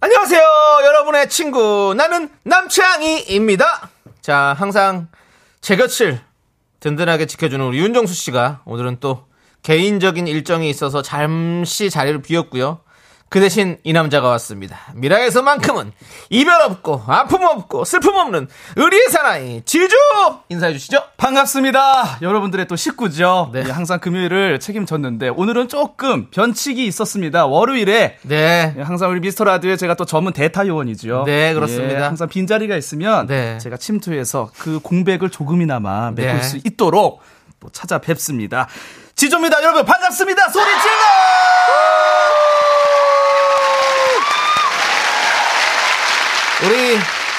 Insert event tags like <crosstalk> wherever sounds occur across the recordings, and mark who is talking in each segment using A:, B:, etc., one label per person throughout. A: 안녕하세요, 여러분의 친구. 나는 남창희입니다. 자, 항상 제 곁을 든든하게 지켜주는 우리 윤정수 씨가 오늘은 또 개인적인 일정이 있어서 잠시 자리를 비웠고요. 그 대신 이 남자가 왔습니다. 미라에서만큼은 이별 없고 아픔 없고 슬픔 없는 의리의 사나이 지주 인사해 주시죠.
B: 반갑습니다. 여러분들의 또 식구죠.
A: 네.
B: 예, 항상 금요일을 책임졌는데 오늘은 조금 변칙이 있었습니다. 월요일에
A: 네,
B: 예, 항상 우리 미스터 라디오에 제가 또 전문 대타 요원이죠.
A: 네, 그렇습니다.
B: 예, 항상 빈 자리가 있으면
A: 네.
B: 제가 침투해서 그 공백을 조금이나마 메꿀
A: 네.
B: 수 있도록 또 찾아뵙습니다. 지조입니다, 여러분 반갑습니다. 소리 질러!
A: 우리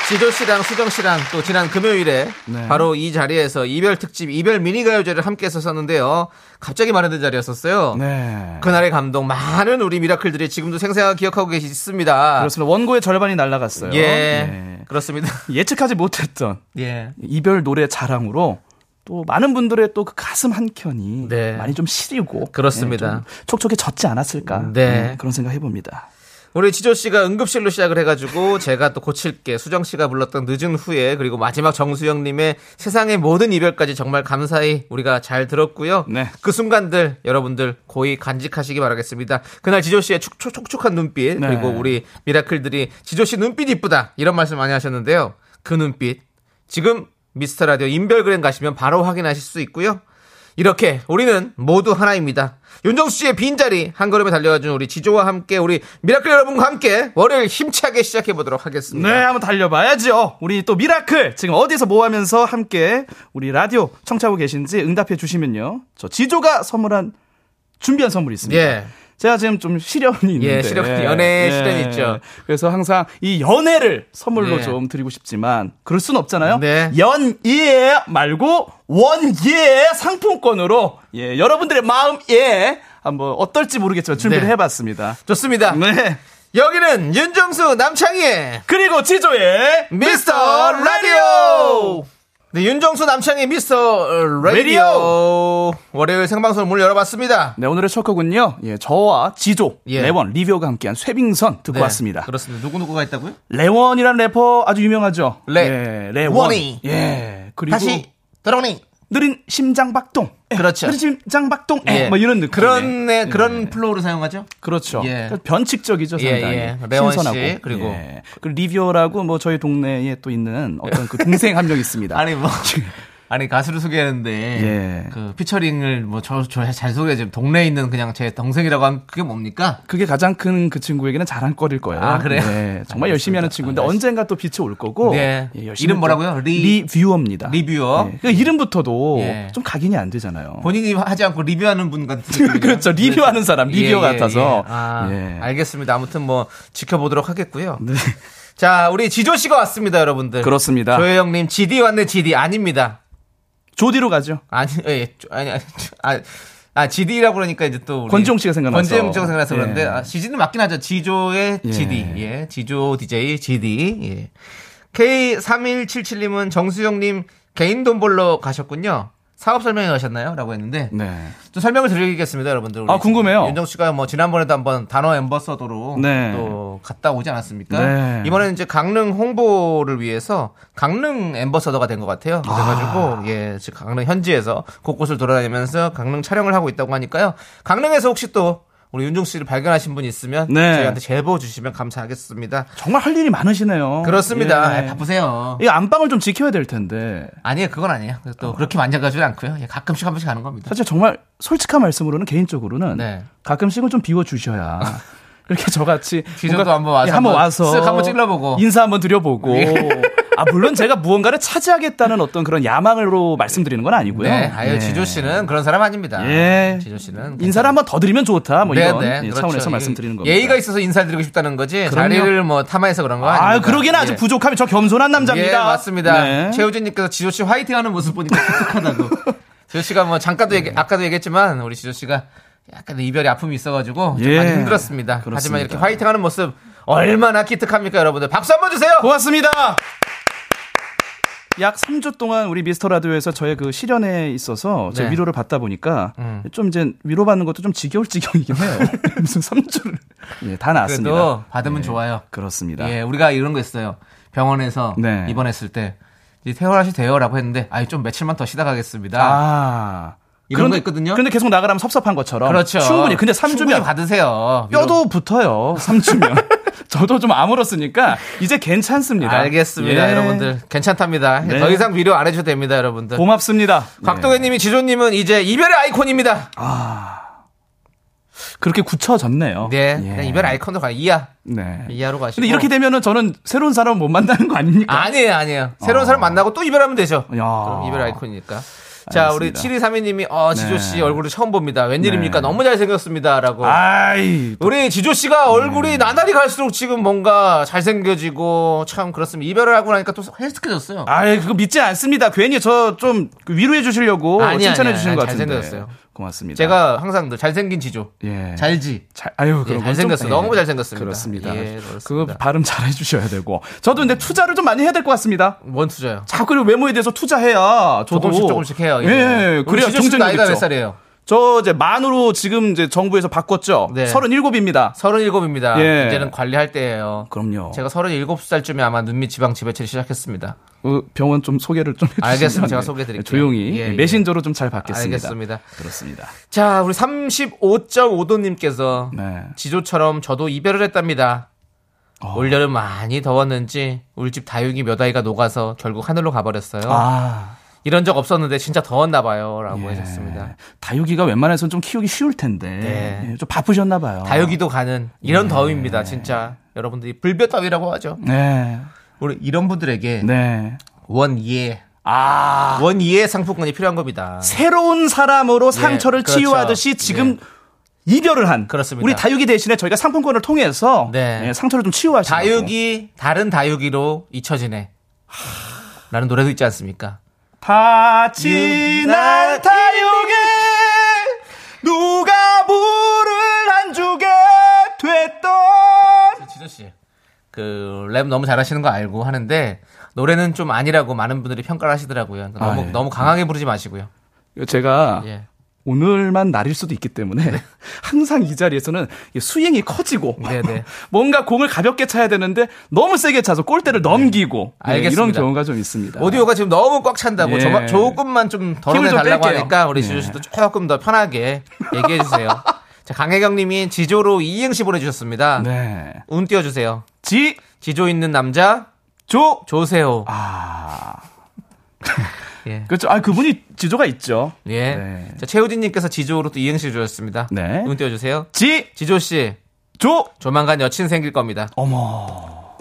A: 지조 씨랑 수정 씨랑 또 지난 금요일에
B: 네.
A: 바로 이 자리에서 이별 특집 이별 미니 가요제를 함께 했었는데요. 갑자기 마련된 자리였었어요.
B: 네.
A: 그날의 감동 많은 우리 미라클들이 지금도 생생하게 기억하고 계십니다.
B: 그렇습니다. 원고의 절반이 날라갔어요.
A: 예.
B: 예.
A: 그렇습니다. <laughs>
B: 예측하지 못했던
A: 예.
B: 이별 노래 자랑으로 또 많은 분들의 또 그 가슴 한 켠이
A: 네.
B: 많이 좀 시리고
A: 그렇습니다.
B: 예, 좀 촉촉해졌지 않았을까
A: 네.
B: 예, 그런 생각 해봅니다.
A: 우리 지조 씨가 응급실로 시작을 해가지고 제가 또 고칠게 수정 씨가 불렀던 늦은 후에 그리고 마지막 정수영님의 세상의 모든 이별까지 정말 감사히 우리가 잘 들었고요.
B: 네.
A: 그 순간들 여러분들 고이 간직하시기 바라겠습니다. 그날 지조 씨의 촉- 촉- 촉촉한 눈빛
B: 네.
A: 그리고 우리 미라클들이 지조 씨 눈빛 이쁘다 이런 말씀 많이 하셨는데요. 그 눈빛 지금 미스터 라디오 인별그램 가시면 바로 확인하실 수 있고요. 이렇게 우리는 모두 하나입니다. 윤정수 씨의 빈자리 한 걸음에 달려가준 우리 지조와 함께 우리 미라클 여러분과 함께 월요일 힘차게 시작해 보도록 하겠습니다.
B: 네, 한번 달려봐야죠. 우리 또 미라클 지금 어디서 뭐 하면서 함께 우리 라디오 청취하고 계신지 응답해 주시면요. 저 지조가 선물한 준비한 선물이 있습니다.
A: 예.
B: 제가 지금 좀 시련이 있는데. 예.
A: 시련, 연애 시련이 있죠.
B: 그래서 항상 이 연애를 선물로
A: 네.
B: 좀 드리고 싶지만 그럴 순 없잖아요.
A: 네.
B: 연예 말고 원예 상품권으로 예, 여러분들의 마음 예 한번 어떨지 모르겠지만 준비를
A: 네.
B: 해봤습니다.
A: 좋습니다.
B: 네.
A: 여기는 윤정수 남창희의
B: 그리고 지조의
A: 미스터 라디오. 네, 윤정수 남창희 미스터 라디오. 월요일 생방송 문을 열어봤습니다.
B: 네, 오늘의 첫 곡은요. 예, 저와 지조,
A: 예.
B: 레원, 리뷰가 함께한 쇠빙선 듣고
A: 네,
B: 왔습니다.
A: 그렇습니다. 누구 누구가 있다고요?
B: 레원이란 래퍼 아주 유명하죠.
A: 레-
B: 예, 레원.
A: 원이.
B: 예. 그리고
A: 다시 들어오니.
B: 느린 심장박동. 예,
A: 그렇죠.
B: 느린 심장박동.
A: 예.
B: 예. 뭐 이런 느낌.
A: 그런 네, 그런 플로우를 사용하죠.
B: 그렇죠.
A: 예.
B: 그러니까 변칙적이죠,
A: 예,
B: 상당히.
A: 예. 레원 씨,
B: 신선하고.
A: 그리고.
B: 예. 그리고 리뷰어라고 뭐 저희 동네에 또 있는 어떤 그 동생 한 명 있습니다.
A: <laughs> 아니
B: <laughs>
A: 뭐 아니 가수를 소개하는데
B: 예.
A: 그 피처링을 뭐저저잘 소개해 지금 동네에 있는 그냥 제 동생이라고 하면 그게 뭡니까?
B: 그게 가장 큰 그 친구에게는 자랑거리일 거예요.
A: 아, 그래요?
B: 네, 정말 열심히 하는 친구인데 언젠가 또 빛이 올 거고. 예,
A: 네.
B: 열심히
A: 이름
B: 또-
A: 뭐라고요? 리-
B: 리뷰어입니다.
A: 리뷰어?
B: 네, 그 이름부터도
A: 예.
B: 좀 각인이 안 되잖아요.
A: 본인이 하지 않고 리뷰하는
B: <laughs>
A: 분 같은 느낌이네요. 예.
B: 그렇죠. 리뷰하는 사람, 리뷰어 같아서.
A: 아,
B: 예. 네.
A: 알겠습니다. 아무튼 뭐 지켜보도록 하겠고요. 자, 우리 지조 씨가 왔습니다, 여러분들.
B: 그렇습니다.
A: 조혜영 님, GD 왔네, GD. 아닙니다.
B: 조디로 가죠.
A: 아니, 예, 조- 아니, 아니, 조- 아, 아, GD라 그러니까 이제 또 우리
B: 권지용 씨가 생각나서.
A: 권지용 씨가 생각나서
B: 예.
A: 그런데 아, 지지는 맞긴 하죠. 지조의
B: 예.
A: GD, 예, 지조 DJ GD. 예. K3177님은 정수영님 개인 돈 벌러 가셨군요. 사업 설명회 가셨나요? 라고 했는데
B: 네.
A: 좀 설명을 드리겠습니다, 여러분들. 우리
B: 아, 궁금해요.
A: 윤정 씨가 뭐 지난번에도 한번 단어 엠버서더로
B: 네.
A: 또 갔다 오지 않았습니까?
B: 네.
A: 이번에는 이제 강릉 홍보를 위해서 강릉 엠버서더가 된 것 같아요. 그래가지고 예, 지금 강릉 현지에서 곳곳을 돌아다니면서 강릉 촬영을 하고 있다고 하니까요. 강릉에서 혹시 또 우리 윤종 씨를 발견하신 분 있으면
B: 네.
A: 저희한테 제보 주시면 감사하겠습니다.
B: 정말 할 일이 많으시네요.
A: 그렇습니다.
B: 예.
A: 예, 바쁘세요.
B: 이 안방을 좀 지켜야 될 텐데.
A: 아니에요, 그건 아니에요. 그래서 또 그렇게 만장가지는 않고요. 예, 가끔씩 한 번씩 가는 겁니다.
B: 사실 정말 솔직한 말씀으로는 개인적으로는
A: 네.
B: 가끔씩은 좀 비워
A: <laughs>
B: 주셔야 이렇게 저같이
A: 뒤져도
B: 뭔가-
A: 한번 와서
B: 예, 한번
A: 한번
B: 와서
A: 쓱 한번 찔러보고. 예.
B: 인사 한번 드려보고 아, 물론 제가 무언가를 차지하겠다는 어떤 그런 야망으로 말씀드리는 건 아니고요.
A: 네, 아유
B: 예.
A: 지조 씨는 그런 사람 아닙니다.
B: 예.
A: 지조 씨는 그렇죠.
B: 인사를 한 번 더 드리면 좋다. 뭐
A: 네,
B: 이런
A: 네,
B: 예,
A: 그렇죠.
B: 차원에서
A: 이-
B: 말씀드리는 겁니다.
A: 예의가 있어서 인사를 드리고 싶다는 거지
B: 그럼요.
A: 자리를 뭐 탐하해서 그런 거 아닙니다.
B: 아, 그러기는 아주
A: 예.
B: 부족하면 저 겸손한 남자입니다.
A: 예, 맞습니다.
B: 네.
A: 최우진님께서 지조 씨 화이팅하는 모습 보니까 독특하다고.
B: <laughs>
A: 지조 씨가 뭐 잠깐도 얘기, 아까도 얘기했지만 우리 지조 씨가 약간 이별의 아픔이 있어가지고 좀
B: 예.
A: 많이 힘들었습니다.
B: 그렇습니다.
A: 하지만 이렇게 화이팅하는 모습 얼마나 기특합니까, 여러분들? 박수 한번 주세요.
B: 고맙습니다. 약 3주 동안 우리 미스터 라디오에서 저의 그 시련에 있어서 제
A: 네.
B: 위로를 받다 보니까
A: 음.
B: 좀 이제 위로받는 것도 좀 지겨울 지경이긴
A: <laughs>
B: 해요. 무슨 3주를. 예, 다 나았습니다. 예.
A: 그래도 받으면 좋아요.
B: 그렇습니다.
A: 예, 우리가 이런 거 있어요. 병원에서
B: 네.
A: 입원했을 때 이제 퇴원하셔도 돼요라고 했는데 아이 좀 며칠만 더 쉬다 가겠습니다.
B: 아.
A: 이런 거 있거든요.
B: 근데 계속 나가라면 섭섭한 것처럼.
A: 그렇죠.
B: 충분히. 근데
A: 충분히
B: 3주면
A: 받으세요. 위로.
B: 뼈도 붙어요.
A: <laughs>
B: 3주면. 저도 좀 아물었으니까 이제 괜찮습니다.
A: 알겠습니다,
B: 예.
A: 여러분들. 괜찮답니다.
B: 네.
A: 더 이상 위로 안 해줘도 됩니다, 여러분들.
B: 고맙습니다. 예.
A: 곽동현님이 지조님은 이제 이별의 아이콘입니다.
B: 네. 그렇게 굳혀졌네요.
A: 네,
B: 예.
A: 그냥 이별 아이콘으로 가 이하
B: 네.
A: 이하로 가시고.
B: 근데 이렇게 되면은 저는 새로운 사람을 못 만나는 거 아닙니까?
A: 아니에요, 아니에요. 새로운 사람 만나고 또 이별하면 되죠.
B: 야.
A: 그럼 이별 아이콘이니까. 자, 우리
B: 알겠습니다.
A: 7232님이 어 지조
B: 네.
A: 씨 얼굴을 처음 봅니다. 웬일입니까?
B: 네.
A: 너무 잘 생겼습니다라고.
B: 아이.
A: 우리 지조
B: 음.
A: 씨가 얼굴이 나날이 갈수록 지금 뭔가 잘생겨지고 참 그렇습니다. 이별을 하고 나니까 또 헬스케졌어요.
B: 아이, 그거 믿지 않습니다. 괜히 저 좀 위로해 주시려고
A: 아니,
B: 칭찬해
A: 아니,
B: 주시는
A: 아니,
B: 것
A: 아니,
B: 같은데.
A: 잘생겼어요.
B: 고맙습니다.
A: 제가 항상 늘 잘생긴 지조.
B: 예.
A: 잘지. 예,
B: 잘, 아유, 그런 건
A: 잘생겼어.
B: 좀- 예.
A: 너무 잘생겼습니다.
B: 그렇습니다.
A: 예, 그렇습니다.
B: 그거 발음 잘 해주셔야 되고. 저도 근데 투자를 좀 많이 해야 될 것 같습니다.
A: 뭔 투자요?
B: 자꾸 외모에 대해서 투자해야 저도
A: 조금씩 조금씩 해요.
B: 예, 예, 그래야
A: 지조 씨 나이가 몇
B: 경쟁력있죠.
A: 살이에요?
B: 저 이제 만으로 지금 이제 정부에서 바꿨죠.
A: 네.
B: 37입니다.
A: 37입니다.
B: 예. 어.
A: 이제는 관리할 때예요.
B: 그럼요.
A: 제가 37살쯤에 아마 눈밑 지방 지배체를 시작했습니다.
B: 어, 병원 좀 소개를 좀 해주시면
A: 알겠습니다.
B: 안
A: 제가
B: 돼요?
A: 소개해드릴게요.
B: 조용히
A: 예, 예.
B: 메신저로 좀 잘 받겠습니다.
A: 알겠습니다.
B: 그렇습니다.
A: 자, 우리 35.5도님께서
B: 네.
A: 지조처럼 저도 이별을 했답니다. 올여름 많이 더웠는지 울집 다육이 몇 아이가 녹아서 결국 하늘로 가버렸어요.
B: 아,
A: 이런 적 없었는데 진짜 더웠나 봐요. 라고
B: 예.
A: 하셨습니다.
B: 다육이가 웬만해서는 좀 키우기 쉬울 텐데
A: 네.
B: 예, 좀 바쁘셨나 봐요.
A: 다육이도 가는 이런 더위입니다. 진짜 여러분들이 불볕 더위라고 하죠.
B: 네,
A: 우리 이런 분들에게
B: 네.
A: 원 이해
B: 아,
A: 원 이해 상품권이 필요한 겁니다.
B: 새로운 사람으로 상처를
A: 그렇죠. 예.
B: 치유하듯이 지금 이별을 한
A: 그렇습니다.
B: 우리 다육이 대신에 저희가 상품권을 통해서
A: 네.
B: 예, 상처를 좀 치유하시고
A: 다육이 다른 다육이로 잊혀지네. 라는 노래도 있지 않습니까?
B: 다친 날 다육에 누가 물을 안 주게 됐던
A: 지조 씨. 그 랩 너무 잘하시는 거 알고 하는데 노래는 좀 아니라고 많은 분들이 평가를 하시더라고요. 그러니까
B: 아,
A: 너무
B: 예. 아,
A: 너무 강하게 부르지 마시고요.
B: 제가
A: 예.
B: 오늘만 날일 수도 있기 때문에 <laughs> 항상 이 자리에서는 이 스윙이 커지고
A: 네네.
B: <laughs> 뭔가 공을 가볍게 차야 되는데 너무 세게 차서 골대를 넘기고 네,
A: 알겠습니다.
B: 이런 경우가 좀 있습니다.
A: 오디오가 지금 너무 꽉 찬다고
B: 아. 예.
A: 조마- 조금만 좀
B: 힘을
A: 덜어내
B: 좀
A: 달라고
B: 뺄게요.
A: 하니까 우리
B: 예.
A: 지조 씨도 조금 더 편하게 얘기해
B: <laughs>
A: 주세요. 자, 강혜경 님이 지조로 이행시 보내 주셨습니다.
B: 네.
A: 운 띄워 주세요.
B: 지,
A: 지조 있는 남자
B: 조,
A: 조세호.
B: 아.
A: <laughs> 예.
B: 그렇죠. 아, 그분이 지조가 있죠.
A: 예.
B: 네.
A: 자, 최우진님께서 지조로 또 이행시 주셨습니다.
B: 네.
A: 운 띄워주세요.
B: 지,
A: 지조씨,
B: 조,
A: 조만간 여친 생길 겁니다.
B: 어머.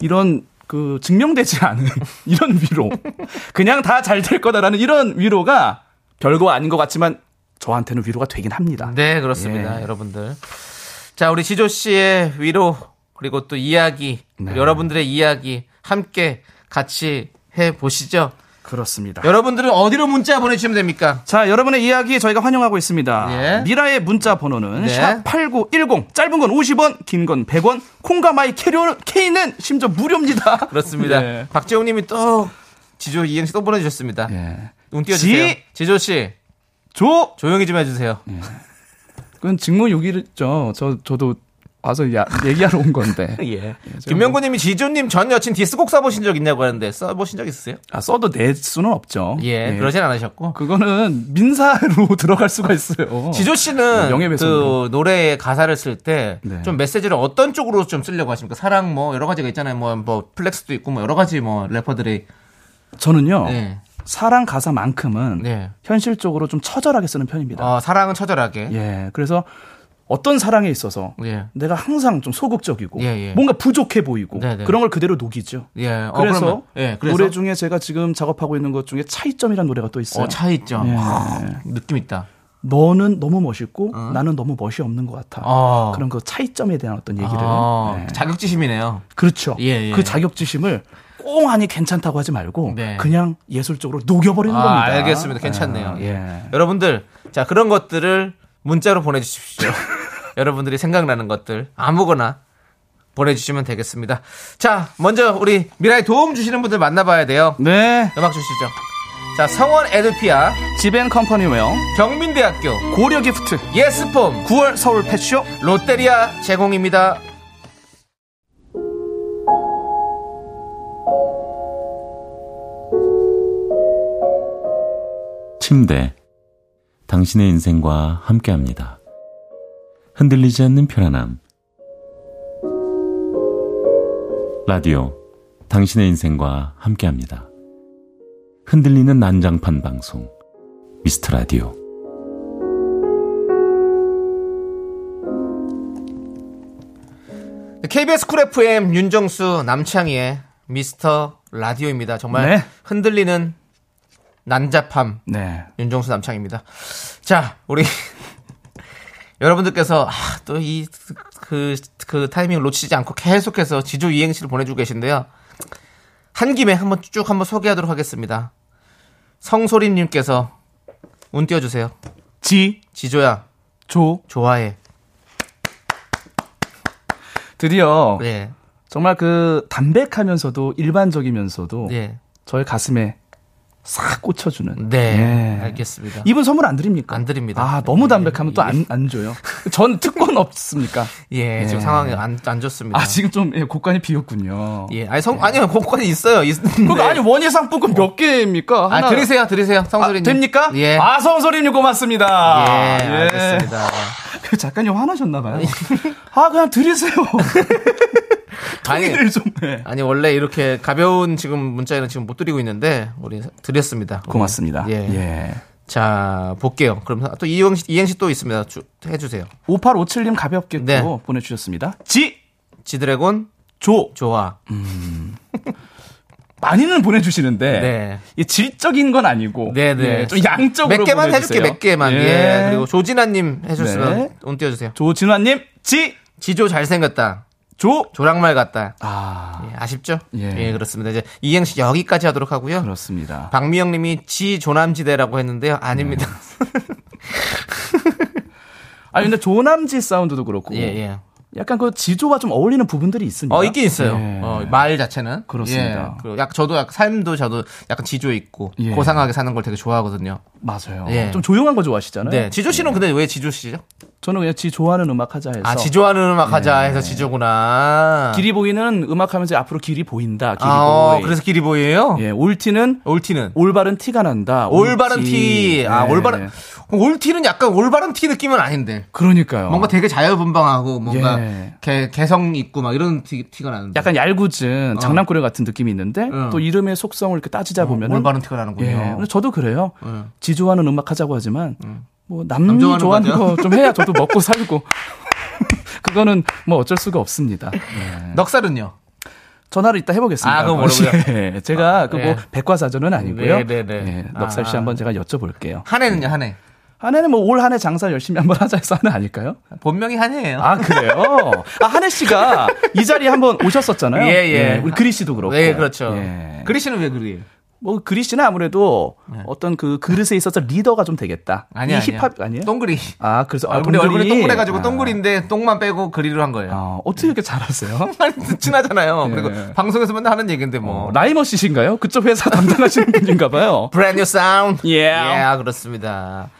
B: 이런 그 증명되지 않은 <laughs> 이런 위로. 그냥 다 잘 될 거다라는 이런 위로가 별거 아닌 것 같지만 저한테는 위로가 되긴 합니다.
A: 네, 그렇습니다.
B: 예.
A: 여러분들. 자, 우리 지조씨의 위로, 그리고 또 이야기,
B: 네.
A: 여러분들의 이야기, 함께 같이 해보시죠.
B: 그렇습니다.
A: 여러분들은 어디로 문자 보내주시면 됩니까?
B: 자, 여러분의 이야기 저희가 환영하고 있습니다.
A: 예.
B: 미라의 문자 번호는
A: 네.
B: 샵 8910. 짧은 건 50원, 긴 건 100원. 콩과 마이 캐리어, K는 심지어 무료입니다.
A: <laughs> 그렇습니다.
B: 예.
A: 박재홍님이 또 지조 이행시 또 보내주셨습니다.
B: 예.
A: 운 띄워주세요.
B: 지- 네.
A: 지조씨,
B: 조!
A: 조용히 좀 해주세요.
B: 그건 직무유기죠. 저, 저도 와서 야- 얘기하러 온 건데.
A: <laughs>
B: 뭐,
A: 예. 김명구님이 지조님 전 여친 디스곡 써보신 적 있냐고 하는데 써보신 적 있으세요?
B: 아, 써도 낼 수는 없죠.
A: 예, 그러진 않으셨고.
B: 어, 그거는 민사로 <laughs> 들어갈 수가 있어요.
A: 지조 씨는
B: 명예훼손으로.
A: 그 노래의 가사를 쓸 때 좀
B: 네.
A: 메시지를 어떤 쪽으로 좀 쓰려고 하십니까? 사랑 뭐 여러 가지가 있잖아요. 뭐, 뭐 플렉스도 있고 뭐 여러 가지 뭐 래퍼들이
B: 저는요
A: 네.
B: 사랑 가사만큼은
A: 네.
B: 현실적으로 좀 처절하게 쓰는 편입니다.
A: 어, 사랑은 처절하게.
B: 예, 그래서 어떤 사랑에 있어서
A: 예.
B: 내가 항상 좀 소극적이고
A: 예, 예.
B: 뭔가 부족해 보이고
A: 네네.
B: 그런 걸 그대로 녹이죠.
A: 예. 어,
B: 그래서,
A: 그러면- 예, 그래서
B: 노래 중에 제가 지금 작업하고 있는 것 중에 차이점이라는 노래가 또 있어요.
A: 어, 차이점.
B: 예.
A: 하, 느낌 있다.
B: 너는 너무 멋있고 나는 너무 멋이 없는 것 같아.
A: 어.
B: 그런 그 차이점에 대한 어떤 얘기를.
A: 아,
B: 예.
A: 자격지심이네요.
B: 그렇죠.
A: 예, 예.
B: 그 자격지심을 꽁하니 괜찮다고 하지 말고
A: 네.
B: 그냥 예술적으로 녹여버리는
A: 아,
B: 겁니다.
A: 알겠습니다. 괜찮네요.
B: 아,
A: 예. 여러분들, 자, 그런 것들을 문자로 <laughs> 보내주십시오. 여러분들이 생각나는 것들, 아무거나 보내주시면 되겠습니다. 자, 먼저 우리 미라에 도움 주시는 분들 만나봐야 돼요.
B: 네.
A: 음악 주시죠. 자, 성원 에드피아,
B: 지벤컴퍼니웨어
A: 경민대학교,
B: 고려기프트
A: 예스폼,
B: 9월 서울 패쇼
A: 롯데리아 제공입니다.
C: 침대. 당신의 인생과 함께 합니다. 흔들리지 않는 편안함. 라디오. 당신의 인생과 함께 합니다. 흔들리는 난장판 방송. 미스터 라디오.
A: 네, KBS 쿨 FM 윤정수 남창희의 미스터 라디오입니다. 정말
B: 네.
A: 흔들리는 난잡함
B: 네.
A: 윤정수 남창입니다. 자, 우리 <laughs> 여러분들께서 아, 또 이 그 그 타이밍을 놓치지 않고 계속해서 지조 이행시를 보내주고 계신데요. 한 김에 한번 쭉 한번 소개하도록 하겠습니다. 성소림님께서 운 띄워주세요.
B: 지,
A: 지조야
B: 조.
A: 좋아해.
B: 드디어
A: 예,
B: 정말 그 담백하면서도 일반적이면서도
A: 예,
B: 저의 가슴에 싹 꽂혀주는.
A: 네,
B: 예.
A: 알겠습니다.
B: 이분 선물 안 드립니까?
A: 안 드립니다. 예.
B: 아, 너무 담백하면 또 안 안
A: <laughs>
B: 줘요. 전 특권 없습니까?
A: 예, 지금
B: 예.
A: 상황이 안, 안 좋습니다.
B: 아, 지금 좀 예, 곡간이 비었군요.
A: 예, 아니 성 아니요 공권이 있어요. 있,
B: 그거 아니 원예 상품권 몇 개입니까? 하나
A: 네. 아 드리세요, 드리세요. 성소리님
B: 아, 됩니까?
A: 예,
B: 아, 성소리님
A: 예,
B: 고맙습니다.
A: 알겠습니다.
B: 그 작가님 화나셨나봐요. 아, 그냥 드리세요.
A: <laughs> 아니,
B: 통일을 좀 예. 해.
A: 아니 원래 이렇게 가벼운 지금 문자에는 지금 못 드리고 있는데 우리 드렸습니다. 우리.
B: 고맙습니다.
A: 예.
B: 예.
A: 자 볼게요. 그럼 또 이행시 이행시 또 있습니다. 주- 해주세요.
B: 5857님 가볍게 또
A: 네.
B: 보내주셨습니다. 지,
A: 지드래곤
B: 조.
A: 좋아.
B: 많이는 보내주시는데.
A: 네.
B: 이 질적인 건 아니고.
A: 네네.
B: 예, 좀 양적으로.
A: 몇 개만
B: 보내주세요.
A: 해줄게 몇 개만. 예. 그리고 조진아님 해줬으면
B: 네.
A: 운 띄워주세요.
B: 조진환님, 지,
A: 지조 잘생겼다.
B: 조.
A: 조랑말 같다.
B: 아,
A: 예, 아쉽죠?
B: 예.
A: 예, 그렇습니다. 이제 이행시 여기까지 하도록 하고요.
B: 그렇습니다.
A: 박미영 님이 지 조남지대라고 했는데요. 아닙니다.
B: 아니, 근데 조남지 사운드도 그렇고.
A: <laughs> 예, 예.
B: 약간 그 지조와 좀 어울리는 부분들이 있습니다.
A: 어, 있긴 있어요.
B: 예.
A: 어, 말 자체는.
B: 그렇습니다.
A: 예. 그리고 약, 저도 약, 삶도 저도 약간 지조 있고,
B: 예.
A: 고상하게 사는 걸 되게 좋아하거든요.
B: 맞아요.
A: 예.
B: 좀 조용한 거 좋아하시잖아요.
A: 네. 지조
B: 예.
A: 씨는 근데 왜 지조 씨죠?
B: 저는 그냥 지 좋아하는 음악 하자 해서. 예.
A: 아, 지조하는 음악 하자 해서 지조구나.
B: 길이 보이는 음악 하면서 앞으로 길이 보인다. 길이
A: 아, 어,
B: 보이.
A: 그래서 기리보이예요
B: 예, 올티는
A: 올티는.
B: 올바른 티가 난다.
A: 올바른
B: 올티.
A: 티. 아,
B: 예.
A: 올바른. 올티는 약간 올바른 티 느낌은 아닌데.
B: 그러니까요.
A: 뭔가 되게 자유분방하고 뭔가
B: 어. 예.
A: 개, 개성 있고 막 이런 티, 가 나는데
B: 약간 얄궂은
A: 어.
B: 장난꾸러 같은 느낌이 있는데
A: 응.
B: 또 이름의 속성을 이렇게 따지자 보면 은
A: 어. 올바른 티가
B: 예.
A: 나는군요.
B: 근데 저도 그래요.
A: 응.
B: 지 좋아하는 음악 하자고 하지만 뭐 남이
A: 어. 남자와는
B: 좋아하는
A: 맞아요.
B: 거 좀 해야 저도 먹고 <laughs> 살고. 그거는 뭐 어쩔 수가 없습니다. 예.
A: 네. 넉살은요?
B: 전화를 이따 해보겠습니다.
A: 아, 그거 모르고요.
B: <laughs> 예, 제가 그뭐
A: 예.
B: 백과사전은 아니고요.
A: 네, 네, 네.
B: 예, 넉살 씨
A: 아.
B: 한번 제가 여쭤볼게요.
A: 한 해는요, 한 해.
B: 한 해는 뭐 올 한 해 장사 열심히 한번 <laughs> 하자 해서 하는 아닐까요?
A: 본명이 한 해예요.
B: 아 그래요? 아 한혜 씨가 이 자리에 한번 오셨었잖아요.
A: 예, 예.
B: 우리 그리 씨도 그렇고.
A: 네, 그렇죠.
B: 예.
A: 그리 씨는 왜 그리예요?
B: 뭐 그리 씨는 아무래도 어떤 그 그릇에 있어서 리더가 좀 되겠다.
A: 아니야,
B: 이 힙합 아니에요?
A: 동그리.
B: 아 그래서 아,
A: 얼굴이
B: 동그리.
A: 얼굴이 동그래가지고
B: 아.
A: 동그리인데 똥만 빼고 그리로 한 거예요.
B: 아, 어떻게 이렇게 <laughs> 잘하세요?
A: <laughs> 친하잖아요. 그리고
B: 예.
A: 방송에서 맨날 하는 얘기인데 뭐.
B: 어, 라이머 씨신가요? 그쪽 회사 <laughs> 담당하시는 분인가봐요.
A: Brand new sound.
B: 예.
A: 예, 그렇습니다.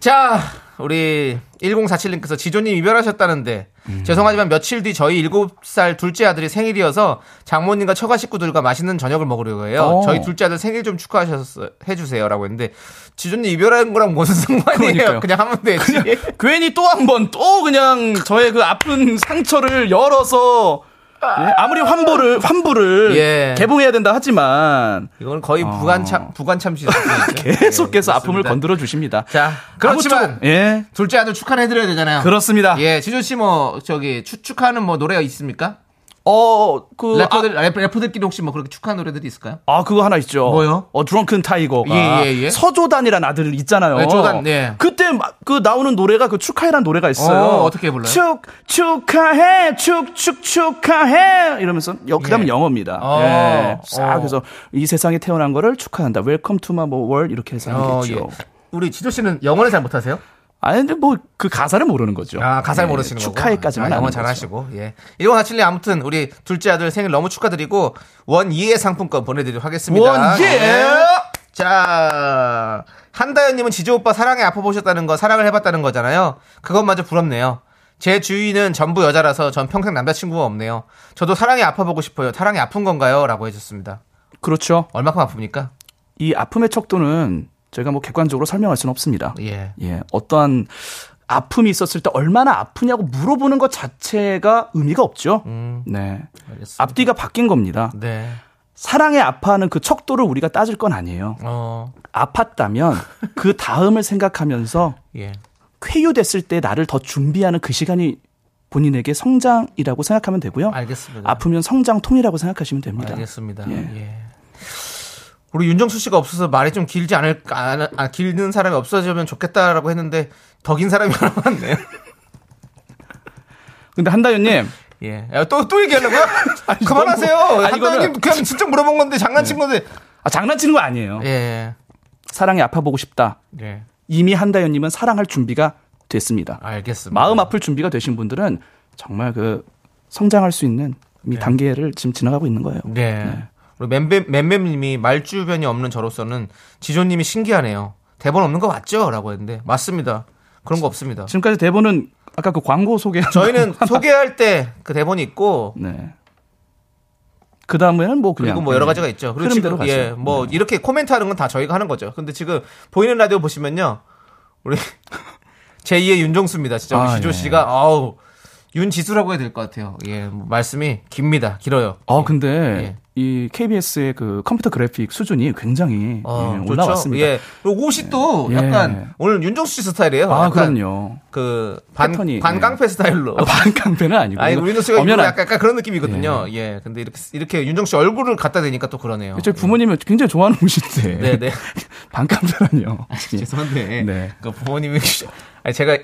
A: 자, 우리 1047님께서 지조님 이별하셨다는데
B: 음.
A: 죄송하지만 며칠 뒤 저희 7살 둘째 아들이 생일이어서 장모님과 처가 식구들과 맛있는 저녁을 먹으려고 해요.
B: 어.
A: 저희 둘째 아들 생일 좀 축하하셔서 해주세요라고 했는데 지조님 이별하는 거랑 무슨 상관이에요?
B: 그러니까요.
A: 그냥 하면 되지.
B: <laughs> 괜히 또 한 번 또 그냥 저의 그 아픈 상처를 열어서 예? 아무리 환불을 환불을
A: 예.
B: 개봉해야 된다 하지만
A: 이건 거의 부관참 부관참시
B: 어. <laughs> 계속해서 아픔을 건드려 주십니다.
A: 예, 자, 그렇지만
B: 예
A: 둘째 아들 축하를 해드려야 되잖아요.
B: 그렇습니다.
A: 예, 지조 씨 뭐 저기 추- 축하하는 뭐 노래가 있습니까?
B: 어그
A: 래퍼들 래퍼- 래퍼들끼리 혹시 뭐 그렇게 축하하는 노래들이 있을까요?
B: 아 그거 하나 있죠.
A: 뭐요?
B: 어 드렁큰 타이거가
A: 예, 예, 예.
B: 서조단이란 아들 있잖아요.
A: 네, 조단, 예.
B: 그때 마- 그 나오는 노래가 그 축하해란 노래가 있어요.
A: 어, 어떻게 불러요?
B: 축 축하해 축축 축하해 이러면서 여, 그다음 은
A: 예.
B: 영어입니다.
A: 어,
B: 예. 싹
A: 어.
B: 해서 이 세상에 태어난 거를 축하한다. 웰컴 투 마모 월 이렇게 해서
A: 어,
B: 하겠죠.
A: 예. 우리 지조 씨는 영어를 잘 못하세요?
B: 아니 근데 뭐 그 가사를 모르는 거죠.
A: 아, 가사를
B: 예,
A: 모르시는 거고.
B: 축하해까지만
A: 아,
B: 아는
A: 영어
B: 거죠.
A: 잘하시고. 예. 1047님 아무튼 우리 둘째 아들 생일 너무 축하드리고 원예의 상품권 보내드리도록 하겠습니다.
B: 원, 예!
A: 자 한다연님은 지조 오빠 사랑에 아파 보셨다는 거 사랑을 해봤다는 거잖아요. 그것마저 부럽네요. 제 주위는 전부 여자라서 전 평생 남자친구가 없네요. 저도 사랑에 아파 보고 싶어요. 사랑이 아픈 건가요? 라고 해줬습니다.
B: 그렇죠.
A: 얼마큼 아픕니까?
B: 이 아픔의 척도는 저희가 뭐 객관적으로 설명할 수는 없습니다.
A: 예.
B: 예, 어떠한 아픔이 있었을 때 얼마나 아프냐고 물어보는 것 자체가 의미가 없죠.
A: 음.
B: 네.
A: 알겠습니다.
B: 앞뒤가 바뀐 겁니다.
A: 네.
B: 사랑에 아파하는 그 척도를 우리가 따질 건 아니에요.
A: 어.
B: 아팠다면 그 다음을 생각하면서
A: 예.
B: 쾌유됐을 때 나를 더 준비하는 그 시간이 본인에게 성장이라고 생각하면 되고요.
A: 알겠습니다.
B: 아프면 성장통이라고 생각하시면 됩니다.
A: 알겠습니다.
B: 예.
A: 예. 우리 윤정수 씨가 없어서 말이 좀 길지 않을까, 안- 아, 길는 사람이 없어지면 좋겠다라고 했는데 더 긴 사람이 하나 왔네요.
B: 근데 한다연님,
A: 예. 야, 또,
B: <laughs>
A: 또 얘기하려고요? 그만하세요.
B: 너무- 아니,
A: 한다님
B: 이거는-
A: 그냥 진짜 물어본 건데 장난친 건데.
B: 아, 장난치는 거 아니에요.
A: 예.
B: 사랑에 아파보고 싶다.
A: 예.
B: 이미 한다연님은 사랑할 준비가 됐습니다.
A: 알겠습니다.
B: 마음 아플 준비가 되신 분들은 정말 그 성장할 수 있는 이 단계를 지금 지나가고 있는 거예요.
A: 네. 우리 맴뱀, 맴뱀님이 말주변이 없는 저로서는 지조님이 신기하네요. 대본 없는 거 맞죠? 라고 했는데 맞습니다. 그런 거 없습니다.
B: 지금까지 대본은 아까 그 광고 소개.
A: <laughs> 저희는 소개할 때 그 대본이 있고
B: <laughs> 네. 그 다음에는 뭐 그냥
A: 그리고 뭐 여러 가지가 있죠. 그리고
B: 흐름대로 네.
A: 지금 예,
B: 가죠.
A: 뭐 이렇게 코멘트하는 건 다 저희가 하는 거죠. 근데 지금 보이는 라디오 보시면요, 우리 <laughs> 제2의 윤종수입니다. 진짜 우리
B: 아,
A: 지조
B: 예.
A: 씨가 아우 윤지수라고 해야 될 것 같아요. 예, 뭐 말씀이 깁니다. 길어요.
B: 아
A: 예.
B: 근데 이 KBS의 그 컴퓨터 그래픽 수준이 굉장히
A: 어,
B: 예,
A: 좋죠?
B: 올라왔습니다.
A: 예, 그리고 옷이 또
B: 예.
A: 약간 오늘 윤종수 씨 스타일이에요.
B: 아
A: 약간
B: 그럼요.
A: 그 반,
B: 패턴이, 예.
A: 반깡패 스타일로.
B: 아, 반깡패는 아니고.
A: <laughs> 아니, 우리 윤종수 씨가
B: 엄연한-
A: 약간, 약간 그런 느낌이거든요. 예. 근데 이렇게, 이렇게 윤종수 씨 얼굴을 갖다 대니까 또 그러네요.
B: 저희 부모님이 굉장히 좋아하는 옷인데.
A: 네,
B: <laughs>
A: 아, 네.
B: 반깡패라니요. 예.
A: 죄송한데
B: <laughs> 네.
A: 그 부모님이 <laughs> 아니 제가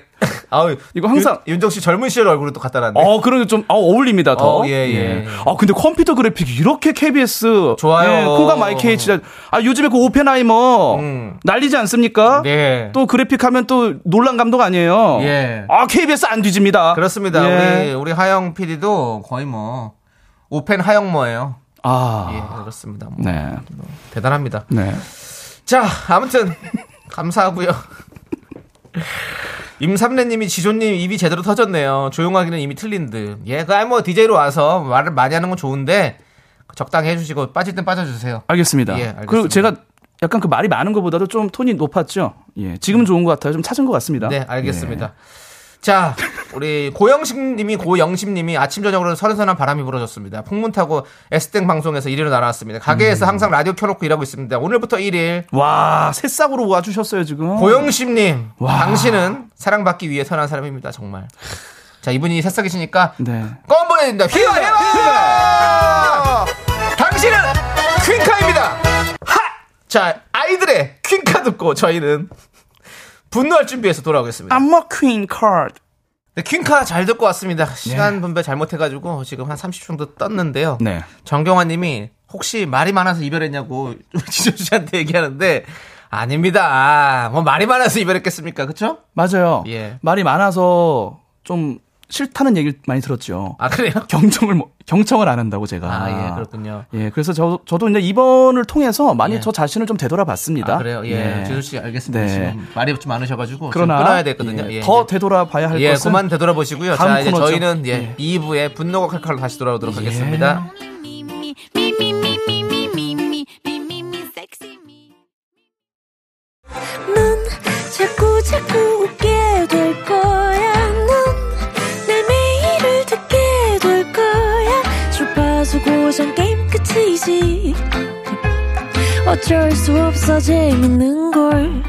A: 아우
B: 이거 항상-
A: 윤, 정씨 젊은 시절 얼굴을 또 갖다 놨네.
B: 어, 그런 게좀 어, 어울립니다, 더.
A: 어, 예, 예.
B: 아, 근데 컴퓨터 그래픽 이렇게 KBS
A: 좋아요.
B: 예, 코가 마이케이 진짜 아, 요즘에 그 오펜하이머
A: 음.
B: 날리지 않습니까?
A: 네.
B: 또 그래픽 하면 또 놀란 감독 아니에요.
A: 예.
B: 아, KBS 안 뒤집니다.
A: 그렇습니다.
B: 예.
A: 우리 우리 하영 PD도 거의 뭐 오펜 하영머예요. 예,
B: 아.
A: 그렇습니다. 뭐
B: 네.
A: 대단합니다.
B: 네.
A: 자, 아무튼 <laughs> 감사하고요. <laughs> 임삼래님이 지조님 입이 제대로 터졌네요. 조용하기는 이미 틀린 듯. 예, 그아뭐 DJ로 와서 말을 많이 하는 건 좋은데 적당히 해주시고 빠질 땐 빠져주세요.
B: 알겠습니다.
A: 예, 알겠습니다.
B: 그리고 제가 약간 그 말이 많은 것보다도 좀 톤이 높았죠. 예. 지금 좋은 것 같아요. 좀 찾은 것 같습니다.
A: 음. 네, 알겠습니다. 자, 우리 고영식님이 고영심님이 아침 저녁으로 서른선한 바람이 불어졌습니다. 풍문 타고 에스땡 방송에서 일위로 날아왔습니다. 가게에서 항상 라디오 켜놓고 일하고 있습니다. 오늘부터 일일
B: 예. 와, 새싹으로 와 주셨어요, 지금.
A: 고영심님,
B: 와.
A: 당신은 사랑받기 위해 선한 사람입니다. 정말. 자, 이분이 새싹이시니까
B: 네.
A: 껌 보내야 된다. 휘어 휘어! 당신은 퀸카입니다. 하! 자, 아이들의 퀸카 듣고 저희는 분노할 준비해서 돌아오겠습니다.
B: I'm a queen card.
A: 네, 퀸카 잘 듣고 왔습니다.
B: 네.
A: 시간 분배 잘못해가지고 지금 한 30초 정도 떴는데요.
B: 네.
A: 정경화님이 혹시 말이 많아서 이별했냐고 <laughs> 지조 씨한테 얘기하는데 아닙니다. 뭐 말이 많아서 이별했겠습니까? 그쵸?
B: 맞아요.
A: 예.
B: 말이 많아서 좀 싫다는 얘기를 많이 들었죠.
A: 아 그래요?
B: 경청을 뭐- 경청을 안 한다고 제가.
A: 아 예 그렇군요.
B: 예, 그래서 저, 저도 이제 이번을 통해서 많이
A: 예.
B: 저 자신을 좀 되돌아봤습니다.
A: 아 그래요? 예. 지조 씨 알겠습니다.
B: 네.
A: 지금 말이 좀 많으셔가지고
B: 그러나
A: 지금 끊어야 되거든요.
B: 예,
A: 예,
B: 더
A: 예.
B: 되돌아봐야 할
A: 예,
B: 것은
A: 그만 되돌아보시고요.
B: 다음
A: 자, 이제
B: 코너죠. 네. 예.
A: 저희는 예, 2부에 분노가 칼칼로 다시 돌아오도록 하겠습니다.
D: me, me, me, me, me, me, me, me, me, me, me, me, sexy me.
E: 넌 자꾸 자꾸 웃게 될 거야. 넌내 매일을 듣게 될 거야.
F: 어쩔 수 없어 재밌는 걸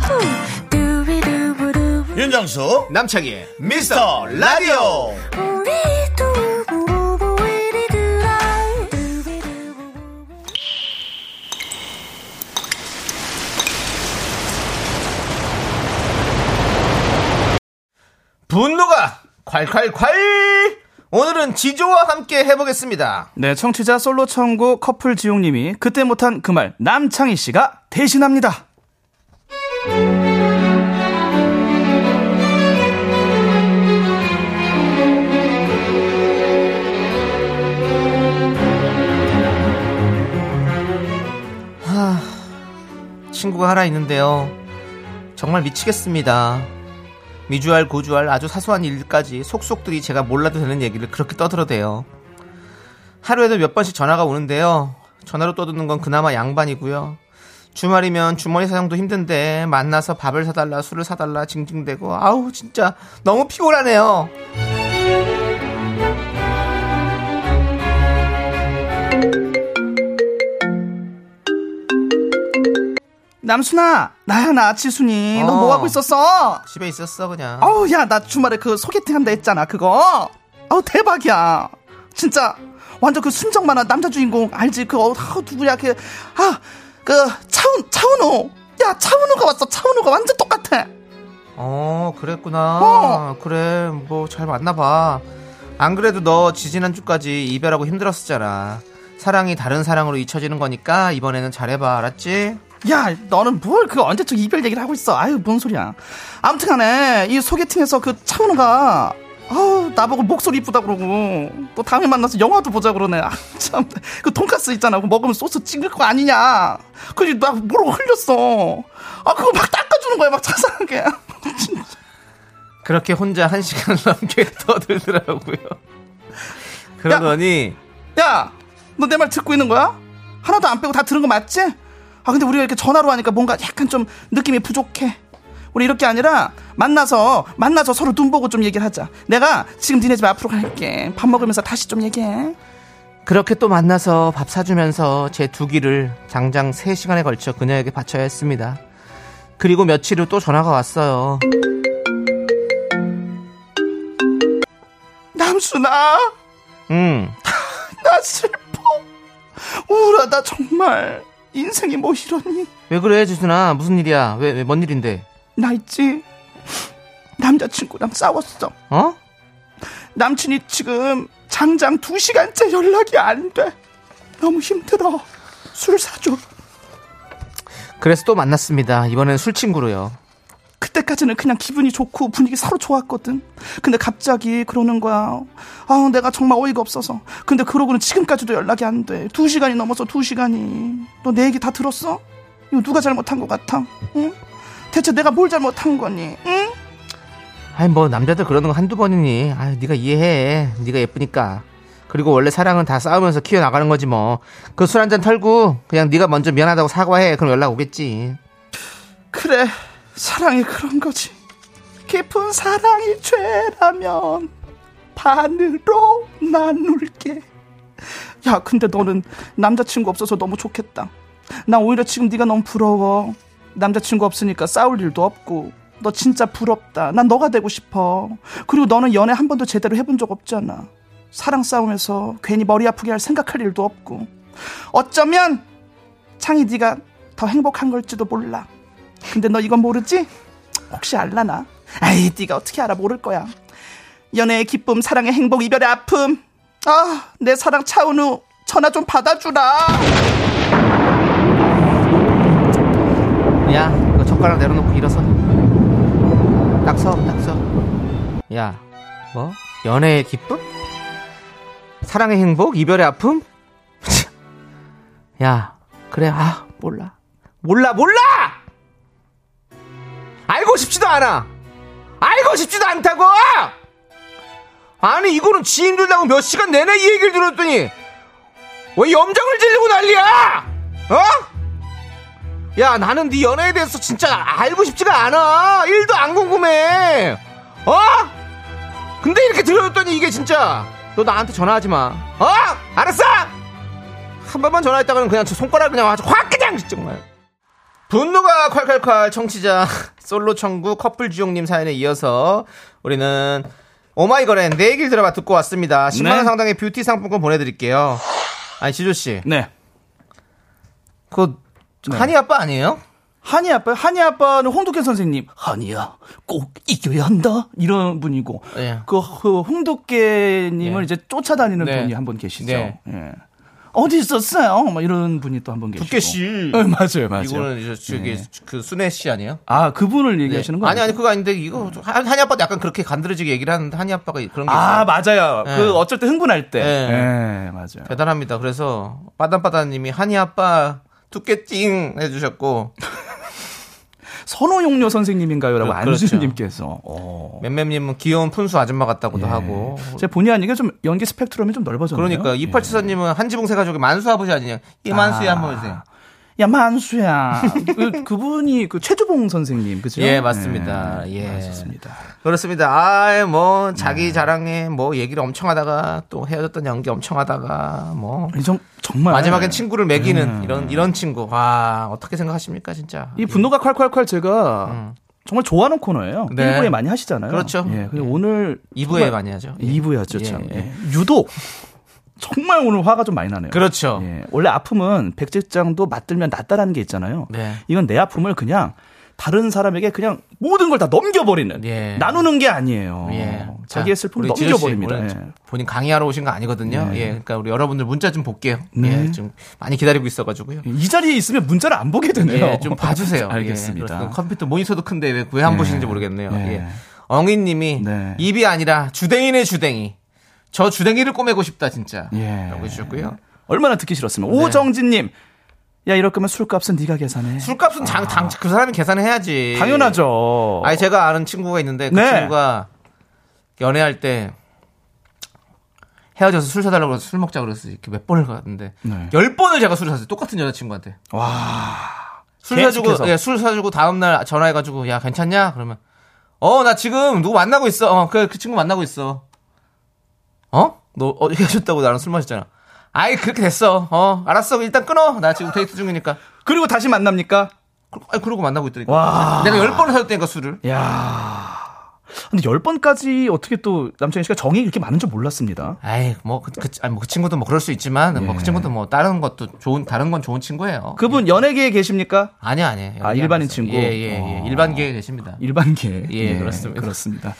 F: 후. 두비두부두부.
G: 윤정수
A: 남창희의 미스터 라디오
F: 우리 두부부부 우리들아. 두비두부부부.
A: 분노가 콸콸콸 오늘은 지조와 함께 해보겠습니다
H: 네, 청취자 솔로 청구 커플 지용님이 그때 못한 그 말 남창희 씨가 대신합니다.
A: 친구가 하나 있는데요 정말 미치겠습니다 미주알 고주알 아주 사소한 일까지 속속들이 제가 몰라도 되는 얘기를 그렇게 떠들어대요 하루에도 몇 번씩 전화가 오는데요 전화로 떠드는 건 그나마 양반이고요 주말이면 주머니 사정도 힘든데 만나서 밥을 사달라 술을 사달라 징징대고 아우 진짜 너무 피곤하네요
H: 남순아, 나야 나 지순이.
A: 어.
H: 너 뭐 하고 있었어?
A: 집에 있었어 그냥
H: 어우, 야, 나 주말에 그 소개팅 한다 했잖아, 그거. 어우, 대박이야. 진짜, 완전 그 순정 만화 남자 주인공, 알지? 그, 어, 아, 누구야, 그, 아, 그, 차은, 차은우. 야, 차은우가 왔어, 차은우가 완전 똑같아.
A: 어, 그랬구나.
H: 어.
A: 그래, 뭐, 잘 만나봐. 안 그래도 너 지지난주까지 이별하고 힘들었었잖아. 사랑이 다른 사랑으로 잊혀지는 거니까 이번에는 잘해봐, 알았지?
H: 야, 너는 뭘 그 언제적 이별 얘기를 하고 있어? 아유, 뭔 소리야. 아무튼 간에, 이 소개팅에서 그 차은우가, 아우, 나보고 목소리 이쁘다 그러고, 또 다음에 만나서 영화도 보자 그러네. 아, 참. 그 돈가스 있잖아. 그거 먹으면 소스 찍을 거 아니냐. 그지, 나 모르고 흘렸어. 아, 그거 막 닦아주는 거야, 막 자상하게. <laughs> 진짜.
A: 그렇게 혼자 한 시간 <laughs> 넘게 떠들더라고요. 그러더니,
H: 야, 너 내 말 듣고 있는 거야? 하나도 안 빼고 다 들은 거 맞지? 아, 근데 우리가 이렇게 전화로 하니까 뭔가 약간 좀 느낌이 부족해. 우리 이렇게 아니라 만나서 만나서 서로 눈 보고 좀 얘기를 하자. 내가 지금 니네 집 앞으로 갈게. 밥 먹으면서 다시 좀 얘기해.
A: 그렇게 또 만나서 밥 사주면서 제 두 귀를 장장 3시간에 걸쳐 그녀에게 바쳐야 했습니다. 그리고 며칠 후 또 전화가 왔어요.
H: 남순아,
A: 음,
H: 나 슬퍼. 우울하다 정말. 인생이 뭐 이러니?
A: 왜 그래, 지순아? 무슨 일이야? 왜, 왜, 뭔 일인데?
H: 나 있지. 남자친구랑 싸웠어.
A: 어?
H: 남친이 지금 장장 두 시간째 연락이 안 돼. 너무 힘들어. 술 사줘.
A: 그래서 또 만났습니다. 이번엔 술친구로요.
H: 그때까지는 그냥 기분이 좋고 분위기 서로 좋았거든. 근데 갑자기 그러는 거야. 아, 내가 정말 어이가 없어서. 근데 그러고는 지금까지도 연락이 안 돼. 두 시간이 넘었어, 두 시간이. 너 내 얘기 다 들었어? 이거 누가 잘못한 것 같아? 응? 대체 내가 뭘 잘못한 거니? 응?
A: 아이 뭐 남자들 그러는 거 한두 번이니. 아유 네가 이해해. 네가 예쁘니까. 그리고 원래 사랑은 다 싸우면서 키워 나가는 거지 뭐. 그 술 한 잔 털고 그냥 네가 먼저 미안하다고 사과해. 그럼 연락 오겠지.
H: 그래, 사랑이 그런 거지. 깊은 사랑이 죄라면 반으로 나눌게. 야, 근데 너는 남자친구 없어서 너무 좋겠다. 나 오히려 지금 네가 너무 부러워. 남자친구 없으니까 싸울 일도 없고. 너 진짜 부럽다. 난 너가 되고 싶어. 그리고 너는 연애 한 번도 제대로 해본 적 없잖아. 사랑 싸움에서 괜히 머리 아프게 할 생각할 일도 없고. 어쩌면 창이 네가 더 행복한 걸지도 몰라. 근데 너 이건 모르지? 혹시 알라나? 아이, 네가 어떻게 알아? 모를 거야. 연애의 기쁨, 사랑의 행복, 이별의 아픔. 아, 내 사랑 차은우, 전화 좀 받아주라.
A: 야, 그 젓가락 내려놓고 일어서. 딱 서, 딱 서. 야, 뭐? 연애의 기쁨? 사랑의 행복? 이별의 아픔? <laughs> 야, 그래, 아, 몰라. 몰라, 몰라! 알고 싶지도 않아! 알고 싶지도 않다고! 아니, 이거는 지 힘들다고 몇 시간 내내 이 얘기를 들었더니, 왜 염장을 질리고 난리야! 어? 야 나는 네 연애에 대해서 진짜 알고 싶지가 않아 1도 안 궁금해 어? 근데 이렇게 들어줬더니 이게 진짜 너 나한테 전화하지 마 어? 알았어? 한 번만 전화했다가는 그냥 제 손가락 그냥 아주 확 그냥 정말. 분노가 콸콸콸 청취자 <laughs> 솔로 청구 커플 주용님 사연에 이어서 우리는 오마이걸의 내 얘기를 들어봐 듣고 왔습니다. 10만 원
B: 네.
A: 상당의 뷰티 상품권 보내드릴게요. 아니 지조 씨,
B: 네.
A: 그
B: 네.
A: 한이 아빠 아니에요?
B: 한이 아빠, 한이 아빠는 홍두깨 선생님. 한이야, 꼭 이겨야 한다. 이런 분이고.
A: 예.
B: 그, 그 홍두깨님을
A: 예.
B: 이제 쫓아다니는
A: 네.
B: 분이 한 분 계시죠.
A: 네.
B: 예. 어디 있었어요? 막 이런 분이 또 한 분 계시고.
A: 두께 씨.
I: 네.
B: 예, 맞아요, 맞아요.
A: 이거는 이제 저기
B: 네.
A: 그 순애 씨 아니에요?
B: 아, 그분을 얘기하시는
A: 네.
B: 거예요?
A: 아니 아니 그거 아닌데 이거 좀 한- 한이 아빠도 약간 그렇게 간드러지게 얘기를 하는데 한이 아빠가 그런 게 있어요.
B: 아, 맞아요.
A: 예.
B: 그 어쩔 때 흥분할 때.
A: 예.
B: 예, 맞아요.
A: 대단합니다. 그래서 빠단빠단님이 한이 아빠 두께찡 해주셨고
B: 선호용료 선생님인가요라고
A: 그- 그렇죠.
B: 안수님께서. 어.
A: 맴맴님은 귀여운 푼수 아줌마 같다고도
B: 예.
A: 하고
B: 제 본의 아니게 좀 연기 스펙트럼이 좀 넓어졌네요.
A: 그러니까 이팔치사님은 한지붕 세 가족의 만수 아버지 아니냐? 이 만수에
B: 예. 아.
A: 한번 보세요.
B: 야 만수야 그, 그분이 그 최주봉 선생님 그죠? 네.
A: 예, 맞습니다. 예.
B: 맞습니다.
A: 그렇습니다. 아, 뭐 자기
B: 네.
A: 자랑에 뭐 얘기를 엄청 하다가 또 헤어졌던 연기 엄청 하다가 뭐
B: 정, 정말 네. 음.
A: 마지막엔 친구를 매기는 이런 이런 친구. 와 어떻게 생각하십니까 진짜?
B: 이 분노가 콸콸콸 제가 정말 좋아하는 코너예요.
A: 음. 네.
B: 1부에 많이 하시잖아요.
A: 그렇죠.
B: 예, 근데
A: 예.
B: 오늘
A: 예. 2부에
B: 정말-
A: 많이 하죠. 예.
B: 2부에 하죠.
A: 예,
B: 참.
A: 예.
B: 예. 유독 정말 오늘 화가 좀 많이 나네요.
A: 그렇죠.
B: 예, 원래 아픔은 백제장도 맞들면 낫다라는 게 있잖아요.
A: 네.
B: 이건 내 아픔을 그냥 다른 사람에게 그냥 모든 걸 다 넘겨버리는
A: 예.
B: 나누는 게 아니에요.
A: 예.
B: 자기의
A: 자,
B: 슬픔을
A: 우리 지조 씨,
B: 넘겨버립니다.
A: 오늘
B: 예.
A: 본인 강의하러 오신 거 아니거든요. 예. 그러니까 우리 여러분들 문자 좀 볼게요.
B: 네.
A: 예. 좀 많이 기다리고 있어가지고요.
B: 예. 이 자리에 있으면 문자를 안 보게 되네요.
A: 예, 좀 봐주세요.
B: <laughs>
A: 예,
B: 알겠습니다.
A: 그렇습니다. 컴퓨터 모니터도 큰데 왜 안 보시는지 모르겠네요.
B: 예.
A: 예. 엉이님이
B: 네.
A: 입이 아니라 주댕이네 주댕이. 저 주댕이를 꼬매고 싶다 진짜.
B: 예.
A: 라고 해주셨고요.
B: 얼마나 듣기
A: 네.
B: 싫었으면 오정진님, 야 이럴 거면 술값은 네가 계산해.
A: 술값은 장, 장, 그 사람이 계산을 해야지.
B: 당연하죠.
A: 아니 제가 아는 친구가 있는데 그
B: 네.
A: 친구가 연애할 때 헤어져서 술 사달라고 그래서 술 먹자 그래서 이렇게 몇 번을 갔는데
B: 네.
A: 열 번을 제가 술을 샀어요 똑같은 여자친구한테 술
B: 계속해서.
A: 사주고 예, 술 사주고 다음날 전화해가지고 야 괜찮냐 그러면 어 나 지금 누구 만나고 있어 어그 그 친구 만나고 있어 어너 어, 헤어졌다고 나랑 술 마셨잖아 아이 그렇게 됐어 어 알았어 일단 끊어 나 지금 데이트 중이니까
B: 그리고 다시 만납니까?
A: 그- 아니, 그러고 만나고 있더니까
B: 와.
A: 내가 열 번을 사줬다니까 술을
B: 야. 근데 열 번까지 어떻게 또 남창희 씨가 정이 이렇게 많은 줄 몰랐습니다.
A: 아이 뭐그 그, 아니, 뭐그 친구도 뭐 그럴 수 있지만 뭐 그 친구도 뭐 다른 것도 좋은 다른 건 좋은 친구예요.
B: 그분 연예계에 계십니까?
A: 아니요 아니에요.
B: 아, 일반인 친구?
A: 예예예
B: 어.
A: 일반계에 계십니다.
B: 일반계. 네,
A: 예, 그렇습니다.
B: 그렇습니다.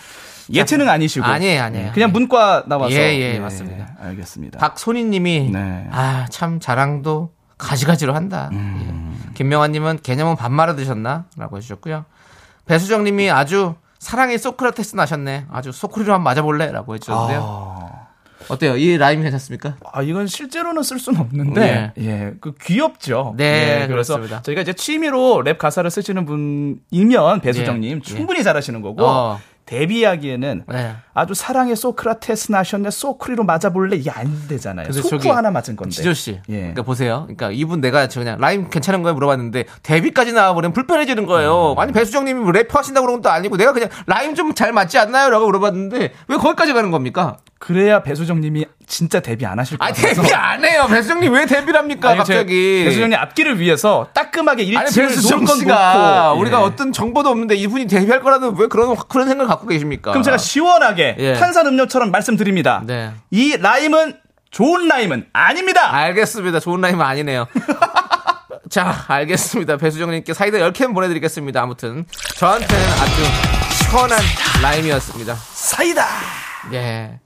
B: 예체능 아니시고.
A: 아니에요, 아니에요.
B: 예, 그냥 문과 나와서.
A: 예, 예, 맞습니다.
B: 알겠습니다.
A: 박소희님이
B: 네.
A: 아 참 자랑도 가지가지로 한다. 예. 김명환님은 개념은 밥 말아 드셨나라고 해주셨고요. 배수정님이 아주 사랑의 소크라테스 나셨네. 아주 소쿠리로 한번 맞아볼래라고 해주셨는데요.
B: 아,
A: 어때요? 이 라임 괜찮습니까?
B: 아, 이건 실제로는 쓸 수는 없는데, 예, 그 귀엽죠.
A: 네,
B: 예, 그래서
A: 그렇습니다.
B: 저희가 이제 취미로 랩 가사를 쓰시는 분이면 배수정님
A: 예.
B: 충분히 잘하시는 거고
A: 어.
B: 데뷔하기에는
A: 네.
B: 아주 사랑의 소크라테스 나셨네 소크리로 맞아볼래 이게 안 되잖아요.
A: 근데
B: 소쿠
A: 저기
B: 하나 맞은 건데.
A: 지조 씨,
B: 예.
A: 그러니까 보세요. 그러니까 이분 내가 저 그냥 라임 괜찮은 거에 물어봤는데 데뷔까지 나와버리면 불편해지는
B: 음.
A: 거예요. 아니 배수정님이 뭐 래퍼 하신다고 그런 것도 아니고 내가 그냥 라임 좀 잘 맞지 않나요?라고 물어봤는데 왜 거기까지 가는 겁니까?
B: 그래야 배수정님이 진짜 데뷔 안 하실 것
A: 아
B: 같아서.
A: 데뷔 안 해요. 배수정님 왜 데뷔를 합니까?
B: 아니, 제
A: 갑자기.
B: 배수정님 앞길을 위해서 따끔하게
A: 아니
B: 일치를
A: 배수정
B: 놓은
A: 씨가
B: 건 놓고.
A: 우리가
B: 예.
A: 어떤 정보도 없는데 이분이 데뷔할 거라는 왜 그런 그런 생각을 갖고 계십니까?
B: 그럼 제가 시원하게
A: 아. 예.
B: 탄산 음료처럼 말씀드립니다.
A: 네.
B: 이 라임은 좋은 라임은 아닙니다.
A: 알겠습니다. 좋은 라임은 아니네요. <laughs> 자, 알겠습니다. 배수정님께 사이다 10캔 보내드리겠습니다. 아무튼, 저한테는 아주 시원한 라임이었습니다.
B: 사이다.
A: 예.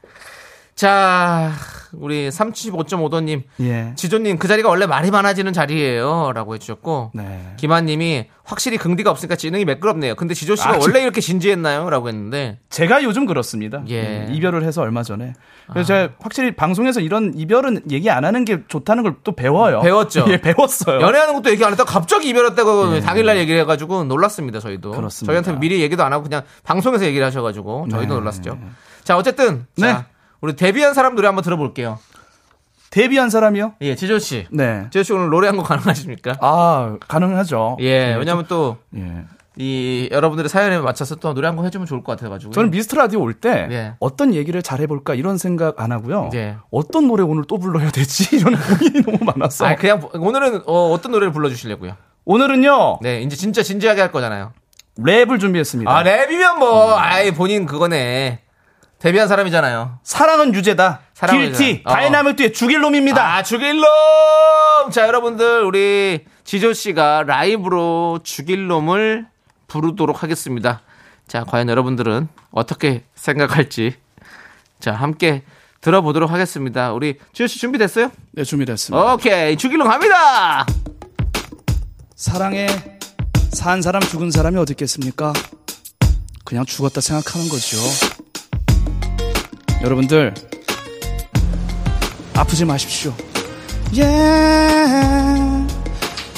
A: 자, 우리 375.5도님.
B: 예.
A: 지조님, 그 자리가 원래 말이 많아지는 자리예요. 라고 해주셨고.
B: 네.
A: 김한님이 확실히 긍디가 없으니까 지능이 매끄럽네요. 근데 지조 씨가
B: 아, 지-
A: 원래 이렇게 진지했나요? 라고 했는데.
B: 제가 요즘 그렇습니다.
A: 예. 아.
B: 음, 이별을 해서 얼마 전에. 그래서 제가 확실히 방송에서 이런 이별은 얘기 안 하는 게 좋다는 걸 또 배워요.
A: 배웠죠.
B: <laughs> 예, 배웠어요.
A: 연애하는 것도 얘기 안 했다가 갑자기 이별했다고 당일날 얘기를 해가지고 놀랐습니다 저희도
B: 네. 그렇습니다. 네.
A: 저희한테 미리 얘기도 안 하고 그냥 방송에서 얘기를 하셔가지고 저희도 놀랐죠 자 어쨌든 자, 우리 데뷔한 사람 노래 한번 들어볼게요
B: 데뷔한 사람이요?
A: 예 지조씨
B: 네.
A: 지조씨 오늘 노래 한 곡 가능하십니까
B: 아, 가능하죠.
A: 예 왜냐면 또
B: 예.
A: 이 여러분들의 사연에 맞춰서 또 노래 한 곡 해주면 좋을 것 같아가지고
I: 음. 저는 미스트 라디오 올 때
A: 예.
I: 어떤 얘기를 잘 해볼까 이런 생각 안 하고요.
A: 예.
I: 어떤 노래 오늘 또 불러야 되지 <laughs> 이런 고민이 너무 많았어.
A: 아 그냥 오늘은 어, 떤 노래를 불러주시려고요?
I: 오늘은요
A: 네 이제 진짜 진지하게 할 거잖아요.
I: 랩을
B: 네.
I: 준비했습니다.
A: 아 랩이면 뭐 아이 본인 그거네 데뷔한 사람이잖아요.
I: 사랑은 유죄다.
A: 사랑은
I: 길티
A: 유죄다. 어.
I: 다이나믹 듀의 죽일 놈입니다.
A: 아 죽일놈 자 여러분들 우리 지조 씨가 라이브로 죽일놈을 부르도록 하겠습니다. 자 과연 여러분들은 어떻게 생각할지 자 함께 들어보도록 하겠습니다. 우리 지조 씨 준비됐어요?
I: 네 준비됐습니다.
A: 오케이 죽일놈 갑니다.
I: 사랑에 산 사람 죽은 사람이 어디 있겠습니까? 그냥 죽었다 생각하는 거죠. 여러분들 아프지 마십시오. 예.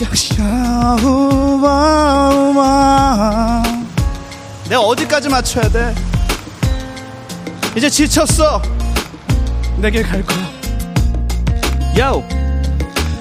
I: 역시야 우마우마. 내가 어디까지 맞춰야 돼? 이제 지쳤어. 내길 갈 거야. 야우.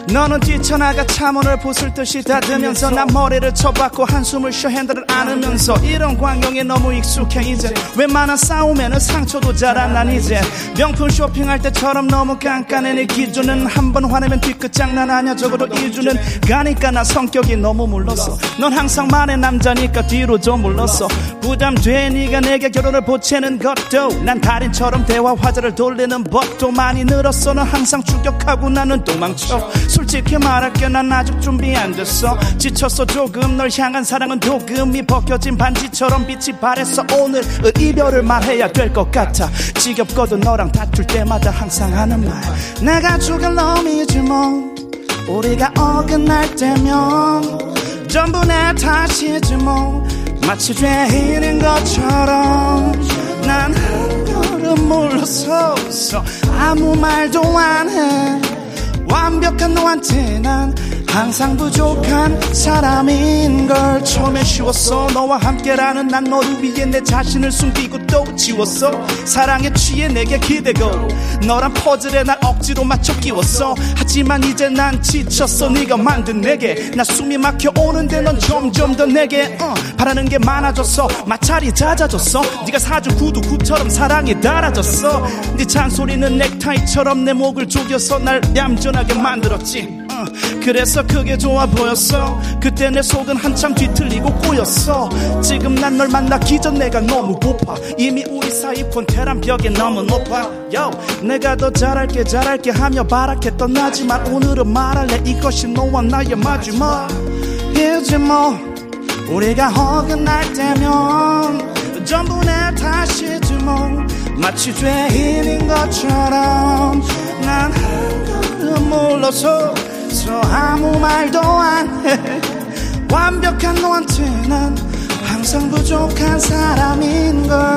I: 너는 뛰쳐나가 차문을 부술 듯이 닫으면서 난 머리를 쳐박고 한숨을 쉬어 핸들을 안으면서 이런 광경에 너무 익숙해 이제 웬만한 싸움에는 상처도 자라 난 이제 명품 쇼핑할 때처럼 너무 깐깐해 네 기준은 한 번 화내면 뒤끝 장난 아냐 적어도 2주는 가니까 나 성격이 너무 물렀어 넌 항상 만의 남자니까 뒤로 좀 물렀어 부담돼 네가 내게 결혼을 보채는 것도 난 달인처럼 대화 화제를 돌리는 법도 많이 늘었어 넌 항상 추격하고 나는 도망쳐 솔직히 말할게 난 아직 준비 안 됐어 지쳤어 조금 널 향한 사랑은 도금이 벗겨진 반지처럼 빛이 바랬어 오늘은 이별을 말해야 될 것 같아 지겹거든 너랑 다툴 때마다 항상 하는 말 내가 죽을 놈이지 뭐 우리가 어긋날 때면 전부 내 탓이지 뭐 마치 죄인인 것처럼 난 한 걸음 물러서 서 아무 말도 안해 완벽한 너한테 난 항상 부족한 사람인 걸 처음에 쉬웠어 너와 함께라는 난 너를 위해 내 자신을 숨기고 또 지웠어 사랑에 취해 내게 기대고 너란 퍼즐에 날 억지로 맞춰 끼웠어 하지만 이제 난 지쳤어 네가 만든 내게 나 숨이 막혀 오는데 넌 점점 더 내게 어, 바라는 게 많아졌어 마찰이 잦아졌어 네가 사준 구두 구처럼 사랑이 달아졌어 네 잔소리는 넥타이처럼 내 목을 조여서 날 얌전하게 만들었지 어, 그래서 그게 좋아 보였어 그때 내 속은 한참 뒤틀리고 꼬였어 지금 난 널 만나 기전 내가 너무 고파 이미 우리 사이 폰테란 벽이 너무 높아 Yo, 내가 더 잘할게 잘할게 하며 바락했던 나지만 오늘은 말할래 이것이 너와 나의 마지막 이제 뭐 우리가 어긋날 때면 전부 내 탓이지 뭐 마치 죄인인 것처럼 난 한 걸음 물러서 서 아무 말도 안해 <laughs> 완벽한 너한테 난 항상 부족한 사람인걸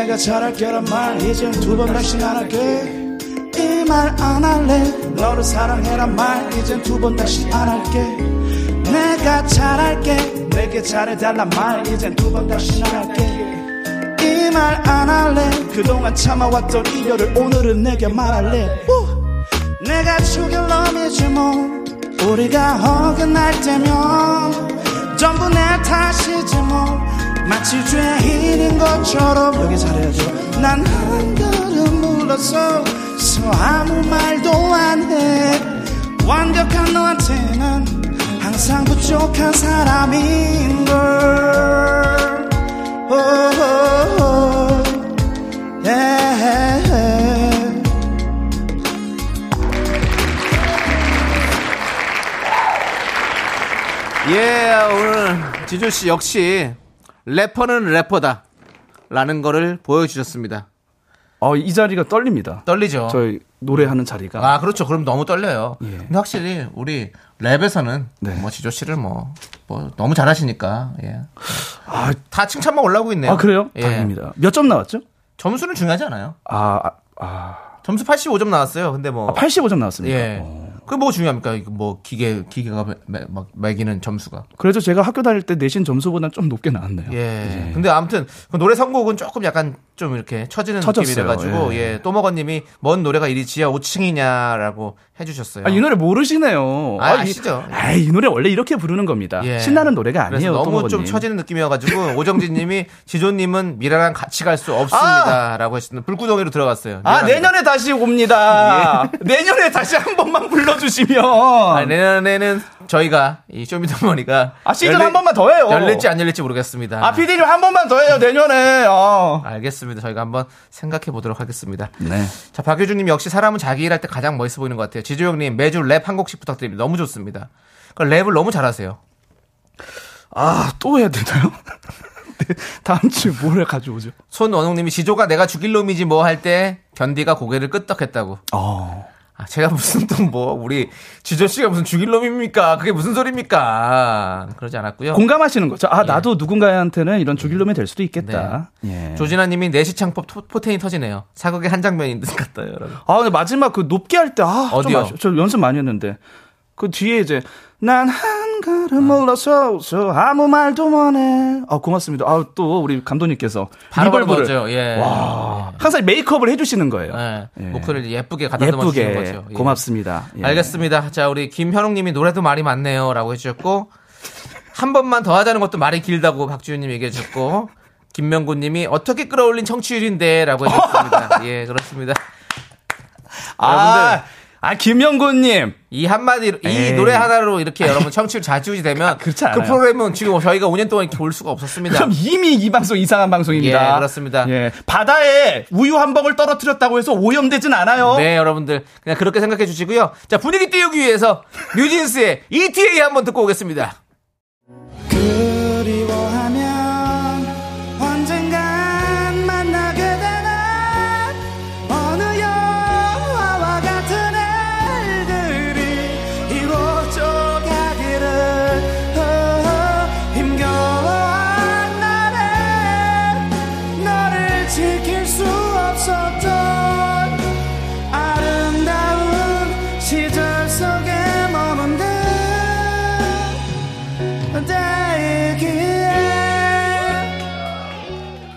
I: 내가 잘할게란 말 이젠 두 번 다시 안 할게 이 말 안 할래 너를 사랑해란 말 이젠 두 번 다시 안 할게 내가 잘할게 내게 잘해달란 말 이젠 두 번 다시 안 할게 이 말 안 할래 그동안 참아왔던 이별을 오늘은 내게 말할래 우! 내가 죽일 놈이지 뭐 우리가 어긋날 때면 전부 내 탓이지 뭐 마치 죄인인 것처럼 여기 잘해야죠 난 한 걸음 물러서 서 아무 말도 안해 완벽한 너한테는 항상 부족한 사람인걸 오호호. 예.
A: 예, 오늘 지조 씨 역시 래퍼는 래퍼다. 라는 거를 보여주셨습니다.
I: 어, 이 자리가 떨립니다.
A: 떨리죠?
I: 저희 노래하는 자리가.
A: 아, 그렇죠. 그럼 너무 떨려요. 근데 확실히 우리 랩에서는
I: 예. 네.
A: 뭐 지조 씨를 뭐, 뭐 너무 잘하시니까. 예.
I: 아,
A: 다 칭찬만 올라오고 있네요.
I: 아, 그래요?
A: 예.
I: 다행입니다. 몇 점 나왔죠?
A: 점수는 중요하지 않아요.
I: 아, 아, 아,
A: 점수 85점 나왔어요. 근데 뭐.
I: 85점 나왔습니다. 어.
A: 예. 그 뭐 중요합니까? 이거 뭐 기계 기계가 매- 매- 막 매기는 점수가.
I: 그래서 제가 학교 다닐 때 내신 점수보다는 좀 높게 나왔네요.
A: 예. 근데 아무튼 그 노래 선곡은 조금 약간 좀 이렇게 처지는 느낌이
B: 처졌어요.
A: 돼가지고
B: 예.
A: 예, 또먹어님이 뭔 노래가 이리 지하 5층이냐라고 해주셨어요.
B: 아, 이 노래 모르시네요.
A: 아,
B: 이-
A: 아시죠?
B: 아, 이 노래 원래 이렇게 부르는 겁니다.
A: 예.
B: 신나는 노래가 아니에요.
A: 그래서 너무
B: 또모건님.
A: 좀
B: <laughs>
A: 처지는 느낌이어가지고 오정진님이 지조님은 미라랑 같이 갈 수 없습니다라고 했었는데 불구덩이로 들어갔어요.
B: 아,
A: 미안합니다. 예.
B: 내년에 다시 옵니다. 내년에 다시 한 번만 불러주시면.
A: 아, 내년에는 저희가 이 쇼미더머니가
B: 아, 시즌 한 번만 더 해요.
A: 열릴지 안 열릴지 모르겠습니다.
B: 아, 피디님 한 번만 더 해요, 내년에. 어.
A: 알겠습니다. 저희가 한번 생각해 보도록 하겠습니다.
B: 네.
A: 자, 박효준님 역시 사람은 자기 일할 때 가장 멋있어 보이는 것 같아요. 지조영님 매주 랩 한 곡씩 부탁드립니다. 너무 좋습니다. 그 랩을 너무 잘하세요.
B: 아, 또 해야 되나요? <laughs> 네, 다음 주에 뭘 가져오죠?
A: 손원웅님이 지조가 내가 죽일 놈이지 뭐 할 때 견디가 고개를 끄떡했다고.
B: 어.
A: 아, 제가 무슨 또 뭐 우리 지조 씨가 무슨 죽일 놈입니까? 그게 무슨 소리입니까? 그러지 않았고요.
B: 공감하시는 거죠?
A: 예.
B: 아, 나도 누군가한테는 이런 죽일놈이 될 수도 있겠다.
A: 네.
B: 예.
A: 조진아님이 내시창법 토- 포텐이 터지네요. 사극의 한 장면인 듯 같아요. 여러분.
B: 아, 근데 마지막 그 높게 할 때, 아,
A: 어디요?
B: 좀 아쉬워. 저 연습 많이 했는데. 그 뒤에 이제, 난 한
A: 아.
B: 걸음 올라서, 서 아무 말도 못해. 아, 고맙습니다. 아, 또 우리 감독님께서.
A: 바로 바로
B: 리벌브를
A: 넣어줘요. 예.
B: 항상 메이크업을 해주시는 거예요.
A: 예.
B: 예.
A: 목소리를 예쁘게 가다듬어 주는
B: 예쁘게.
A: 거죠. 예.
B: 고맙습니다. 예.
A: 알겠습니다. 자, 우리 김현웅님이 노래도 말이 많네요라고 해주셨고 한 번만 더 하자는 것도 말이 길다고 박지윤님 얘기해주셨고 김명구님이 어떻게 끌어올린
B: <laughs>
A: 청취율인데라고 해주셨습니다. 예, 그렇습니다.
B: 아,
A: 여러분들. 네.
B: 아, 김영곤님.
A: 이 한마디로 이
B: 에이.
A: 노래 하나로
B: <laughs>
A: 이렇게 여러분 청취율 좌지우지 되면
B: 그렇지 않아요.
A: 그 프로그램은 지금 저희가 5년 동안 이렇게 볼 수가 없었습니다.
B: 그럼 이미 이 방송 이상한 방송입니다.
A: 예, 그렇습니다.
B: 예. 바다에 우유 한 방울 떨어뜨렸다고 해서 오염되진 않아요.
A: 네, 여러분들 그냥 그렇게 생각해 주시고요. 자, 분위기 띄우기 위해서 뉴진스의 ETA 한번 듣고 오겠습니다.
J: 그리워하면 언젠간 만나게 되는 어느 영화와 같은 애들이 이곳저곳 가기를 어, 힘겨워한 날에 너를 지킬 수 없었던 아름다운 시절 속에 머문들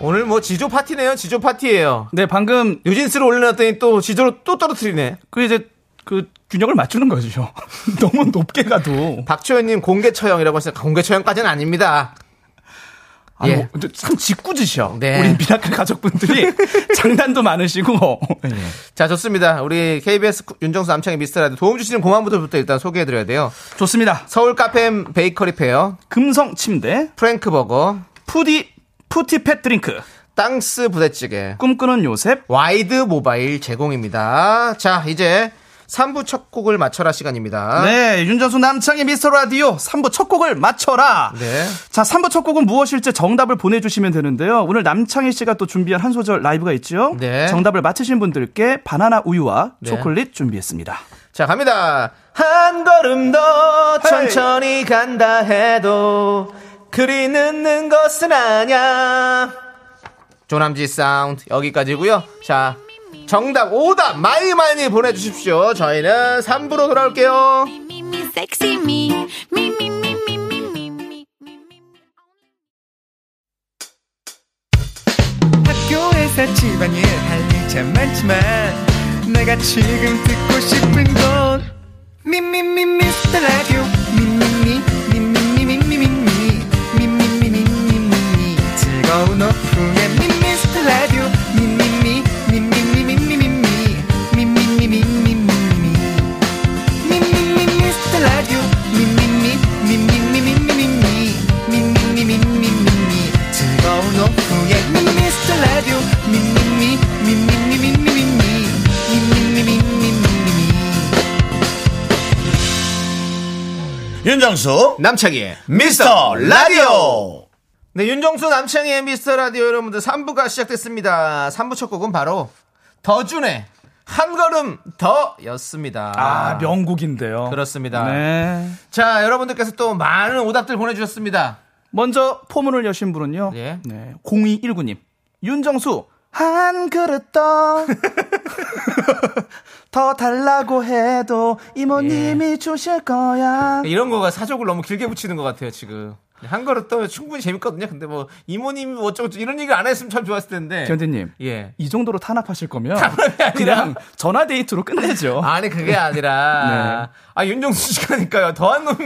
A: 오늘 뭐 지조 파티네요. 지조 파티예요.
B: 네, 방금
A: 뉴진스를 올려놨더니 또 지조로 또 떨어뜨리네.
B: 그 이제 그 균형을 맞추는 거죠. <laughs> 너무 높게 가도.
A: 박초연님 공개 처형이라고 했어요. 공개 처형까지는 아닙니다.
B: 아,
A: 예.
B: 뭐, 근데 참 짓궂으셔.
A: 네.
B: 우리 미라클
A: <laughs>
B: 가족분들이 장난도 많으시고.
A: 자, 좋습니다. 우리 KBS 구- 윤정수 남창의 미스터라디오 도움 주시는 공항부터부터 일단 소개해드려야 돼요.
B: 좋습니다.
A: 서울 카페 앤 베이커리 페어,
B: 금성 침대,
A: 프랭크버거,
B: 푸디, 푸티 팻 드링크,
A: 땅스 부대찌개,
B: 꿈꾸는 요셉,
A: 와이드 모바일 제공입니다. 자, 이제 3부 첫 곡을 맞춰라 시간입니다.
B: 네, 윤정수 남창의 미스터 라디오 3부 첫 곡을 맞춰라.
A: 네.
B: 자, 3부 첫 곡은 무엇일지 정답을 보내주시면 되는데요. 오늘 남창희 씨가 또 준비한 한 소절 라이브가 있죠.
A: 네.
B: 정답을 맞히신 분들께 바나나 우유와
A: 네.
B: 초콜릿 준비했습니다.
A: 자, 갑니다. 한 걸음 더 천천히 간다 해도 그리 늦는 것은 아냐. 조남지 사운드 여기까지고요. 자, 정답 오답 많이 많이 보내 주십시오. 저희는 3부로 돌아올게요.
D: me, me, sexy me. Me, me, me, me, me, me, me, me, me.
J: 학교에서 집안일 할 일 참 많지만 내가 지금 듣고 싶은 건 미미미 미스터 라디오 미미미 미미미 미미미 미미미 미미미 즐거운 오후에 미스터 라디오 미미미 미미미 미미미 미미미 미미미 미미미 미스터 라디오 미미미 미미미 미미미 미미미 미미미 즐거운 오후에 미스터 라디오 미미미 미미미 미미미 미미미 미미미
H: 윤정수
A: 남창희의
H: 미스터 라디오
A: 네, 윤정수 남창희의 미스터 라디오 여러분들 3부가 시작됐습니다. 3부 첫 곡은 바로 더준의 한 걸음 더였습니다.
B: 아, 명곡인데요.
A: 그렇습니다.
B: 네.
A: 자, 여러분들께서 또 많은 오답들 보내 주셨습니다.
B: 먼저 포문을 여신 분은요.
A: 예.
B: 네. 0219님. 윤정수 한 그릇 <laughs> 더. 더 달라고 해도 이모님이 주실 거야.
A: 이런 거가 사족을 너무 길게 붙이는 것 같아요 지금 한 걸음 떠면 충분히 재밌거든요 근데 뭐 이모님 뭐 어쩌고 저쩌고 이런 얘기를 안 했으면 참 좋았을 텐데
B: 견디님.
A: 예
B: 이 정도로 탄압하실 거면
A: 아니라-
B: 그냥 전화 데이트로 끝내죠.
A: 아니 그게
B: <laughs>
A: 아니라
B: 네.
A: 아 윤정수 씨가니까요 더한 놈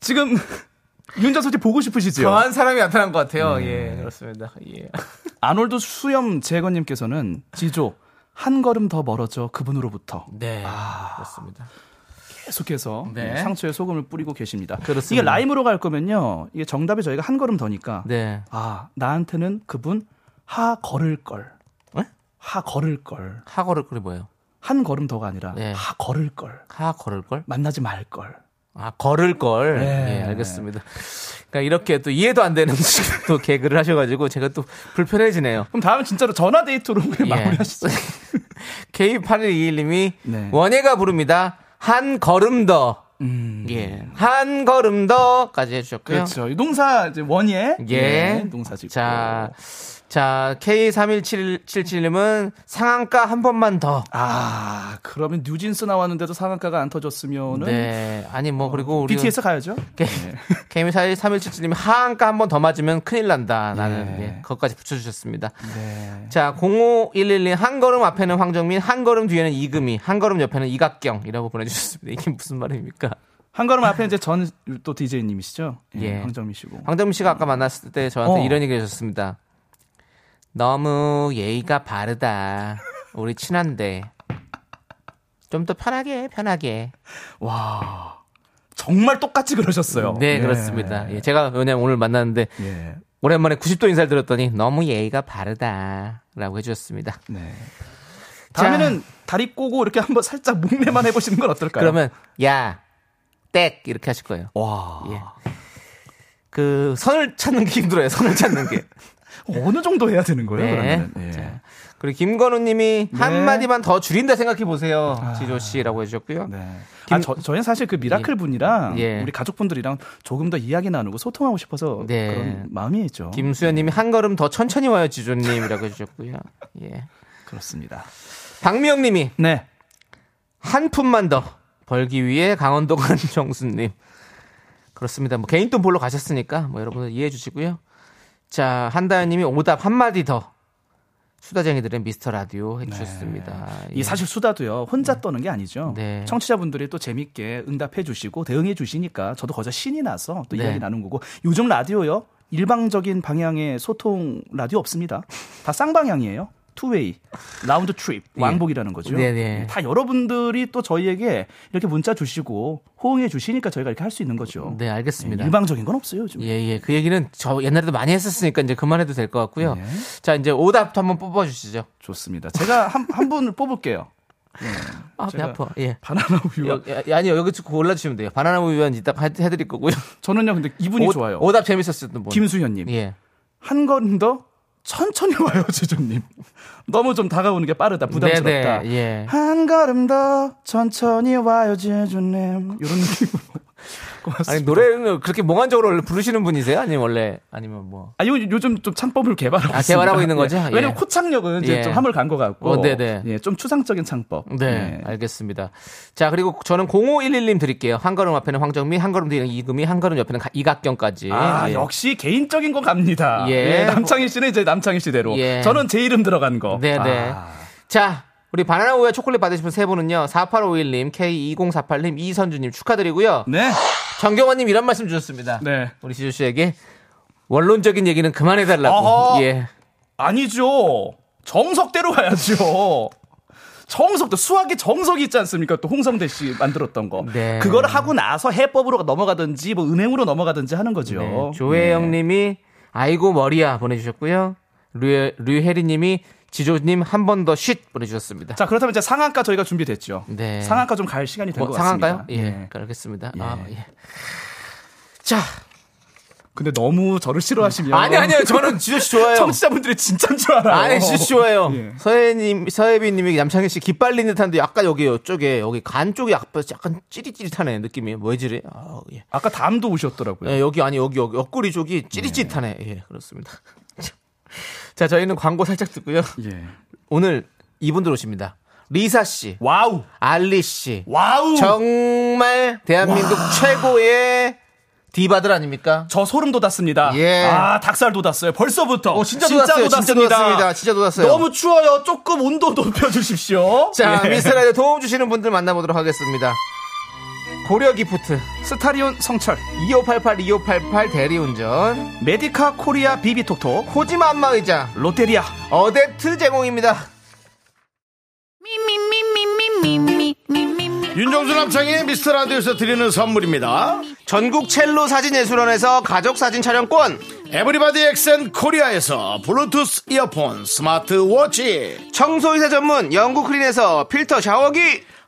B: 지금 윤정수 씨 보고 싶으시죠?
A: 더한 사람이 나타난 것 같아요 예 그렇습니다 예
B: 아놀드 수염 재건님께서는 지조 한 걸음 더 멀어져 그분으로부터
A: 네. 그렇습니다.
B: 계속해서 예,
A: 네.
B: 상처에 소금을 뿌리고 계십니다.
A: 그렇습니다.
B: 이게 라임으로 갈 거면요, 이게 정답이 저희가 한 걸음 더니까
A: 네.
B: 아 나한테는 그분 하 걸을 걸,
A: 에?
B: 하 걸을 걸,
A: 하거를 끓이 뭐예요?
B: 한 걸음 더가 아니라
A: 네.
B: 하 걸을 걸,
A: 하 걸을 걸?
B: 만나지 말 걸.
A: 아, 걸을 걸.
B: 네.
A: 예, 알겠습니다. 그러니까 이렇게 또 이해도 안 되는 <laughs> 지금 또 개그를 하셔가지고 제가 또 불편해지네요. 예.
B: 그럼 다음은 진짜로 전화 데이트로 그냥 마무리하시죠.
A: <laughs> K8121님이
B: 네.
A: 원예가 부릅니다. 한 걸음 더. 예. 한 걸음 더까지 해주셨고요.
B: 그렇죠. 이 농사 이제 원예,
A: 예.
B: 네, 농사 짓고.
A: 자, 자, K3177님은 상한가 한 번만 더.
B: 아 그러면 뉴진스 나왔는데도 상한가가 안 터졌으면은
A: 네. 아니, 뭐, 그리고 우리.
B: BTS 가야죠.
A: 개미 사이 3177님이 하한가 한 번 더 맞으면 큰일 난다. 나는
B: 네.
A: 예, 그것까지 붙여주셨습니다.
B: 네.
A: 자, 05111 한 걸음 앞에는 황정민, 한 걸음 뒤에는 이금희, 한 걸음 옆에는 이각경이라고 보내주셨습니다. 이게 무슨 말입니까?
B: 한 걸음 앞에 이제 전 또 DJ님이시죠?
A: 예.
B: 예. 황정민 씨고.
A: 황정민 씨가 아까 만났을 때 저한테
B: 어.
A: 이런 얘기 해주셨습니다. 너무 예의가 바르다. 우리 친한데. 좀 더 편하게, 편하게.
B: 와. 정말 똑같이 그러셨어요.
A: 네,
B: 예.
A: 그렇습니다. 예, 제가 왜냐면 오늘 만났는데
B: 예.
A: 오랜만에 90도 인사를 드렸더니 너무 예의가 바르다라고 해주셨습니다.
B: 네. 다음에는 다리 꼬고 이렇게 한번 살짝 목매만 해보시는 건 어떨까요?
A: 그러면 야, 땡 이렇게 하실 거예요.
B: 와.
A: 예. 그 선을 찾는 게 힘들어요. 선을 찾는 게. <laughs>
B: 어느 정도 해야 되는 거예요?
A: 네.
B: 그러면 예.
A: 자, 그리고 김건우님이
B: 네. 아.
A: 한 마디만 더 줄인다 생각해 보세요. 지조 씨라고 해주셨고요.
B: 네.
A: 김-
B: 아, 저, 저희는 사실 그 미라클
A: 예.
B: 분이랑
A: 예.
B: 우리 가족분들이랑 조금 더 이야기 나누고 소통하고 싶어서
A: 네.
B: 그런 마음이죠.
A: 김수현님이 한 걸음 더 천천히 와요, 지조님이라고 해주셨고요. 예.
B: 그렇습니다.
A: 박미영님이
B: 네.
A: 한 푼만 더 벌기 위해 강원도 간 정수님. 그렇습니다. 뭐 개인 돈 벌러 가셨으니까 뭐 여러분들 이해해 주시고요. 자, 한다연님이 오답 한마디 더. 수다쟁이들의 미스터 라디오 해주셨습니다.
B: 네. 이 사실 수다도요 혼자 떠는 게 아니죠.
A: 예. 네.
B: 청취자분들이 또 재밌게 응답해주시고 대응해주시니까 저도 거저 신이 나서 또
A: 네.
B: 이야기 나눈 거고 요즘 라디오요 일방적인 방향의 소통 라디오 없습니다. 다 쌍방향이에요. 투웨이, 라운드 트립, 왕복이라는 거죠. 예,
A: 네, 네.
B: 다 여러분들이 또 저희에게 이렇게 문자 주시고 호응해 주시니까 저희가 이렇게 할 수 있는 거죠.
A: 네, 알겠습니다.
B: 일방적인 건 없어요, 요즘.
A: 예, 예. 그 얘기는 저 옛날에도 많이 했었으니까 이제 그만해도 될 것 같고요.
B: 네.
A: 자, 이제 오답도 한번 뽑아주시죠.
B: 좋습니다. <laughs> 제가 한, 한 분을 뽑을게요.
A: 아, 배
B: 제가
A: 아파. 예.
B: 바나나 우유와.
A: 여, 여- 아니요, 여기 골라주시면 돼요. 바나나 우유는 이따 해- 해드릴 <laughs> 거고요.
B: 저는요, 근데 이분이
A: 오-
B: 좋아요.
A: 오답 재밌었어요, 분.
B: 김수현님.
A: 예.
B: 한 걸음 더 천천히 <laughs> 와요, 지조님. 너무 좀 다가오는 게 빠르다, 부담스럽다.
A: 네네, 예.
B: 한 걸음 더 천천히 와요, 지조님. 이런 <laughs> 느낌으로. 고맙습니다.
A: 아니, 노래는 그렇게 몽환적으로 원래 부르시는 분이세요? 아니면 원래, 아니면 뭐.
B: 아, 요, 요즘 좀 창법을 개발하고
A: 아,
B: 있습니다.
A: 개발하고 있는 거죠?
B: 예.
A: 예.
B: 왜냐면 코창력은 이제
A: 예.
B: 좀 함을 간 것 같고.
A: 어, 네네.
B: 예, 좀 추상적인 창법.
A: 네,
B: 예.
A: 알겠습니다. 자, 그리고 저는 0511님 드릴게요. 한 걸음 앞에는 황정민, 한 걸음 뒤에는 이금희, 한 걸음 옆에는 가- 이각경까지.
B: 아,
A: 예.
B: 역시 개인적인 거 갑니다.
A: 예.
B: 예, 남창희 씨는 이제 남창희 씨대로.
A: 예.
B: 저는 제 이름 들어간 거.
A: 네네.
B: 아,
A: 자, 우리 바나나 우유와 초콜릿 받으신 분 세 분은요. 4851님, K2048님, 이선주님 축하드리고요.
B: 네.
A: 정경원님 이런 말씀 주셨습니다.
B: 네.
A: 우리 지조 씨에게 원론적인 얘기는 그만해달라고.
B: 어허.
A: 예.
B: 아니죠. 정석대로 가야죠. 정석도 수학의 정석이 있지 않습니까? 또 홍성대 씨 만들었던 거.
A: 네.
B: 그걸 하고 나서 해법으로 넘어가든지 뭐 은행으로 넘어가든지 하는 거죠.
A: 네. 조혜영님이 아이고 머리야 보내주셨고요. 류, 류혜리님이 지조님 한 번 더 쉿 보내주셨습니다.
B: 자, 그렇다면 이제 상한가 저희가 준비됐죠.
A: 네.
B: 상한가 좀 갈 시간이 된
A: 뭐
B: 것
A: 상한가요?
B: 같습니다.
A: 예,
B: 네.
A: 알겠습니다.
B: 예.
A: 아, 예. 자,
B: 근데 너무 저를 싫어하시면
A: 아니 아니요, 저는 지조 씨 좋아요.
B: 청취자분들이 진짜인 줄 알아요.
A: 아니, 진짜 좋아요.
B: 예.
A: 서혜님, 서혜비님이 남창희 씨 기빨린 듯한데 약간 여기 이쪽에 여기 간 쪽이 약간 약간 찌릿찌릿하네 느낌이 왜 지래? 아, 예.
B: 아까 담도 오셨더라고요. 네.
A: 예, 여기 아니 여기 여기 옆구리 쪽이 찌릿찌릿하네. 예, 그렇습니다. 예, <laughs> 자, 저희는 광고 살짝 듣고요.
B: 예.
A: 오늘 이분들 오십니다. 리사 씨,
B: 와우.
A: 알리 씨.
B: 와우. 저,
A: 정말 대한민국 최고의 디바들 아닙니까?
B: 소름 돋았습니다.
A: 예.
B: 아, 닭살 돋았어요. 벌써부터.
A: 어, 진짜 돋았어요. 진짜
B: 돋았습니다.
A: 돋았습니다. 진짜 돋았어요.
B: 너무 추워요. 네. 조금 온도 높여 주십시오. 예.
A: 자, 미스라이드 도움 주시는 분들 만나보도록 하겠습니다. 고려 기프트,
B: 스타리온 성철,
A: 2588, 2588 대리운전,
B: 메디카 코리아 비비톡톡,
A: 코지마 안마 의자,
B: 롯데리아.
A: 어댑트 제공입니다.
H: 윤정수 남창의 미스터 라디오에서 드리는 선물입니다.
A: 전국 첼로 사진 예술원에서 가족 사진 촬영권,
H: 에브리바디 엑센 코리아에서 블루투스 이어폰, 스마트워치,
A: 청소이사 전문 영국 크린에서 필터 샤워기,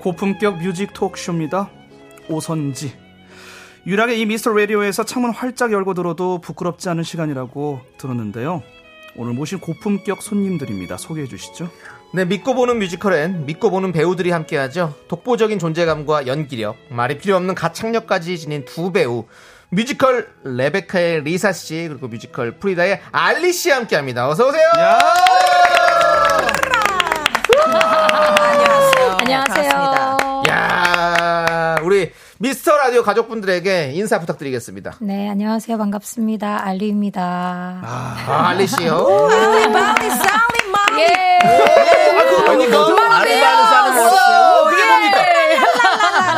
B: 고품격 뮤직 토크쇼입니다. 오선지. 유일하게 이 미스터 라디오에서 창문 활짝 열고 들어도 부끄럽지 않은 시간이라고 들었는데요. 오늘 모신 고품격 손님들입니다. 소개해 주시죠.
A: 네, 믿고 보는 뮤지컬엔 믿고 보는 배우들이 함께하죠. 독보적인 존재감과 연기력, 말이 필요 없는 가창력까지 지닌 두 배우. 뮤지컬 레베카의 리사 씨 그리고 뮤지컬 프리다의 알리 씨 함께합니다. 어서 오세요.
K: 안녕하세요.
A: 야, 우리 미스터 라디오 가족분들에게 인사 부탁드리겠습니다.
K: 네, 안녕하세요. 반갑습니다. 알리입니다.
A: 아, 알리 씨요.
K: 예.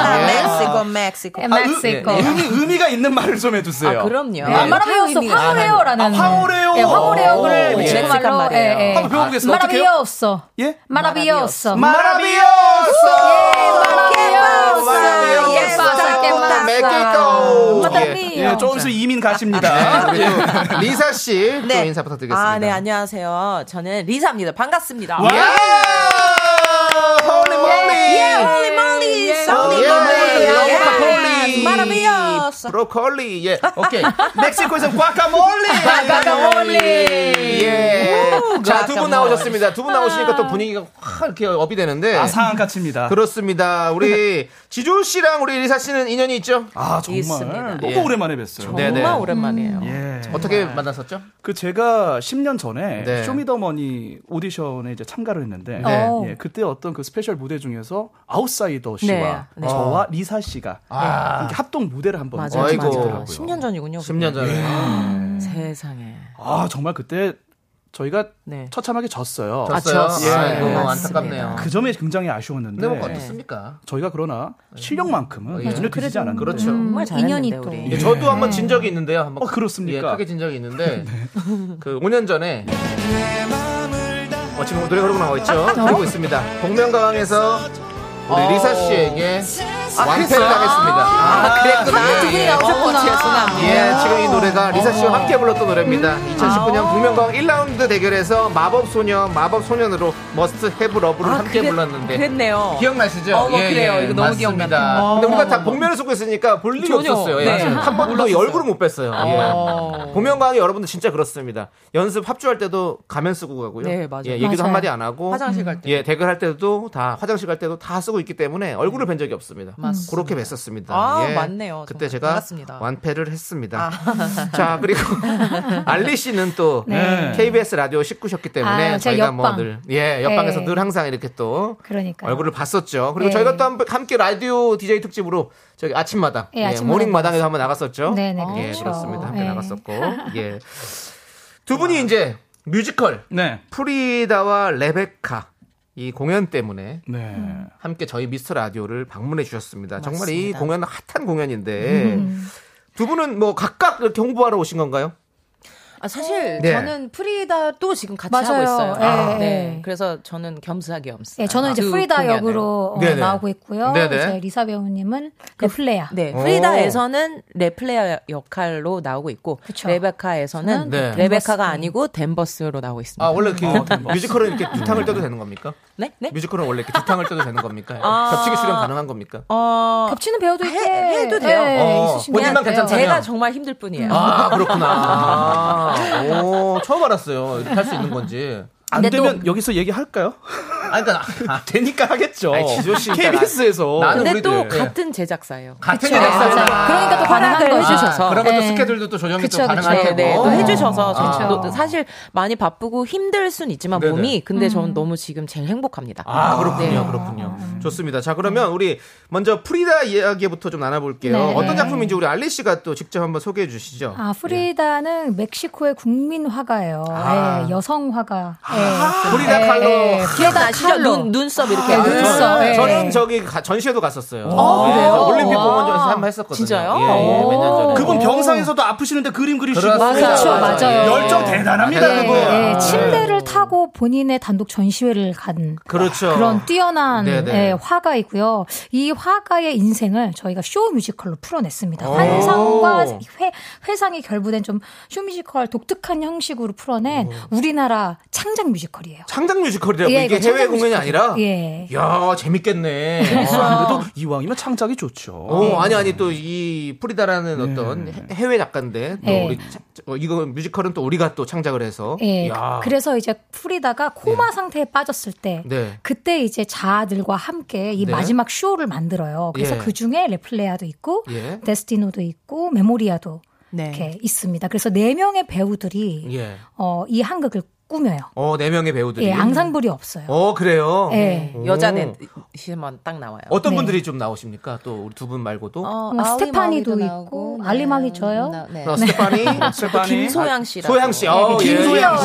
L: 아, 음, 멕시코 멕시코
K: 네. 멕시코.
L: 예.
B: 의미, 의미가 있는 말을 좀 해주세요.
L: 아 그럼요
K: 네, 마라비오스 화오레오라는.
B: 아, 화오레요?
K: 예, 화오레오를
B: 오,
L: 멕시칸
K: 멕시칸 말로.
L: 말이에요.
B: 한번 아,
K: 아,
B: 배워보겠어요. 어떻게요?
K: 마라비오스.
B: 예?
K: 마라비오스.
L: 예,
A: 마라비오스.
L: 마라비오스.
K: 예, 빠사, 깨 빠사.
A: 맥게고.
K: 마라비오스.
B: 예, 조금 있으면 이민
A: <laughs>
B: 가십니다.
A: 네.
B: 예.
A: 아, 리사 씨또 인사 부탁드리겠습니다. 예.
L: 아, 네, 안녕하세요. 저는 리사입니다. 반갑습니다.
B: 와!
A: 홀리
L: 예,
A: 몰리.
L: 홀리 몰리, 홀리
B: Oh,
A: 예,
L: 몰리,
A: 홀리
L: 예,
A: 몰리.
L: 마라비오스.
A: 브로콜리. 예. <laughs> 오케이. 멕시코에서 과카몰리.
L: 과카몰리.
A: 예. 자, 두 분
L: 과카몰리.
A: 나오셨습니다. 두 분 나오시니까
L: 아.
A: 또 분위기가 확 이렇게 업이 되는데.
B: 아상한 까칩니다.
A: 네. 그렇습니다. 우리 지조 씨랑 우리 리사 씨는 인연이 있죠?
B: 아, 정말.
L: 있습니다.
B: 너무
A: 예.
B: 오랜만에 뵀어요.
A: 네, 네.
L: 정말 오랜만이에요.
B: 예.
A: 어떻게 만났었죠?
B: 그 제가 10년 전에
A: 네.
B: 쇼미더머니 오디션에 이제 참가를 했는데
A: 네.
K: 오.
B: 예, 그때 어떤 그 스페셜 무대 중에서 아웃사이더 씨와
L: 네. 네.
B: 저와 리사 씨가
A: 아.
B: 이렇게 합동 무대를 한번
L: 맞아요.
A: 어이구.
L: 맞아요. 10년 전이군요.
A: 10년 전에.
L: 그게. 세상에.
B: 아 정말 그때 저희가
L: 네.
B: 처참하게 졌어요.
L: 아,
A: 졌어요.
L: 졌어요.
A: 아이고,
L: 네,
A: 안타깝네요.
B: 그 점이 굉장히 아쉬웠는데
A: 근데 뭐 어떻습니까?
B: 저희가 그러나 실력만큼은
A: 예.
B: 눈에 들지 않았는데
A: 그렇죠.
L: 정말
K: 음, 인연이
L: 잘했는데
K: 또.
L: 우리.
A: 예, 저도 한 번 진 적이 있는데요. 한번
B: 어, 그렇습니까?
A: 예, 크게 진 적이 있는데 그 5년 전에 어, 지금 노래 흐르고 나와 있죠. 그러고 있습니다. 복면가왕에서 우리 리사 씨에게 완패를 당했습니다.
L: 아, 그랬구나. 두 분이 나오셨구나.
A: 예, 지금 이 노래가 리사 씨와 함께 불렀던 노래입니다.
L: 음. 아.
A: 2019년 북명강 1라운드 대결에서 마법 소녀, 마법 소년으로 머스트 헤브 러브를 함께 불렀는데
L: 아, 그랬네요.
A: 기억나시죠? 예,
L: 어머, 그래요. 이거 너무
A: 맞습니다.
L: 기억난다.
A: 근데 우리가 다 복면을 쓰고 있으니까 볼 일이
L: 전혀.
A: 없었어요. 예.
L: 네.
A: 한 번도 얼굴을 못 뺐어요. 예.
L: 어.
A: 복면가왕이 여러분들 진짜 그렇습니다. 연습 합주할 때도 가면 쓰고 가고요.
L: 네, 맞아요.
A: 예, 얘기도
K: 맞아요.
A: 한마디 안 하고.
L: 화장실 갈 때.
A: 예, 대결 할 때도 다 화장실 갈 때도 다 쓰고 있기 때문에 얼굴을 뵌 적이 없습니다.
L: 음. 맞습니다.
A: 그렇게 뵀었습니다.
L: 아,
A: 예.
L: 맞네요.
A: 그때
L: 정말
A: 제가
L: 반갑습니다.
A: 완패를 했습니다. <laughs> 자, 그리고 알리 씨는 또
K: 아. 네.
A: KBS 라디오 식구셨기 때문에
K: 아유, 제가
A: 저희가 뭐
K: 옆방.
A: 늘 예, 옆방에서
K: 네.
A: 늘 항상 이렇게 또
K: 그러니까요.
A: 얼굴을 봤었죠. 그리고
K: 네.
A: 저희가 또 한번 함께 라디오 DJ 특집으로 저기 아침마당,
K: 예,
A: 예,
K: 아침마당
A: 모닝마당에서 한번 나갔었죠.
K: 네네,
A: 예,
K: 그렇죠.
A: 그렇습니다. 함께
K: 네. <laughs>
A: 나갔었고, 예. 두 분이 이제 뮤지컬
B: 네.
A: 프리다와 레베카 이 공연 때문에
B: 네.
A: 함께 저희 미스터 라디오를 방문해 주셨습니다. 정말 이
B: 맞습니다.
A: 공연 핫한 공연인데
L: 음.
A: 두 분은 뭐 각각 이렇게 홍보하러 오신 건가요?
L: 아, 사실
A: 네.
L: 저는 프리다도 지금 같이
K: 맞아요.
L: 하고 있어요.
K: 예,
L: 아,
K: 예.
L: 네. 그래서 저는 겸사겸사.
K: 네, 저는 이제
L: 두
K: 프리다
L: 공연을.
K: 역으로 어,
L: 네네.
K: 나오고 있고요.
L: 네네.
K: 이제 리사 배우님은 레플레야.
L: 네, 프리다에서는 레플레어 역할로 나오고 있고 레베카에서는
A: 네.
L: 레베카가 아니고 댄버스로 나오고 있습니다.
A: 아 원래 그 뮤지컬은 이렇게 두 탕을 떠도 되는 겁니까?
L: 네?
A: 뮤지컬은 원래 이렇게 두 탕을 떠도 되는 겁니까?
L: 아.
A: 겹치기 수련 가능한 겁니까?
L: 어,
K: 겹치는 배우도 예,
L: 해, 해도 돼요.
A: 네, 어, 있으시면 본인만 돼요.
K: 네.
A: 괜찮다면.
L: 제가 정말 힘들 뿐이에요.
A: 아 그렇구나. 아, 오 처음 알았어요. 이렇게 할 수 있는 건지.
B: 안 되면 여기서 얘기할까요?
A: 아니, 그러니까
B: <laughs>
A: 아,
B: 되니까 하겠죠.
A: 아니, 지조 씨, 그러니까
B: KBS에서.
A: 나- 나는
L: 근데 또
A: 우리들.
L: 같은 제작사예요.
A: 같은
L: 그쵸?
A: 제작사구나.
L: 네, 맞아요.
K: 그러니까 또 가능한
L: 허락을
K: 거예요.
L: 해주셔서.
A: 아, 그런 것도
K: 네.
A: 스케줄도 또 조정이
K: 그쵸,
A: 또
K: 그쵸.
A: 가능할 테고.
L: 네, 네, 또 해주셔서
A: 아.
L: 저도 사실 많이 바쁘고 힘들 순 있지만
A: 네네.
L: 몸이 근데 저는 너무 지금 제일 행복합니다.
A: 아, 그렇군요.
L: 네.
A: 그렇군요. 좋습니다. 자, 그러면 우리 먼저 프리다 이야기부터 좀 알아볼게요.
K: 네.
A: 어떤 작품인지 우리 알리 씨가 또 직접 한번 소개해 주시죠.
K: 아, 프리다는 멕시코의 국민 화가예요.
A: 예. 아.
K: 예, 여성 화가. 예.
A: 프리다
K: 예,
A: 칼로.
K: 예. 뒤에다
L: 아시죠?
K: 칼로.
L: 눈, 눈썹 이렇게.
K: 예, 눈썹. 예.
A: 저는 저기 가- 전시회도 갔었어요. 예,
L: 그래요?
A: 저 올림픽
L: 와.
A: 공원에서 한번 했었거든요.
L: 진짜요?
A: 예, 예, 몇년 전에.
H: 그분
B: 어.
H: 병상에서도 아프시는데 그림 그리시고
A: 그렇습니다.
K: 그쵸, 맞아요.
B: 어.
H: 열정
B: 네.
H: 대단합니다
A: 예,
H: 그분.
K: 예, 침대를 타고 본인의 단독 전시회를 간
A: 그렇죠.
K: 그런 뛰어난
A: 네네.
K: 예, 화가이고요. 이 화가의 인생을 저희가 쇼 뮤지컬로 풀어냈습니다. 환상과 회, 회상이 결부된 좀 쇼 뮤지컬 독특한 형식으로 풀어낸 우리나라 창작 뮤지컬이에요.
A: 창작 뮤지컬이라고
K: 예,
A: 이게
K: 이거
A: 해외
K: 창작
A: 공연이
K: 뮤지컬.
A: 아니라.
K: 예.
A: 야 재밌겠네.
B: 아, 그래도 이왕이면 창작이 좋죠.
A: 어, 아니 아니 또 이 프리다라는
L: 네.
A: 어떤 해- 해외 작가인데 또
K: 네.
A: 우리 차- 어, 이거 뮤지컬은 또 우리가 또 창작을 해서
K: 예.
A: 야.
K: 그래서 이제 프리다가 코마 상태에 빠졌을 때
A: 네.
K: 그때 이제 자아들과 함께 이
A: 네.
K: 마지막 쇼를 만들어요. 그래서
A: 예.
K: 그 중에 레플레아도 있고
A: 예.
K: 데스티노도 있고 메모리아도
L: 네.
K: 이렇게 있습니다. 그래서 네 명의 배우들이
A: 예.
K: 어, 이 한극을 꾸며요.
A: 어, 네 명의 배우들이.
K: 예, 앙상블이 없어요.
A: 어, 그래요.
K: 예.
A: 오.
L: 여자 넷시만 딱 나와요.
A: 음. 어떤
K: 네.
A: 분들이 좀 나오십니까? 또 우리 두 분 말고도.
L: 어,
K: 뭐
L: 아우이
K: 스테파니도
L: 마우이도
K: 있고,
L: 나오고,
K: 알리
L: 네,
K: 마우이 저요?
L: 나- 네.
A: 어, 스테파니,
L: 김소양 씨라.
A: 소양 씨. 어,
K: 네,
A: 김소양
K: 김희어라,
A: 씨.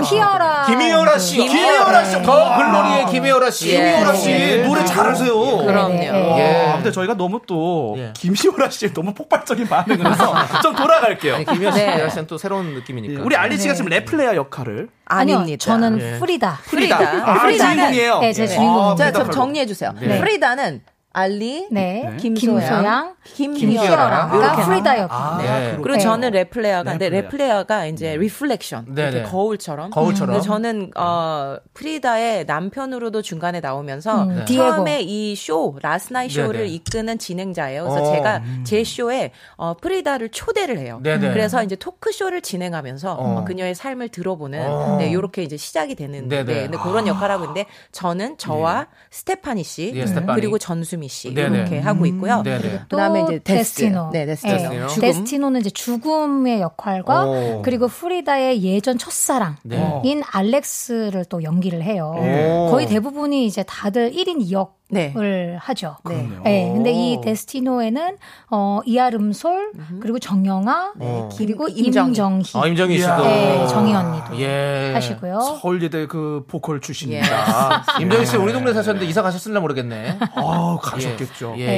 L: 네.
K: 김희어라.
A: 김희열아 씨.
L: 김희열아
A: 김희열아 씨. 더 글로리의 김희열아 씨.
L: 예.
A: 김희열아 씨.
H: 예,
B: 네.
H: 노래 잘하세요.
L: 그럼요.
K: 네.
A: 예.
B: 아, 근데 저희가 너무 또
A: 예.
B: 김시호라 씨의 너무 폭발적인 반응을 <laughs> 해서 좀 돌아갈게요.
A: 아니, 김희열아 씨.
L: 네.
A: 김희열아 씨는 또 새로운 느낌이니까.
B: 예, 우리 알리 씨가 지금 레플레이어 역할을
K: 아니요,
L: 아닙니다.
K: 저는
A: 예.
K: 프리다.
L: 프리다.
B: 아,
L: 프리다는-
B: 주인공이에요.
K: 네, 제
B: 예.
K: 주인공입니다.
L: 자, 그럼 정리해 주세요.
A: 네.
L: 프리다는 알리,
K: 네.
L: 김소양,
K: 김소양,
L: 김희어라.
K: 가
L: 이렇게 아.
K: 프리다 역할.
B: 아,
A: 네.
L: 그리고
K: 네.
L: 저는 레플레아가 근데
B: 레플레아.
L: 레플레아가 이제 리플렉션
A: 네네.
L: 이렇게 거울처럼
A: 거울처럼. 음.
L: 근데 저는 어 프리다의 남편으로도 중간에 나오면서
K: 음, 네.
L: 처음에 이 쇼 라스나이 쇼를
A: 네네.
L: 이끄는 진행자예요. 그래서
A: 어.
L: 제가 제 쇼에 어 프리다를 초대를 해요.
A: 네네.
L: 그래서 이제 토크 쇼를 진행하면서 어, 그녀의 삶을 들어보는
A: 어.
L: 네, 요렇게 이제 시작이 되는
A: 네네. 아.
L: 네, 근데 그런 역할하고 있는데 저는 저와 스테파니 씨
A: 예, 스테파니.
L: 그리고 전수미 씨
A: 네네.
L: 이렇게 하고 있고요.
A: 네네.
K: 또
L: 그다음에 이제 데스.
K: 데스티노.
L: 네, 데스티노.
K: 예.
L: 죽음.
K: 데스티노는 이제 죽음의 역할과
A: 오.
K: 그리고 프리다의 예전 첫사랑인
A: 네.
K: 알렉스를 또 연기를 해요.
A: 오.
K: 거의 대부분이 이제 다들 1인 2역을
L: 네.
K: 하죠.
L: 네.
K: 예, 근데 이
A: 오.
K: 데스티노에는 어, 이아름솔 그리고 정영아
A: 어.
K: 그리고
L: 김- 임정희.
K: 네. 임정희, 네.
A: 아, 임정희 씨도.
K: 예, 정희 언니도
A: 예.
K: 하시고요.
B: 서울예대 그 보컬
L: 예.
B: 출신입니다.
K: <laughs>
A: 아, 임정희 씨 우리 동네 사셨는데 이사 가셨을나 모르겠네.
B: 아 가셨겠죠. 음,
A: 예.
K: 예.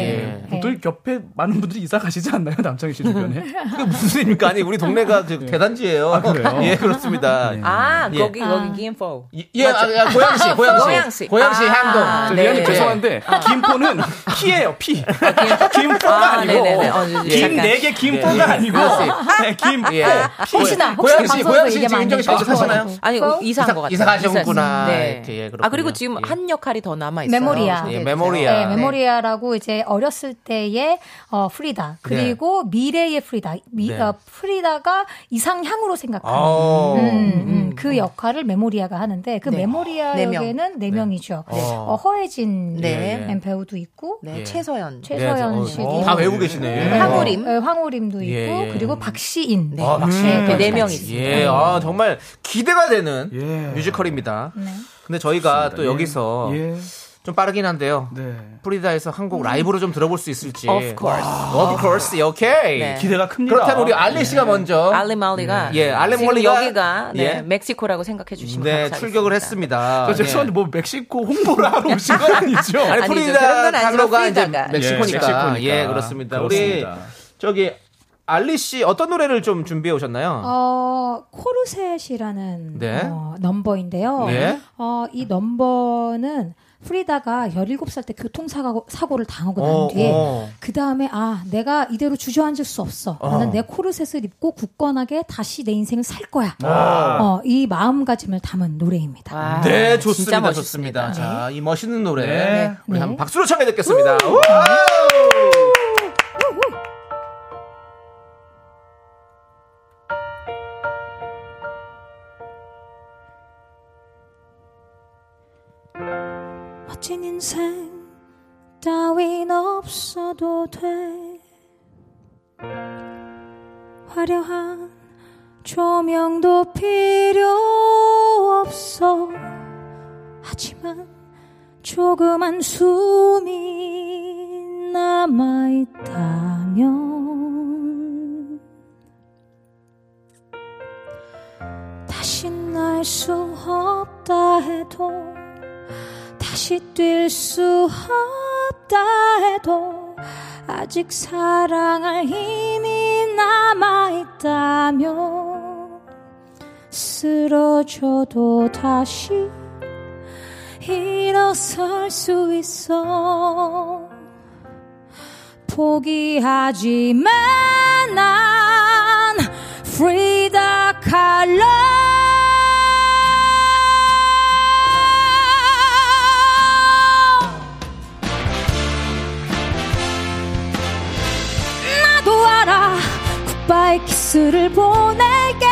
A: 예.
K: 예.
B: 또 옆에 많은 분들이 이사 가시지 않나요, 남창희 씨 주변에?
A: 그게 무슨 일입니까? 아니 우리 <laughs> 동네가 그 대단지예요.
B: 아, 그래요?
A: 예 그렇습니다.
L: 아,
A: 예.
L: 거기 거기 김포.
A: 예, 예, 아, 아, 고양시, 고양시,
L: 고양시.
A: 고양시
L: 아,
A: 향동.
B: 저
L: 네.
B: 미안해 죄송한데
A: 아.
B: 김포는 피예요 피. 김포가
L: 아,
B: 아니고
L: 네네네. 어, 예,
B: 김
L: 약간.
B: 네 개 김포가 아니고 네, 김포.
A: 예.
K: 아, 혹시나 혹시나
A: 고양시,
K: 방송에서
A: 고양시
K: 얘기하면
A: 지금
K: 안
A: 임정희 씨
K: 되죠.
A: 어디 사시나요?
L: 아니 이사한 것 같아요.
A: 이사 가셨구나.
L: 이사했어요. 네.
A: 이렇게, 예, 그렇군요.
L: 아 그리고 지금
A: 예.
L: 한 역할이 더 남아 있어요.
K: 메모리아.
A: 예, 메모리아.
K: 네, 메모리아라고 이제 어렸을 때의 어, 프리다 그리고 미래의 프리다 미,
A: 네.
K: 어, 프리다가 이상향으로 생각하는
A: 어.
K: 음, 음, 그 역할을 메모리아가 하는데 그
L: 네.
K: 메모리아
L: 네 명.
K: 역에는 네 명이죠. 어, 허혜진
L: 네.
K: 엠 배우도 있고
L: 네,
A: 예.
L: 최서연.
K: 최서연
A: 네,
K: 씨도
A: 어, 다 외우고 계시네.
K: 있고,
L: 황우림.
K: 네, 황우림도 있고
A: 예, 예.
K: 그리고 박시인.
L: 네.
A: 아, 박시.
L: 네, 그네 명이
A: 예,
L: 있습니다.
A: 아, 정말 기대가 되는
B: 예.
K: 네.
A: 예. 뮤지컬입니다. 근데 저희가 또 여기서
B: 예.
A: 좀 빠르긴 한데요. 프리다에서 한 곡 라이브로 좀 들어볼 수 있을지. 네. 예, Of course. Of course. 오케이.
L: 네.
B: 기대가 큽니다.
A: 그렇다면 우리 아, 알리 씨가 먼저
L: 아. 알리 말리가
A: 예, 알리
L: 지금
A: 몰리가
L: 여기가 네,
A: 예.
L: 멕시코라고 생각해 주시면
A: 네,
L: 감사하겠습니다.
A: 출격을 했습니다.
B: 저 죄송한데 뭐 멕시코 홍보를 하러 오신 건 아니죠?
A: 예. 아니
L: 아니죠.
A: 프리다
L: 그런 건 아니지만
A: 칼로가 이제
L: 프리다가.
A: <laughs>
B: 예,
A: 멕시코니까. 예,
B: 멕시코니까.
A: 그렇습니다.
B: 그렇습니다.
A: 우리 저기 알리 씨 어떤 노래를 좀 준비해 오셨나요?
K: 어, 코르셋이라는
A: 네.
K: 어, 넘버인데요.
A: 네.
K: 어, 이 넘버는 프리다가 17살 때 교통사고 사고를 당하고 난
A: 어,
K: 뒤에
A: 어.
K: 그 다음에 아 내가 이대로 주저앉을 수 없어. 나는 내 코르셋을 입고 굳건하게 다시 내 인생을 살 거야.
A: 아.
K: 어, 이 마음가짐을 담은 노래입니다.
L: 와,
A: 네,
L: 아, 진짜
A: 좋습니다.
L: 멋있습니다.
A: 좋습니다. 자, 이 멋있는 노래 우리
K: 네.
A: 한번 박수로 청해 듣겠습니다. 우!
E: 멋진 인생 따윈 없어도 돼 화려한 조명도 필요 없어 하지만 조그만 숨이 남아있다면 다신 날 수 없다 해도 다시 뛸 수 없다 해도 아직 사랑할 힘이 남아있다면 쓰러져도 다시 일어설 수 있어 포기하지만 난 프리다 칼로 나도 알아 굿바이 키스를 보낼게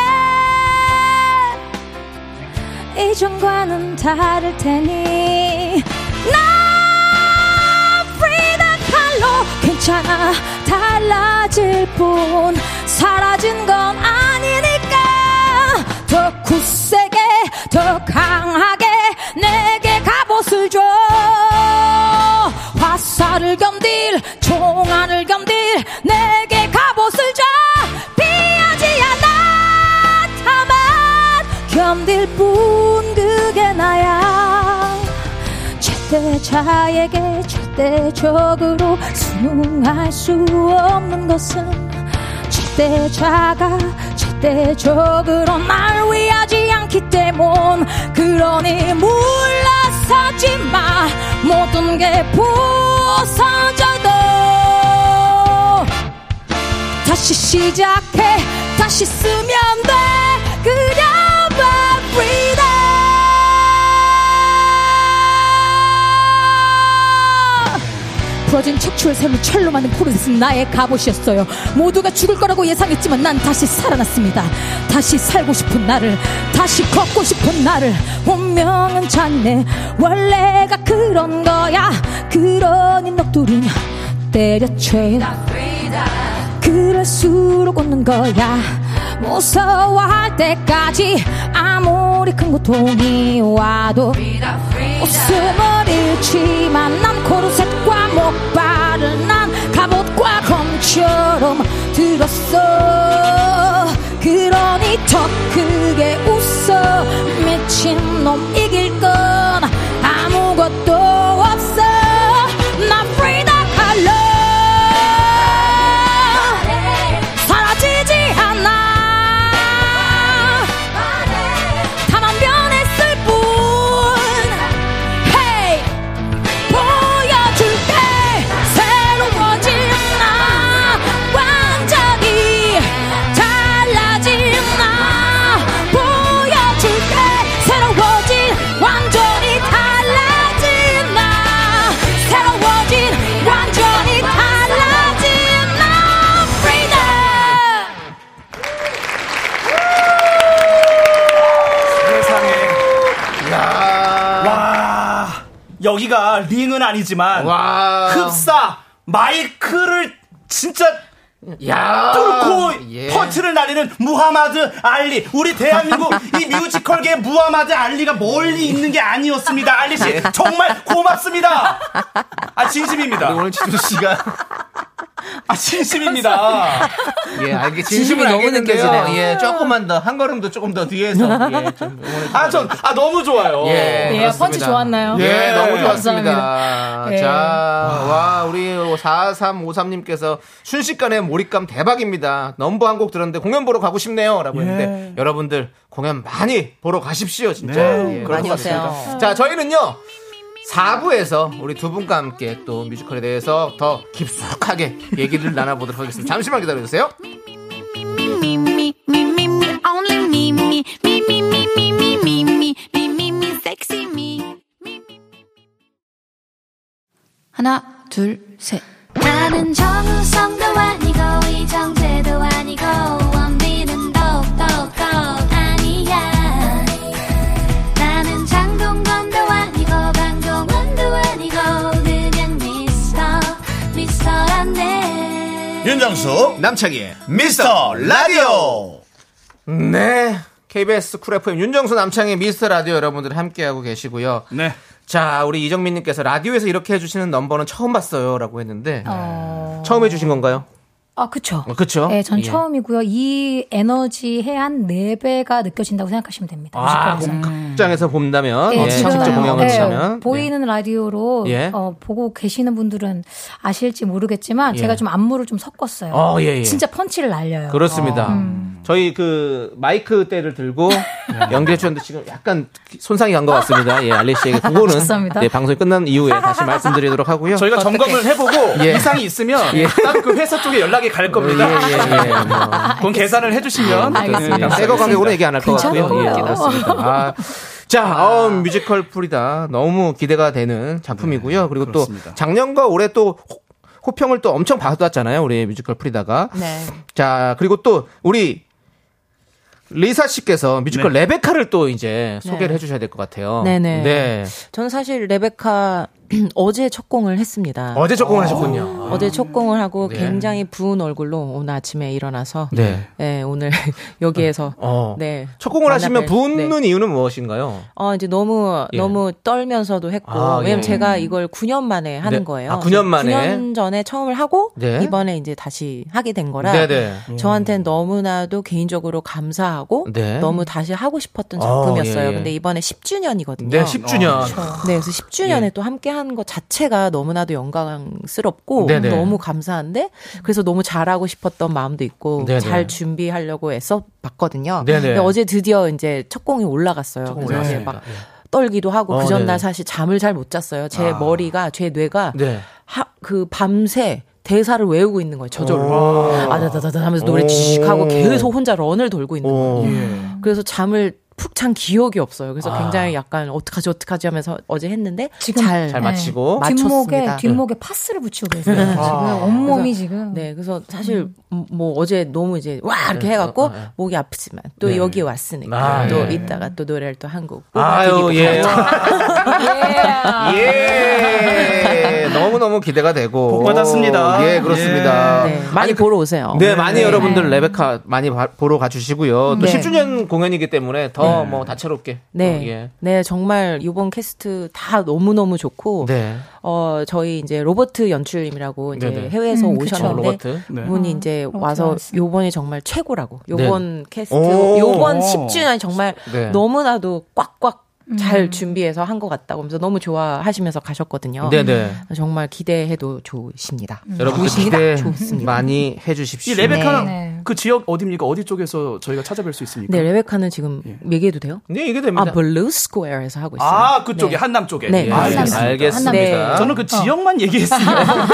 E: 이전과는 다를 테니 나 프리다 칼로 괜찮아 달라질 뿐 사라진 건 아니니까 더 굳세게 더 강하게 내게 갑옷을 줘 화살을 견딜 총알을 견딜 내게 갑옷을 줘 피하지 않아 다만 견딜 뿐 그게 나야 최대자에게 최대적으로 순응할 수 없는 것은 최대자가 최대적으로 날 위하지 않기 때문 그러니 물러서지 마 모든 게 부서져도 다시 시작해 다시 쓰면 돼 그냥 봐 freedom 부러진 척추를 세운 철로 만든 포르셋은 나의 갑옷이었어요. 모두가 죽을 거라고 예상했지만 난 다시 살아났습니다. 다시 살고 싶은 나를, 다시 걷고 싶은 나를, 운명은 잤네. 원래가 그런 거야. 그러니 넋두리냐. 때려쳐야. 그럴수록 웃는 거야 무서워할 때까지 아무리 큰 고통이 와도 웃음을 잃지만 난 코르셋과 목발을 난 갑옷과 검처럼 들었어 그러니 더 크게 웃어 미친놈 이길 건 아무것도 없어 나 프리다 칼로 사라지지 않아 다만 변했을 뿐 헤이 보여줄게 새로워진 나 완전히 달라진 나 보여줄게 새로워진 완전히 달라진 나 새로워진 완전히 달라진 나 freedom
B: 세상에.
A: 야.
B: 와. 여기가 링은 아니지만
A: 와.
B: 흡사 마이크를 진짜
A: 야.
I: 뚫고
A: 예.
I: 퍼트를 날리는 무하마드 알리. 우리 대한민국 이 뮤지컬계 무하마드 알리가 멀리 있는 게 아니었습니다. 알리
A: 예.
I: 씨 정말 고맙습니다. 아 진심입니다.
A: 오늘 지수 씨가
I: 아 진심입니다.
A: 예, 알게
I: 진심이
A: 진심을
I: 너무
A: 알겠는데요.
I: 느껴지네요.
A: 예, 조금만 더 한 걸음 더 조금 더 뒤에서
I: <laughs>
A: 예, 좀
I: 아, 전, 아, 너무 좋아요. 네.
A: 예,
E: 예,
A: 그렇습니다.
E: 펀치 좋았나요?
A: 예,
E: 예,
A: 너무 좋았습니다.
E: 감사합니다.
A: 자,
E: 예.
A: 와, 우리 4353님께서 순식간에 몰입감 대박입니다. 넘버 한 곡 들었는데 공연 보러 가고 싶네요. 라고 했는데 여러분들 공연 많이 보러 가십시오. 진짜. 예,
I: 네,
A: 그럴
L: 많이
A: 것 같습니다.
L: 오세요.
A: 자, 저희는요. 4부에서 우리 두 분과 함께 또 뮤지컬에 대해서 더 깊숙하게 얘기를 나눠보도록 하겠습니다. 잠시만 기다려주세요.
D: me, me, me, me, me, only me, me, me, me, me, me, me, me, me, me, me, me, sexy me.
M: 하나, 둘, 셋.
D: 나는 정우성도 아니고 이정재도 아니고 원빈은 더욱더 아니야 나는 장동건도 아니고 방종원도 아니고 그냥 미스터 미스터란데
A: 예, 윤정수 남창희의 미스터 라디오 네 KBS 쿨 FM 윤정수 남창희 미스터 라디오 여러분들 함께하고 계시고요
B: 네.
A: 자 우리 이정민님께서 라디오에서 이렇게 해주시는 넘버는 처음 봤어요 라고 했는데 처음 해주신 건가요?
K: 아, 그쵸.
A: 어, 그쵸?
K: 네, 전
A: 예.
K: 처음이고요. 이 에너지의 한 4배가 느껴진다고 생각하시면 됩니다.
A: 아
K: 뮤지컬에서는.
A: 극장에서 본다면
K: 예,
A: 예,
K: 지금,
A: 직접 공연을
K: 예,
A: 하면
K: 보이는 라디오로
A: 예.
K: 어, 보고 계시는 분들은 아실지 모르겠지만
A: 예.
K: 제가 좀 안무를 좀 섞었어요.
A: 어, 예, 예.
K: 진짜 펀치를 날려요.
A: 그렇습니다.
K: 어, 음.
A: 저희 그 마이크 때를
K: <laughs>
A: 들고 연결해 주셨는데 지금 약간 손상이 간 것 같습니다. 예, 알리 씨에게 그거는
K: <laughs> 죄송합니다.
A: 네, 방송이 끝난 이후에 다시 말씀드리도록 하고요.
B: 저희가 점검을 해보고
A: 예.
B: 이상이 있으면
A: 예.
B: 따로 그 회사 쪽에 연락이 갈
A: <laughs>
B: 겁니다.
A: 예, 예, 예. 뭐.
B: <laughs> 그건 계산을 해주시면
A: 그냥 그러니까 새거 가격으로는 얘기 안 할 것 같고요.
B: 괜찮고요.
A: 예, 그렇습니다. 아, 자, 어, 뮤지컬 풀이다. 너무 기대가 되는 작품이고요. 네, 그리고 또 작년과 올해 또 호- 호평을 또 엄청 받았잖아요. 우리 뮤지컬 풀이다가.
L: 네.
A: 자, 그리고 또 우리 리사 씨께서 뮤지컬 레베카를 또 이제
L: 네.
A: 소개를 해주셔야 될 것 같아요.
L: 네네.
A: 네.
L: 저는 사실 레베카 <clears throat> 어제 첫 공을 했습니다.
A: 어제 적공을 하셨군요.
L: 어제 첫 공을 하고
A: 네.
L: 굉장히 부은 얼굴로 오늘 아침에 일어나서
A: 네.
L: 네, 오늘 <laughs> 여기에서
A: 어.
L: 네.
A: 첫 공을 하시면
L: 만나뵐-
A: 붙는
L: 네.
A: 이유는 무엇인가요?
L: 어 이제 너무
A: 예.
L: 너무 떨면서도 했고
A: 아,
L: 왜냐면
A: 예.
L: 제가 이걸 9년 만에 하는
A: 네.
L: 거예요.
A: 아, 9년 만에?
L: 9년 전에 처음을 하고
A: 네.
L: 이번에 이제 다시 하게 된 거라 어.
A: 네네. 음.
L: 저한테는 너무나도 개인적으로 감사하고
A: 네.
L: 너무 다시 하고 싶었던
A: 아,
L: 작품이었어요.
A: 예, 예.
L: 근데 이번에 10주년이거든요.
A: 네, 10주년.
L: 그래서 10주년에
A: 예.
L: 또 함께 한 것 자체가 너무나도 영광스럽고
A: 음, 네네.
L: 너무 감사한데 그래서 너무 잘하고 싶었던 마음도 있고
A: 네네.
L: 잘 준비하려고 애써 봤거든요.
A: 네네.
L: 근데 어제 드디어 이제 첫 공이 올라갔어요.
A: 공
L: 그래서 이제
A: 올라갔습니다.
L: 막 떨기도 하고
A: 어,
L: 그 전날
A: 네네.
L: 사실 잠을 잘 못 잤어요. 제
A: 아.
L: 머리가 제 뇌가
A: 네.
L: 하, 그 밤새 대사를 외우고 있는 거예요. 저절로. 아다다다다 하면서 노래
A: 오.
L: 지식 하고 계속 혼자 런을 돌고 있는 거예요.
A: 오.
L: 그래서 잠을 푹 잔 기억이 없어요. 그래서
A: 아.
L: 굉장히 약간 어떡하지 어떡하지 하면서 어제 했는데
K: 지금
L: 잘, 네.
A: 잘 마치고.
L: 맞췄습니다.
K: 뒷목에 뒷목에 파스를 붙이고 계세요. 지금 온몸이 지금
L: 네, 그래서 사실 음, 뭐 어제 너무 이제 와 이렇게 해갖고 목이 아프지만 또 여기 왔으니까
A: 어, 네. 아,
L: 또
A: 예.
L: 이따가 또 노래를 또 한곡
A: 아유, 예. <laughs>
K: 예.
A: 예. 너무너무 기대가 되고.
I: 복 받았습니다.
A: 예, 그렇습니다.
L: 네, 많이 보러 오세요.
A: 네, 많이 여러분들 레베카 많이 봐- 보러 가주시고요. 또
L: 네.
A: 10주년 공연이기 때문에 더 뭐 다채롭게.
L: 네,
A: 또, 예.
L: 네 정말 이번 캐스트 다 너무 너무 좋고
A: 네.
L: 어 저희 이제 로버트 연출님이라고 이제
A: 네네.
L: 해외에서
K: 음, 그쵸.
A: 어,
L: 오셨는데
A: 로버트. 네.
L: 분이 이제 와서
K: 왔어요.
L: 요번이 정말 최고라고. 요번 캐스트
A: 오.
L: 요번 10주년 정말
A: 네.
L: 너무나도 꽉꽉
K: 음.
L: 잘 준비해서 한 것 같다고 하면서 너무 좋아하시면서 가셨거든요.
A: 네네.
L: 정말 기대해도 좋으십니다.
K: 음.
A: 여러분
L: 좋으십니다.
A: 기대
L: 좋습니다.
A: 많이
B: 이
A: 해주십시오.
B: 레베카는
K: 네.
B: 그 지역 어디입니까? 어디 쪽에서 저희가 찾아뵐 수 있습니까?
L: 네, 레베카는 지금 얘기해도 돼요?
A: 네, 이게 됩니다.
L: 아, 블루 스퀘어에서 하고 있어요.
B: 아, 그쪽에
L: 네.
B: 한남 쪽에.
L: 네.
B: 예.
L: 아,
A: 알겠습니다. 알겠습니다.
L: 네.
B: 저는 그 지역만
A: <laughs>
B: 얘기했어요.
L: 아,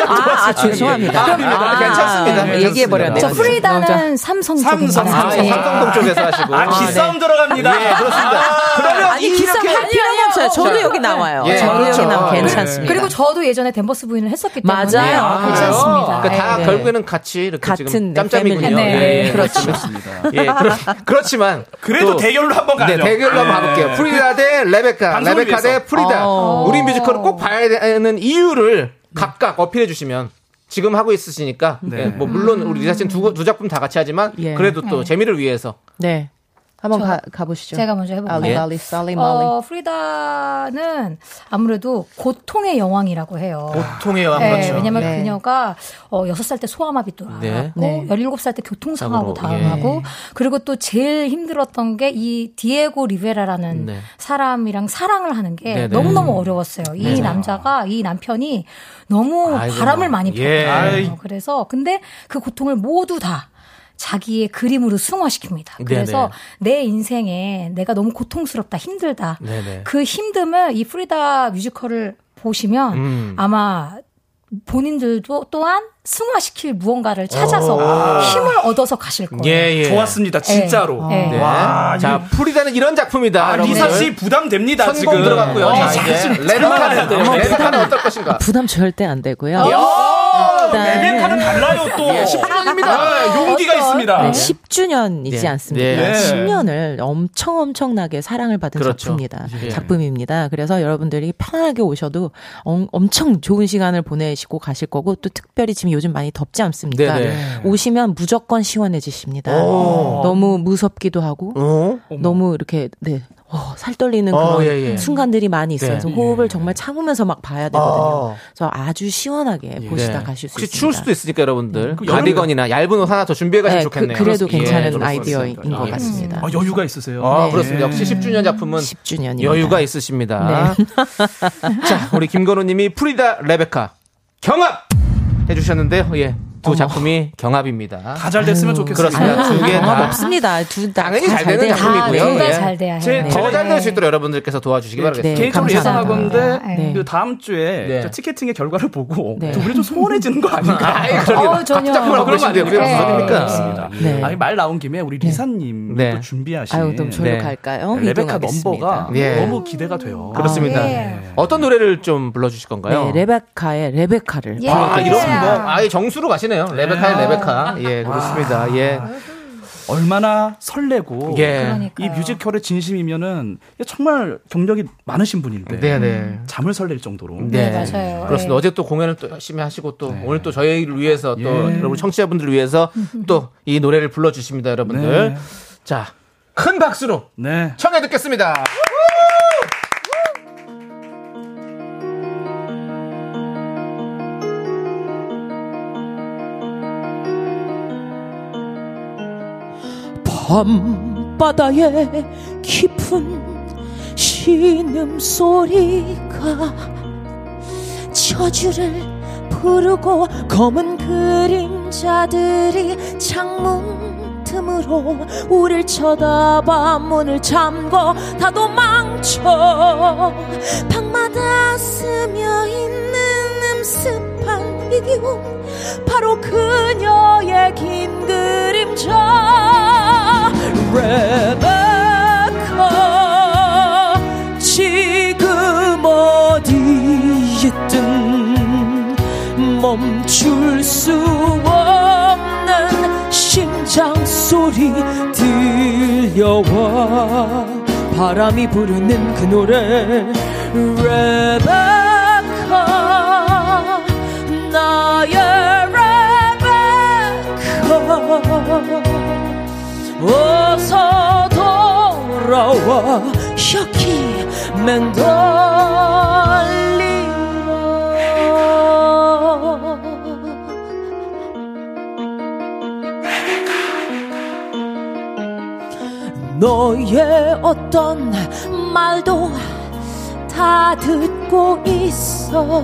L: 아, 죄송합니다.
A: 아, 아, 괜찮습니다.
L: 아, 얘기해버렸네.
K: 저
A: 괜찮습니다.
K: 프리다는 삼성
B: 삼성,
K: 쪽입니다.
A: 아, 예, 삼성동 쪽에서 하시고.
B: 아,
L: 네.
B: 기싸움 들어갑니다.
A: 예, 그렇습니다. 그러면
L: 아니, 기사 갈 필요가 없어요. 네. 저도 여기 나와요.
A: 예,
L: 저도
A: 그렇죠.
L: 여기 나와
A: 네.
L: 괜찮습니다.
K: 그리고 저도 예전에 덴버스 부인을 했었기 때문에
L: 맞아요. 네.
K: 아,
A: 그러니까
K: 괜찮습니다.
A: 다
K: 예.
A: 결국에는 같이 이렇게 지금
L: 같은
A: 짬짬이군요.
K: 패밀리.
A: 예, 예,
L: 그렇죠.
A: 그렇습니다.
L: <laughs>
A: 예, 그렇- 그렇지만
B: 그래도
A: 또-
B: 대결로 한번
A: 네,
B: 가죠.
A: 대결로 한번
B: 예.
A: 가볼게요. 프리다 대 레베카,
B: 방송을
A: 레베카 대
B: 위해서.
A: 프리다.
L: 어.
B: 네.
A: 우리 뮤지컬을 꼭 봐야 되는 이유를 각각 어필해 주시면 지금 하고 있으시니까
L: 네.
A: 예, 뭐 물론 우리 리사 씨는 두, 두 작품 다 같이 하지만
L: 예.
A: 그래도 또
K: 네.
A: 재미를 위해서
L: 네. 한번 가, 가보시죠. 아,
K: 제가 먼저 해볼까요?
L: 알리,
A: 예.
L: 알리, 살리, 말리.
K: 어, 프리다는 아무래도 고통의 여왕이라고 해요.
A: 고통의 여왕,
K: 네,
A: 그렇죠.
K: 왜냐면
A: 네.
K: 그녀가 어, 6살 때 소아마비 돌아가고
A: 네.
L: 네.
K: 17살 때
L: 사고로,
K: 교통사고로 당하고
L: 예.
K: 그리고 또 제일 힘들었던 게 이 디에고 리베라라는
L: 네.
K: 사람이랑 사랑을 하는 게
L: 네, 네.
K: 너무너무
L: 음.
K: 어려웠어요. 이
L: 네.
K: 남자가 이 남편이 너무
L: 아이고.
K: 바람을 많이 폈어요.
L: 예. 아이.
K: 그래서 근데 그 고통을 모두 다 자기의 그림으로
L: 네,
K: 승화시킵니다. 그래서 내 인생에 내가 너무 고통스럽다, 힘들다.
D: 네네.
K: 그 힘듦을 이 프리다 뮤지컬을 보시면
D: 음.
K: 아마 본인들도 또한 승화시킬 무언가를 찾아서
A: 오. 아.
K: 힘을 얻어서 가실 거예요.
A: 예, 네. 예.
B: 좋았습니다, 진짜로.
K: 예. 예.
B: 와,
A: 자, 프리다는 이런 작품이다.
B: 아,
A: 여러분들.
B: 리사 씨 부담됩니다,
A: 선공
B: 지금.
A: 들어갔고요.
B: 어,
A: 자, 이제
B: 사실
A: 레드카드.
B: 부담-
A: 레드카드 어떨 것인가? 어?
L: 부담 절대 안 되고요.
B: 어?
A: 네.
L: 네,
B: 레드카드는 달라요, 또.
L: 예,
B: 10주년입니다.
A: 아,
B: 용기가 있습니다.
L: 10주년이지
B: 네.
L: 않습니다.
B: 네.
L: 10년을 엄청 엄청나게 사랑을 받은
A: 그렇죠.
L: 작품입니다.
A: 예.
L: 작품입니다. 그래서 여러분들이 편안하게 오셔도 엄- 엄청 좋은 시간을 보내시고 가실 거고 또 특별히 지금 요즘 많이 덥지 않습니까?
A: 네네.
L: 오시면 무조건 시원해지십니다.
A: 오.
L: 너무 무섭기도
B: 어?
L: 하고 너무 이렇게 네. 어, 살 떨리는
A: 어,
L: 그런
A: 예, 예.
L: 순간들이 많이 있어요.
A: 네.
L: 그래서 호흡을 정말 참으면서 막 봐야 되거든요.
A: 어.
L: 그래서 아주 시원하게 보시다
A: 네.
L: 가실 수
A: 혹시
L: 있습니다.
A: 추울 수도 있으니까 여러분들
L: 그 여름-
A: 가디건이나 얇은 옷 하나 더 준비해 가시면
L: 네, 그-
A: 좋겠네요.
L: 그래도 괜찮은
A: 좀
L: 아이디어인
A: 그렇습니다.
L: 것
A: 예.
L: 같습니다.
B: 아, 여유가 있으세요.
A: 아,
L: 네.
A: 그렇습니다. 역시 10주년 작품은
L: 10주년입니다. 네.
A: 여유가 있으십니다. <laughs> 자, 우리 김건우 님이 프리다 레베카 경합 해 주셨는데요. 예. 두 작품이 경합입니다.
B: 다 잘 됐으면 좋겠습니다.
A: 그렇습니다.
B: 아유,
A: 두개
L: 경험
A: 다.
L: 없습니다. 둘 다.
A: 당연히
L: 다
A: 잘
L: 잘
A: 되는
L: 돼야
A: 작품이고요.
L: 돼요. 아, 네.
A: 예.
B: 해요.
A: 더
B: 네.
A: 잘 될 수 있도록 여러분들께서 도와주시기 바라겠습니다.
L: 네.
B: 개인적으로
A: 감사합니다.
B: 예상하건데
A: 네.
B: 그 다음 주에
A: 네.
B: 저 티켓팅의 결과를 보고 두 분이 좀 소원해지는 거 아닌가?
A: 아이, 그러게요. 어우, 전혀. 각자 작품을 하고
B: 그런 거
A: 계신데
B: 아닙니까?
A: 우리가 무슨 소리입니까?
B: 그렇습니다.
A: 네.
B: 아니 말 나온 김에 우리 리사님
A: 네.
B: 또 준비하신 네,
A: 아유, 그럼 저희로 갈까요?
B: 레베카
A: 이동하겠습니다.
B: 넘버가
A: 예.
B: 너무 기대가 돼요. 네.
A: 그렇습니다. 어떤 노래를 좀 불러 주실 건가요?
L: 네, 레베카의 레베카를. 아.
A: 예. 아,
L: 불러드리겠습니다.
A: 이런 뭐 아예 정수로 가시네요. 레베카의 레베카. 예, 그렇습니다. 예.
L: 아,
B: 얼마나 설레고
A: 예.
L: 그러니까.
B: 이 뮤지컬의 진심이면은 정말 경력이 많으신 분인데
A: 네, 네.
B: 잠을 설렐 정도로
K: 네.
A: 그렇습니다. 어제 또 공연을 또 열심히 하시고 또 오늘 또 저희를 위해서 또 여러분 청취자분들을 위해서 또 이 노래를 불러주십니다, 여러분들.
B: 네.
A: 자, 큰 박수로
B: 네.
A: 청해 듣겠습니다.
F: 밤바다의 깊은 신음소리가 저주를 부르고 검은 그림자들이 창문 틈으로 우릴 쳐다봐 문을 잠궈 다 도망쳐 방마다 스며 있는 음습한 이 기운 바로 그녀의 긴 그림자 레베카 지금 어디 있든 멈출 수 없는 심장 소리 들려와 바람이 부르는 그 노래 레베카 나의 레베카 어서 돌아와 여기 맹달리라 너의 어떤 말도 다 듣고 있어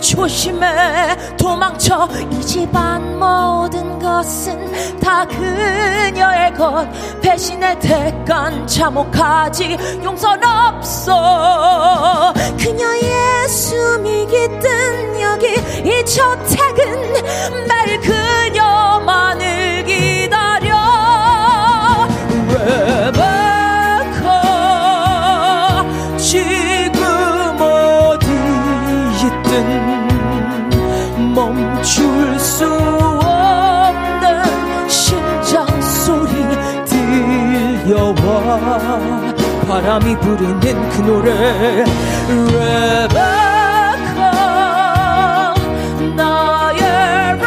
F: 조심해 도망쳐 이 집안 뭐 모든 것은 다 그녀의 것 배신의 대간 참혹하지 용선 없어 그녀의 숨이 깃든 여기 이 저택은 매일 그녀만을 기다려 레베카 지금 어디 있든 멈출 수 없는 심장 소리 들려와 바람이 부르는 그 노래 레베카 나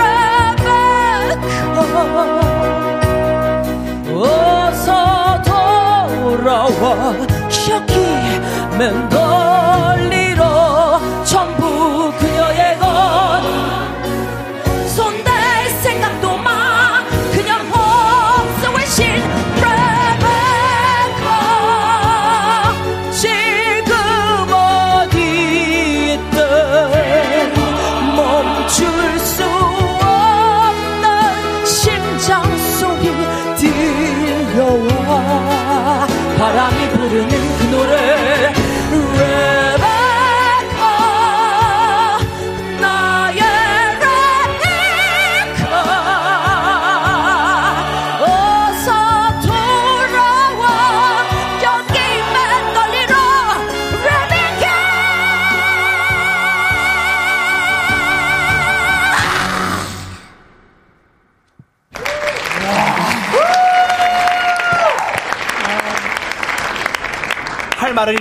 K: 그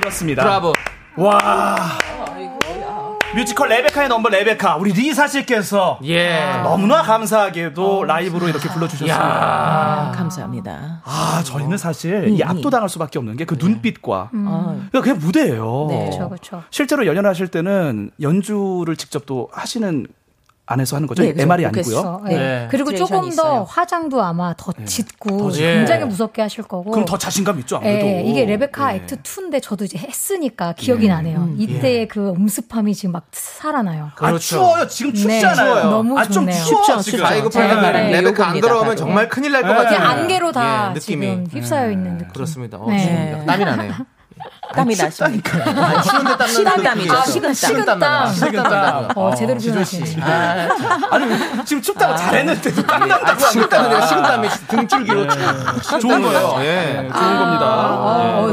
B: 맞습니다.
A: 브라보.
B: 와. 뮤지컬 레베카의 넘버 레베카 우리 리사 씨께서
K: 예.
A: 예.
B: 너무나
K: 아,
B: 감사하게도 라이브로 이렇게 불러주셨습니다.
L: 감사합니다.
B: 아 저희는
K: 음,
B: 사실 이 압도당할 수밖에 없는 게
K: 예.
B: 그 눈빛과
L: 음.
B: 그러니까 그게 무대예요.
L: 네. 그쵸, 그쵸.
B: 실제로 연연하실 때는 연주를 직접 또 하시는 안에서 하는 거죠.
K: 네, 그죠.
B: MR이
K: 그래서,
B: 아니고요.
K: 네. 그리고 조금
L: 시츄에이션이
K: 더 어, 화장도 아마 더
A: 예.
K: 짙고
B: 더 짙고.
K: 굉장히
B: 예.
K: 무섭게 하실 거고.
B: 그럼 더 자신감 있죠 아무래도.
K: 예, 이게 레베카 액트 2인데 저도 이제 했으니까 기억이
B: 예.
K: 나네요.
B: 음.
K: 이때의 그 음습함이 지금 막 살아나요.
B: 아 추워요. 지금 춥잖아요.
K: 네, 너무
B: 아, 좀
K: 좋네요.
B: 추워,
K: 그렇죠. 춥죠,
B: 지금.
K: 춥죠.
A: 4288
K: 네,
A: 은
K: 네,
A: 레베카 안
K: 요겁니다,
A: 들어오면
K: 바로.
A: 정말 큰일 날 것
K: 예.
A: 같아요.
K: 이게 안개로 다
A: 예,
K: 지금 휩싸여 있는 느낌.
A: 그렇습니다. 어,
K: 네.
A: 좋습니다. 땀이 나네요.
L: 땀이 나시니까.
A: 아니, 추운데 땀 나는
L: 식은땀이죠.
A: 느낌이죠.
L: 식은땀.
A: 식은땀 나요. 식은땀.
K: 어, 제대로
A: 지조 씨.
K: 표현하시네.
A: 아,
B: 아니 지금 춥다고 잘했는데도 땀 난다고
A: 예, 식은땀이 내가
B: 하니까.
A: 식은땀이 등줄기로 쭉
B: 좋은 거예요.
A: 예.
B: 네,
K: 아.
B: 좋은 겁니다.
K: 어,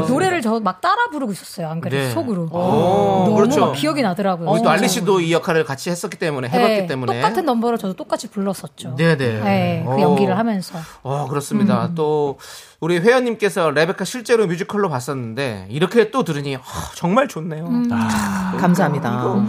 B: 예.
K: 노래를 저 막 따라 부르고 있었어요. 안 그래도
A: 아, 네.
K: 속으로.
A: 오,
K: 너무
A: 그렇죠.
K: 막 기억이 나더라고요.
A: 우리 또 알리
K: 어.
A: 씨도 이 역할을 같이 했었기 때문에 해봤기
K: 네,
A: 때문에
K: 똑같은 넘버를 저도 똑같이 불렀었죠.
A: 네네.
K: 네, 그
A: 어.
K: 연기를 하면서. 음.
A: 어, 그렇습니다. 또 우리 회원님께서 레베카 실제로 뮤지컬로 봤었는데 이렇게 또 들으니 아, 정말 좋네요.
K: 음.
L: 감사합니다.
A: 이거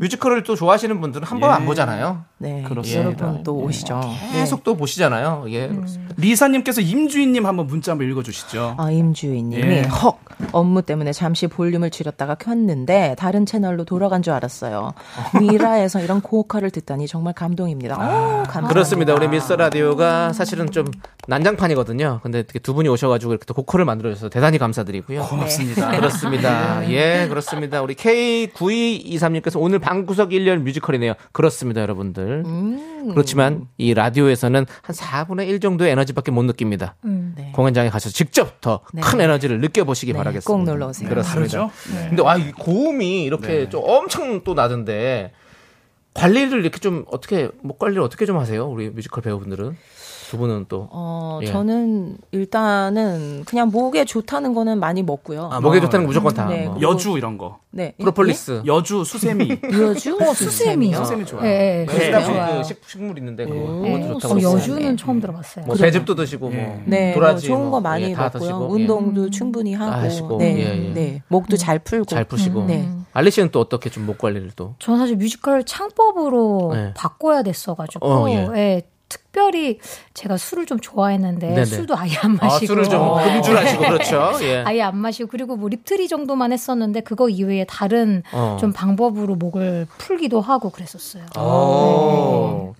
A: 뮤지컬을 또 좋아하시는 분들은 한 번 안 보잖아요.
L: 네.
A: 그렇습니다.
L: 여러분 또 오시죠.
A: 계속 또 보시잖아요. 예.
K: 음.
A: 그렇습니다.
B: 리사님께서 임주인님 한번 문자 한번 읽어주시죠.
K: 네.
L: 아, 임주인님이
B: 예.
L: 헉 업무 때문에 잠시 볼륨을 줄였다가 켰는데 다른 채널로 돌아간
A: <laughs>
L: 줄 알았어요. 미라에서 이런 고혹화를 듣다니 정말 감동입니다. 오,
K: 아,
L: 감사합니다.
A: 아, 그렇습니다. 우리 미스터
K: 음.
A: 라디오가 사실은 좀 난장판이거든요. 근데 이렇게 두 분이 오셔가지고 이렇게 또 고퀄을 만들어주셔서 대단히 감사드리고요.
K: 네.
B: 고맙습니다.
A: <laughs> 그렇습니다. 예, 그렇습니다. 우리 K9223님께서 오늘 방구석 1년 뮤지컬이네요. 그렇습니다, 여러분들.
L: 음.
A: 그렇지만 이 라디오에서는 한 4분의 1 정도의 에너지밖에 못 느낍니다.
L: 음. 네.
A: 공연장에 가서 직접 더 큰 에너지를 느껴보시기 바라겠습니다.
L: 꼭 놀러 오세요.
A: 그렇습니다. 네.
L: 다르죠?
A: 근데 와, 이 고음이 이렇게 좀 엄청 또 나던데 관리를 이렇게 좀 어떻게 목 관리를 어떻게 좀 하세요? 우리 뮤지컬 배우분들은 두 분은 또
L: 어,
A: 예.
L: 저는 일단은 그냥 목에 좋다는 거는 많이 먹고요.
A: 아, 목에 좋다는 건 무조건 다.
L: 네,
A: 뭐.
L: 그리고-
B: 여주 이런 거.
L: 네. 예?
A: 프로폴리스.
B: 여주 수세미.
L: 여주?
K: 어, 수세미요?
B: 수세미 좋아요.
K: 예, 예,
A: 그
K: 그거
A: 수세미
K: 좋아요.
A: 그 식- 식물 있는데 그거
K: 예.
A: 그것도 좋다고
K: 어,
A: 그러고.
K: 여주는 처음 들어봤어요.
A: 뭐 배즙도 드시고 뭐
L: 네,
A: 도라지
L: 뭐 좋은 거
A: 뭐,
L: 많이
A: 예, 다
L: 먹고요.
A: 드시고, 예.
L: 운동도
K: 음.
L: 충분히 하고,
A: 다 하시고,
L: 네,
A: 예, 예.
L: 네, 목도 잘 풀고,
A: 잘 푸시고.
L: 음, 네.
A: 알리 씨는 또 어떻게 좀 목 관리를 또?
K: 저는 사실 뮤지컬 창법으로
A: 네.
K: 바꿔야 됐어가지고,
A: 어, 예.
K: 예, 특별히 제가 술을 좀 좋아했는데
A: 네네.
K: 술도 아예 안
A: 아,
K: 마시고 어.
A: 술을 좀 금주를 하시고, 그렇죠. 예.
K: 아예 안 마시고 그리고 뭐 립트리 정도만 했었는데 그거 이외에 다른
A: 어.
K: 좀 방법으로 목을 풀기도 하고 그랬었어요.
A: 오.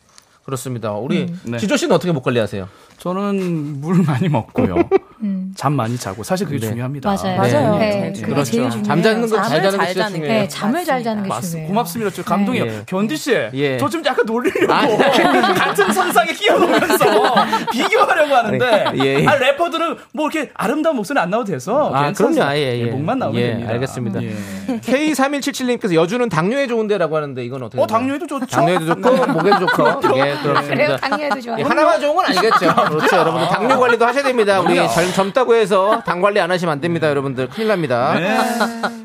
A: 그렇습니다. 우리
K: 음.
B: 네.
A: 지조 씨는 어떻게 목 관리하세요?
K: 네,
B: 저는 물 많이 먹고요.
K: 음. 네.
B: 잠 많이 자고 사실 그게 중요합니다.
K: 맞아요. 맞아요. 네, 그게
A: 그렇죠.
K: 제일 중요해요.
A: 잠자는 건 잘
K: 잠을
A: 자는 게
K: 잘
A: 진짜
K: 자는 게.
A: 중요해요.
K: 네, 잠을 잘 자는 게
B: 맞습니다.
K: 중요해요.
B: 고맙습니다. 저 감동이에요.
A: 예.
B: 견디 씨,
A: 예.
B: 저 좀 약간 놀리려고
A: 아.
B: <laughs> 같은 선상에
A: <laughs>
B: 끼어놓으면서 비교하려고 하는데
A: 네, 예, 예.
B: 아, 래퍼들은 뭐 이렇게 아름다운 목소리 안 나와도 돼서
A: 아,
B: 어, 괜찮습니다.
A: 그럼요. 예, 예.
B: 목만 나오면
A: 예,
B: 됩니다.
A: 알겠습니다.
B: 예.
A: <laughs> K3177님께서 여주는 당뇨에 좋은데라고 하는데 이건 어떻게?
B: 어
A: 되나요?
B: 당뇨에도 좋죠.
A: 음.
B: 음.
A: 당뇨에도 좋고 목에도 좋고 예
K: 아, 그래요,
A: 그렇습니다.
K: 당뇨에도 좋아요.
A: 예, 하나만 좋은 건 아니겠죠. 그렇죠, 여러분들 당뇨 관리도 하셔야 됩니다. 우리 젊, 젊다고 해서 당 관리 안 하시면 안 됩니다, 여러분들 큰일 납니다.
B: 네.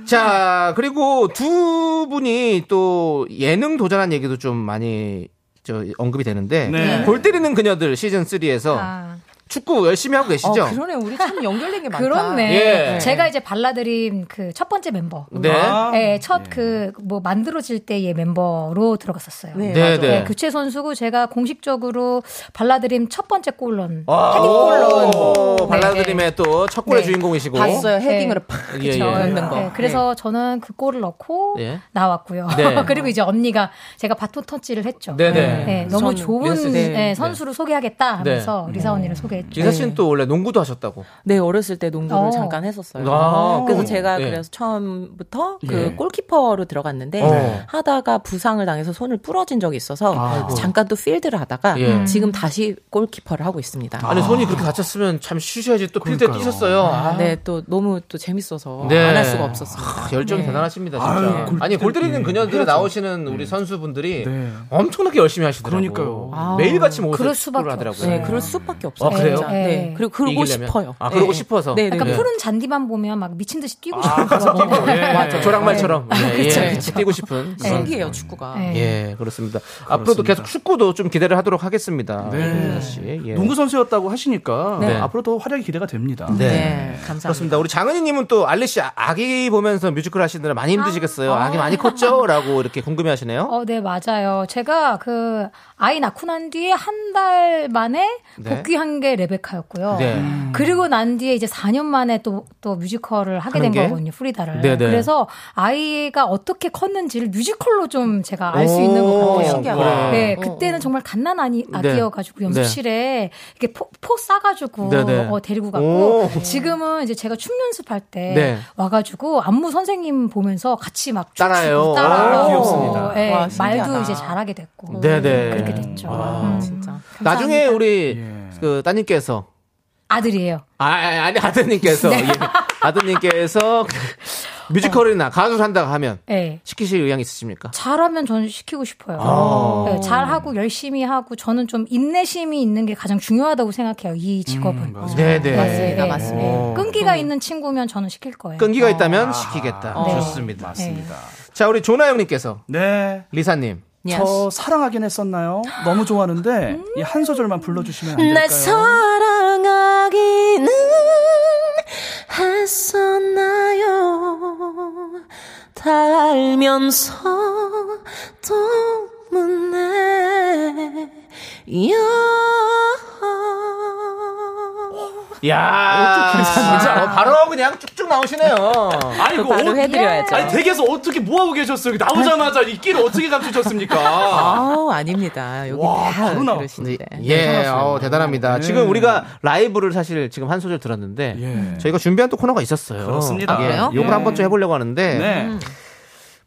A: 자 그리고 두 분이 또 예능 도전한 얘기도 좀 많이 저 언급이 되는데
B: 네.
A: 골 때리는 그녀들 시즌 3에서
K: 아.
A: 축구 열심히 하고 계시죠?
L: 어, 그러네. 우리 참 연결된 <laughs> 게 많다.
K: 그렇네.
A: 예.
K: 제가 이제 발라드림 그 첫 번째 멤버.
A: <laughs> 네.
B: 아.
K: 네, 첫 그 뭐 만들어질 때의 멤버로 들어갔었어요.
L: 네,
A: 네,
L: 맞아요.
A: 네.
K: 네, 교체 선수고 제가 공식적으로 발라드림 첫 번째 골런
A: 아, 오,
K: 헤딩골런
A: 발라드림의 또 첫 골의
K: 네.
A: 주인공이시고
L: 네, 봤어요. 헤딩으로 팍
A: 예, 예.
L: 예, 넣는 거.
K: 네, 그래서 저는 그 골을 넣고
A: 예.
K: 나왔고요.
A: 네.
K: <laughs> 그리고 이제 언니가 제가 바톤 터치를 했죠.
A: 네네.
K: 네, 너무
L: 선-
K: 좋은
L: 네.
K: 네, 선수를 소개하겠다
A: 네.
K: 하면서 리사 언니를 소개했죠.
A: 지사 씨는 또 원래 농구도 하셨다고.
L: 네, 어렸을 때 농구를
K: 어.
L: 잠깐 했었어요.
A: 아,
L: 그래서
A: 어.
L: 제가
A: 예.
L: 그래서 처음부터 그
A: 예.
L: 골키퍼로 들어갔는데
A: 어.
L: 하다가 부상을 당해서 손을 부러진 적이 있어서 잠깐 또 필드를 하다가
A: 예.
L: 지금 다시 골키퍼를 하고 있습니다.
A: 아니 손이 그렇게 다쳤으면 참 쉬셔야지 또 필드에
B: 그러니까요.
A: 뛰셨어요. 아.
L: 네, 또 너무 또 재밌어서
A: 네.
L: 안 할 수가 없었습니다. 네.
A: 아, 열정이 대단하십니다, 진짜.
B: 아유, 골
A: 아니, 골 때리는
B: 때리-
A: 그녀들에 나오시는 우리 선수분들이
B: 네.
A: 엄청나게 열심히 하시더라고요.
B: 그러니까요.
L: 아.
A: 매일같이 모습을
K: 그럴 수밖에
A: 하더라고요.
L: 네, 그럴
A: 아,
L: 수밖에 없어요.
A: 그래요? 그래요?
L: 네. 네. 그리고 그러고
A: 이기려면?
L: 싶어요.
A: 아, 그러고
L: 네.
A: 싶어서.
L: 네, 네.
K: 약간
A: 네.
K: 푸른 잔디만 보면 막 미친 듯이 뛰고
A: 아,
K: 싶어서.
A: 가서 뛰고, 예, 예.
K: 맞아요.
A: 조랑말처럼.
K: 네.
A: 예,
K: 그쵸,
A: 예.
K: 그쵸.
A: 뛰고
L: 네.
A: 싶은. 그런
L: 신기해요 축구가.
A: 예, 그렇습니다. 앞으로도 계속 축구도 좀 기대를 하도록 하겠습니다. 네. 씨. 예.
B: 농구 선수였다고 하시니까
A: 네.
B: 앞으로 더 활약이 기대가 됩니다.
A: 네. 그렇습니다. 우리 장은희님은 또 알리 씨 아기 보면서 뮤지컬 하시느라 많이 힘드시겠어요. 아. 기 많이 컸죠? 라고 이렇게 궁금해하시네요.
K: 어, 네, 맞아요. 제가 그 아이 낳고 난 뒤에 한 달 만에
A: 네.
K: 복귀한 게 레베카였고요.
A: 네. 음.
K: 그리고 난 뒤에 이제 4년 만에 또, 또 뮤지컬을 하게
A: 하는
K: 된
A: 게?
K: 거거든요, 프리다를.
A: 네네.
K: 그래서 아이가 어떻게 컸는지를 뮤지컬로 좀 제가 알 수
L: 오,
K: 있는 것
L: 그래.
K: 같아요.
L: 신기하다.
K: 네,
L: 어,
K: 그때는 정말 갓난 아니, 아기여가지고
L: 네.
K: 연습실에 이렇게 포, 포 싸가지고
L: 네네.
K: 어, 데리고 갔고
L: 오.
K: 지금은 이제 제가 춤 연습할 때
L: 네.
K: 와가지고 안무 선생님 보면서 같이 막 춤추고
A: 따라해요.
K: 따라하고
A: 아, 귀엽습니다.
L: 네,
K: 예,
A: 와,
K: 말도
A: 신기하다.
K: 이제 잘하게
L: 뭐
K: 됐고
A: 네네.
K: 그렇게 됐죠. 음,
L: 음.
A: 아.
K: 진짜.
A: 나중에 우리 그 따님께서
K: 아들이에요.
A: 아, 아니, 아니 아드님께서
K: 네.
A: 예.
K: <laughs>
A: 아드님께서 뮤지컬이나 가수를 한다고 하면
K: 예.
A: 시키실 의향 있으십니까?
K: 잘하면 저는 시키고 싶어요.
A: 아.
K: 예, 잘하고 열심히 하고 저는 좀 인내심이 있는 게 가장 중요하다고 생각해요. 이 직업은.
A: 네, 네.
K: 예, 예.
A: 어.
K: 끈기가 있는 친구면 저는 시킬 거예요.
A: 끈기가 있다면 시키겠다.
K: 네.
A: 좋습니다.
K: 맞습니다.
A: 자, 우리 조나 형님께서
B: 네.
A: 리사님.
B: 저 사랑하긴 했었나요? 너무 좋아하는데 이 한 소절만 불러주시면 안
F: 날
B: 될까요?
F: 사랑하기는 했었나요? 달면서 또문에요
A: 야 아, 진짜
B: 아.
A: 어, 바로 그냥 쭉쭉 나오시네요.
B: 아이고, 어- 아니, 댁에서 어떻게 뭐하고 계셨어요? 나오자마자 이 끼를 어떻게 <laughs> 감추셨습니까?
L: 아우 아닙니다. 여기 다
B: 네,
L: 그러시는데.
A: 예, 어, 대단합니다.
L: 네.
A: 지금 우리가 라이브를 사실 지금 한 소절 들었는데
B: 예. 네.
A: 저희가 준비한 또 코너가 있었어요.
B: 그렇습니다. 아,
A: 예,
B: 그래요?
A: 요걸
B: 네.
A: 한번 좀 해보려고 하는데
B: 네.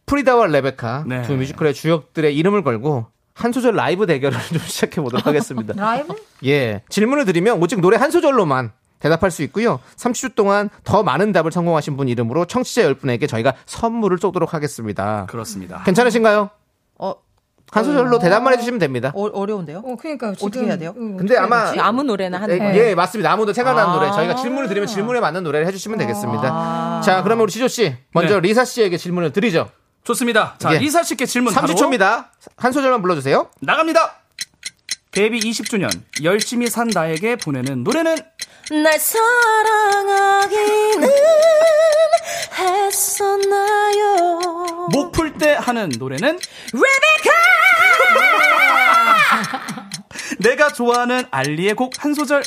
A: 프리다와 레베카 두 뮤지컬의 주역들의 이름을 걸고 한 소절 라이브 대결을 <laughs> 좀 시작해 보도록
B: <laughs>
A: 하겠습니다.
K: 라이브?
A: 예. 질문을 드리면 오직 노래 한 소절로만 대답할 수 있고요. 30초 동안 더 많은 답을 성공하신 분 이름으로 청취자 10분에게 저희가 선물을 쏘도록 하겠습니다.
B: 그렇습니다.
A: 괜찮으신가요?
L: 어.
A: 한 소절로 대답만 해주시면 됩니다.
L: 어, 어려운데요?
K: 어, 그러니까요.
L: 어떻게 해야 돼요?
A: 근데 아마-
L: 그렇지? 아무 네. 노래나 하는
A: 예,
L: 거예요.
A: 예, 맞습니다. 아무도 생각나는 노래. 저희가 질문을 드리면 질문에 맞는 노래를
L: 아.
A: 해주시면 되겠습니다. 자, 그러면 우리 지조 씨 먼저
B: 네.
A: 리사 씨에게 질문을 드리죠.
B: 좋습니다. 자,
A: 예.
B: 리사 씨께 질문
A: 30초입니다. 한 소절만 불러주세요.
B: 나갑니다. 데뷔 20주년 열심히 산 나에게 보내는 노래는
F: 날 사랑하기는 했었나요?
A: 뭐?
B: 목 풀 때 하는 노래는 <laughs>
F: 레베카!
B: 내가 좋아하는 알리의 곡 한 소절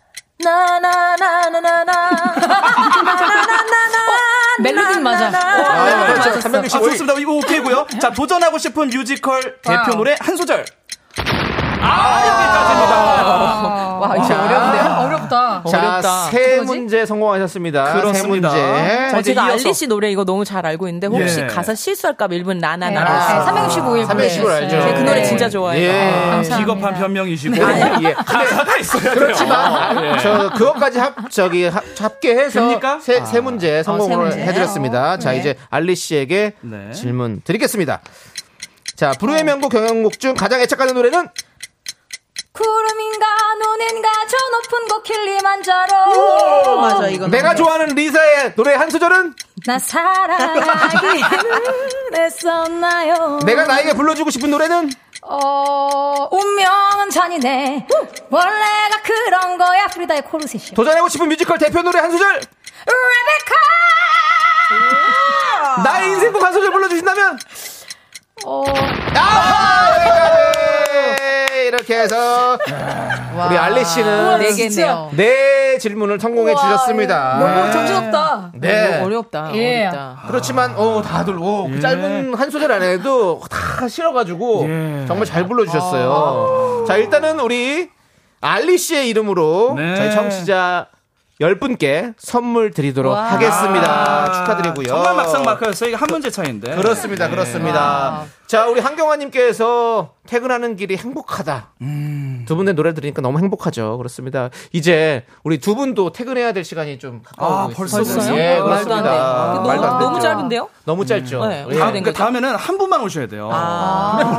E: <laughs>
F: 나나나나나나나나나나나
E: 어, 멜로디는 맞아.
A: 네, 그렇죠.
B: 아, 네. 좋습니다. 이거 오케이고요. 자, 도전하고 싶은 뮤지컬 대표
F: 와우.
B: 노래 한 소절. 아, 네.
E: 어.
L: 와, 이거 아, 어렵네요.
K: 어렵다.
A: 자,
L: 어렵다.
A: 세 문제 성공하셨습니다. 세
L: 그렇습니다.
A: 문제.
L: 어, 제가 알리 씨 노래 이거 너무 잘 알고 있는데 혹시
A: 예.
L: 가사 실수할까 봐 일본 나나나.
A: 네. 아,
K: 365일
A: 365일 알죠.
L: 제가 그 노래 진짜
A: 예.
L: 좋아해요. 아,
B: 기겁한 변명이시고.
A: 예.
B: 가사가 있어야 돼요.
A: 그렇지만
B: 예.
A: 저 그것까지 합 저기 합, 합계 해서
B: 됩니까?
A: 세, 세 문제 성공을
B: 문제.
A: 해드렸습니다. 자
B: 네.
A: 이제 알리 씨에게 질문 드리겠습니다. 자 불후의 명곡 경연곡 중 가장 애착하는 노래는
K: 구름인가 눈인가 저 높은 곳
A: 오,
K: 킬리만자로
A: 맞아, 이건 내가 맞아. 좋아하는 리사의 노래 한 소절은
K: 나 사랑하기 했었나요
A: 내가 나에게 불러주고 싶은 노래는
K: 어 운명은 잔인해 원래가 그런 거야 프리다의 코르셋이
A: 도전하고 싶은 뮤지컬 대표 노래 한 소절
K: 레베카
A: 나의 인생곡 한 소절 불러주신다면
K: 어
A: 아, 여기까지! 네. 이렇게 해서 우리 알리
L: 우와,
A: 씨는
L: 네 개네요.
A: 네 질문을 성공해
L: 우와,
A: 주셨습니다.
L: 너무
K: 정신없다.
A: 네.
L: 너무 어렵다.
A: 예.
L: 어렵다.
A: 그렇지만 어 다들 어,
B: 예.
A: 그 짧은 한 소절 안에도 다 실어가지고
B: 예.
A: 정말 잘 불러주셨어요.
B: 아.
A: 자 일단은 우리 알리 씨의 이름으로
B: 네.
A: 저희 청취자 10분께 선물 드리도록
B: 와.
A: 하겠습니다.
B: 아,
A: 축하드리고요.
B: 정말 막상 막하였어요. 이거 한 문제 차이인데.
A: 그렇습니다.
B: 네.
A: 그렇습니다. 자, 우리 한경화님께서 퇴근하는 길이 행복하다.
B: 음.
A: 두 분의 노래 들으니까 너무 행복하죠. 그렇습니다. 이제 우리 두 분도 퇴근해야 될 시간이 좀 가까워지고
B: 아, 벌써
A: 있습니다.
B: 그래요?
A: 예,
B: 말도 안
A: 그렇습니다.
L: 어,
B: 돼요. 아, 너무-
A: 말도 안
B: 너무
A: 되죠.
B: 짧은데요?
A: 너무 짧죠.
B: 네,
A: 예.
B: 다음, 그러니까 다음에는 한 분만 오셔야 돼요.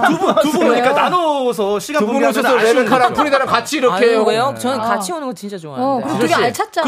B: 두 분, 두 분,
L: 그래요?
B: 그러니까 나눠서 시간
A: 아, 두분
B: 분배하면
A: 오셔서
B: 아쉬운데.
A: 레베카랑 프리다랑 같이 이렇게
L: 아유,
A: 해요.
L: 왜요?
A: 네.
L: 저는 같이 오는 거 진짜 좋아하는데.
K: 어, 그럼 되게 알찼잖아요.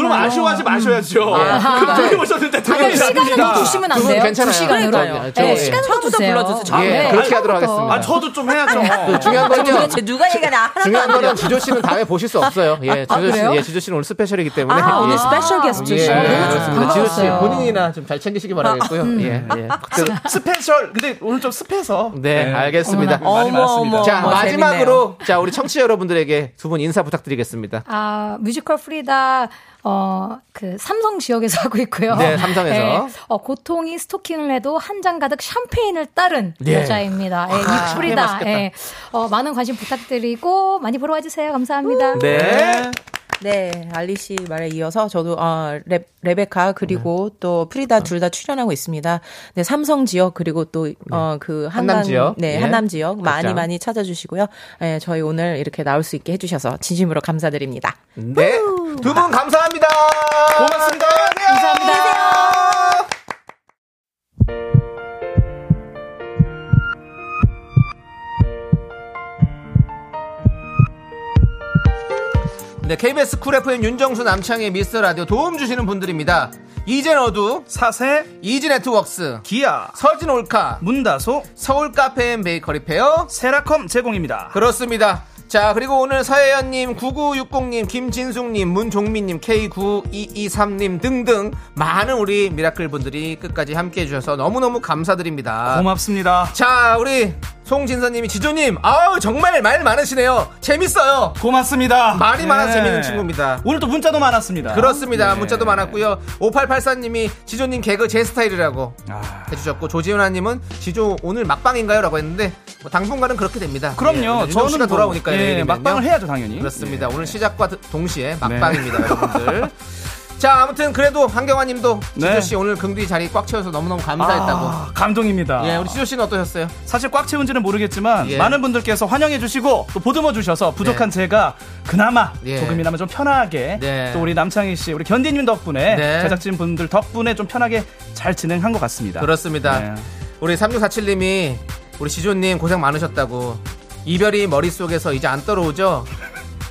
A: 음.
B: 그럼 아쉬워하지 마셔야죠.
L: 아,
B: 그
L: 그러니까요.
B: 둘이 오셨는데 두
L: 아니,
B: 분이
L: 시간을
B: 아닙니다.
L: 더 주시면
K: 안
B: 두 분은
K: 돼요?
B: 괜찮아요.
K: 두 시간으로.
B: 그러니까요.
K: 네,
B: 예.
K: 시간을 더
L: 처음부터
K: 주세요.
L: 불러주세요.
A: 예,
L: 처음에.
A: 그렇게 하도록 하겠습니다.
B: 네. 아, 저도 좀 해야죠.
A: 그 중요한
L: 아, 저
A: 건요.
L: 도대체 누가 얘기하냐 하나도
A: 중요한
L: 안 들려.
A: 거는 지조 씨는 다음에 보실 수 없어요. 예,
L: 아,
A: 지조 씨,
L: 그래요?
A: 예, 지조 씨는 오늘 스페셜이기 때문에.
L: 아, 오늘
A: 예.
L: 스페셜 게스트.
A: 예,
L: 너무
A: 그렇습니다. 지조 씨
L: 반가웠어요. 아, 음.
A: 본인이나 좀 잘 챙기시기 바라겠고요. 예, 예. 그때-
B: 스페셜. 근데 오늘 좀 습해서.
A: 네, 알겠습니다.
B: 어머나, 말이
L: 어머,
B: 많습니다.
L: 어머,
A: 자,
L: 어머,
A: 마지막으로 자, 우리 청취자 여러분들에게 두 분 인사 부탁드리겠습니다.
K: 아, 뮤지컬 프리다 어, 그 삼성 지역에서 하고 있고요.
A: 네, 삼성에서.
K: 어, 고통이 스토킹을 해도 한 잔 가득 샴페인을 따른
A: 예.
K: 여자입니다. 예, 이 프리다. 예. 어, 많은 관심 부탁드리고 많이 보러 와 주세요. 감사합니다.
A: 네.
L: 네, 알리 씨 말에 이어서 저도 어, 레, 레베카 그리고
A: 네.
L: 또 프리다 둘 다 출연하고 있습니다. 네, 삼성 지역 그리고 또 어 그 한남
A: 네. 한남 지역.
L: 네,
A: 예.
L: 한남 지역 많이
A: 그렇죠.
L: 많이 찾아주시고요. 네, 저희 오늘 이렇게 나올 수 있게 해주셔서 진심으로 감사드립니다.
A: 네. 두 분 감사합니다.
B: 고맙습니다.
A: 감사합니다. 네, KBS 쿨 FM 윤정수 남창의 미스터 라디오 도움 주시는 분들입니다. 이젠 어두,
B: 사세,
A: 이지 네트웍스,
B: 기아,
A: 서진 올카,
B: 문다소,
A: 서울 카페 앤 베이커리 페어,
B: 세라컴 제공입니다.
A: 그렇습니다. 자, 그리고 오늘 서혜연님, 9960님, 김진숙님, 문종민님, K9223님 등등 많은 우리 미라클 분들이 끝까지 함께 해주셔서 너무너무 감사드립니다.
B: 고맙습니다.
A: 자, 우리 송진서님이 지조님, 아우, 정말 말 많으시네요. 재밌어요.
B: 고맙습니다.
A: 말이 많아서
B: 예.
A: 재밌는 친구입니다.
B: 오늘 또 문자도 많았습니다.
A: 그렇습니다.
B: 예.
A: 문자도 많았고요. 5884님이 지조님 개그 제 스타일이라고
B: 아,
A: 해주셨고 조지훈아님은 지조 오늘 막방인가요? 라고 했는데 뭐 당분간은 그렇게 됩니다.
B: 그럼요.
A: 예, 저는
B: 저는
A: 가
B: 뭐,
A: 돌아오니까요.
B: 예,
A: 내일이면요.
B: 막방을 해야죠,
A: 예.
B: 당연히.
A: 그렇습니다. 오늘 시작과 드- 동시에 막방입니다, <laughs> 여러분들. 자, 아무튼 그래도 한경화님도 지조
B: 네.
A: 씨 오늘 긍디 자리 꽉 채워서 너무너무
B: 아,
A: 감사했다고.
B: 감동입니다.
A: 예, 우리 지조 씨는 어떠셨어요?
B: 사실 꽉 채운지는 모르겠지만
A: 예. 네.
B: 많은 분들께서 환영해 주시고 또 보듬어 주셔서 부족한 제가 그나마
A: 예.
B: 조금이나마 좀 편하게
A: 네.
B: 또 우리 남창희 씨 우리 견디님 덕분에
A: 네.
B: 제작진 분들 덕분에 좀 편하게 잘 진행한 것 같습니다.
A: 그렇습니다.
B: 네.
A: 우리 3647님이 우리 지조님 고생 많으셨다고. 이별이 머릿속에서 이제 안 떨어오죠?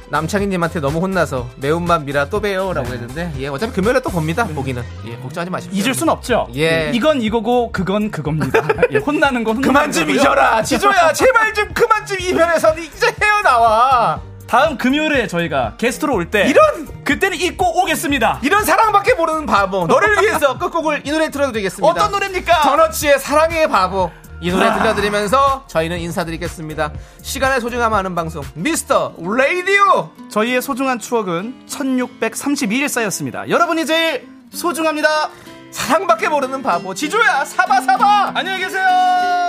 A: 남창희님한테 너무 혼나서 매운맛 미라 또 봬요 라고 했는데 예 어차피 금요일에 또 봅니다 보기는 예 걱정하지 마십시오
B: 잊을 순 없죠.
A: 예.
B: 이건 이거고 그건
A: <laughs>
B: 그겁니다. 예, 혼나는 건 혼나는
A: 그만 좀
B: 거고요.
A: 잊어라 지조야 제발 좀 그만 좀 이별해서 이제 헤어나와
B: <laughs> 다음 금요일에 저희가 게스트로 올 때
A: 이런!
B: 그때는 잊고 오겠습니다.
A: 이런 사랑밖에 모르는 바보 너를 위해서 끝곡을 이 노래 틀어드리겠습니다
B: 어떤 아. 노래입니까?
A: 전어치의 사랑의 바보 이 노래 들려드리면서 저희는 인사드리겠습니다 시간의 소중함 아는 방송 미스터 레이디오
B: 저희의 소중한 추억은 1632일 쌓였습니다. 여러분이 제일 소중합니다.
A: 사랑밖에 모르는 바보 지조야 사바사바
B: 안녕히 계세요.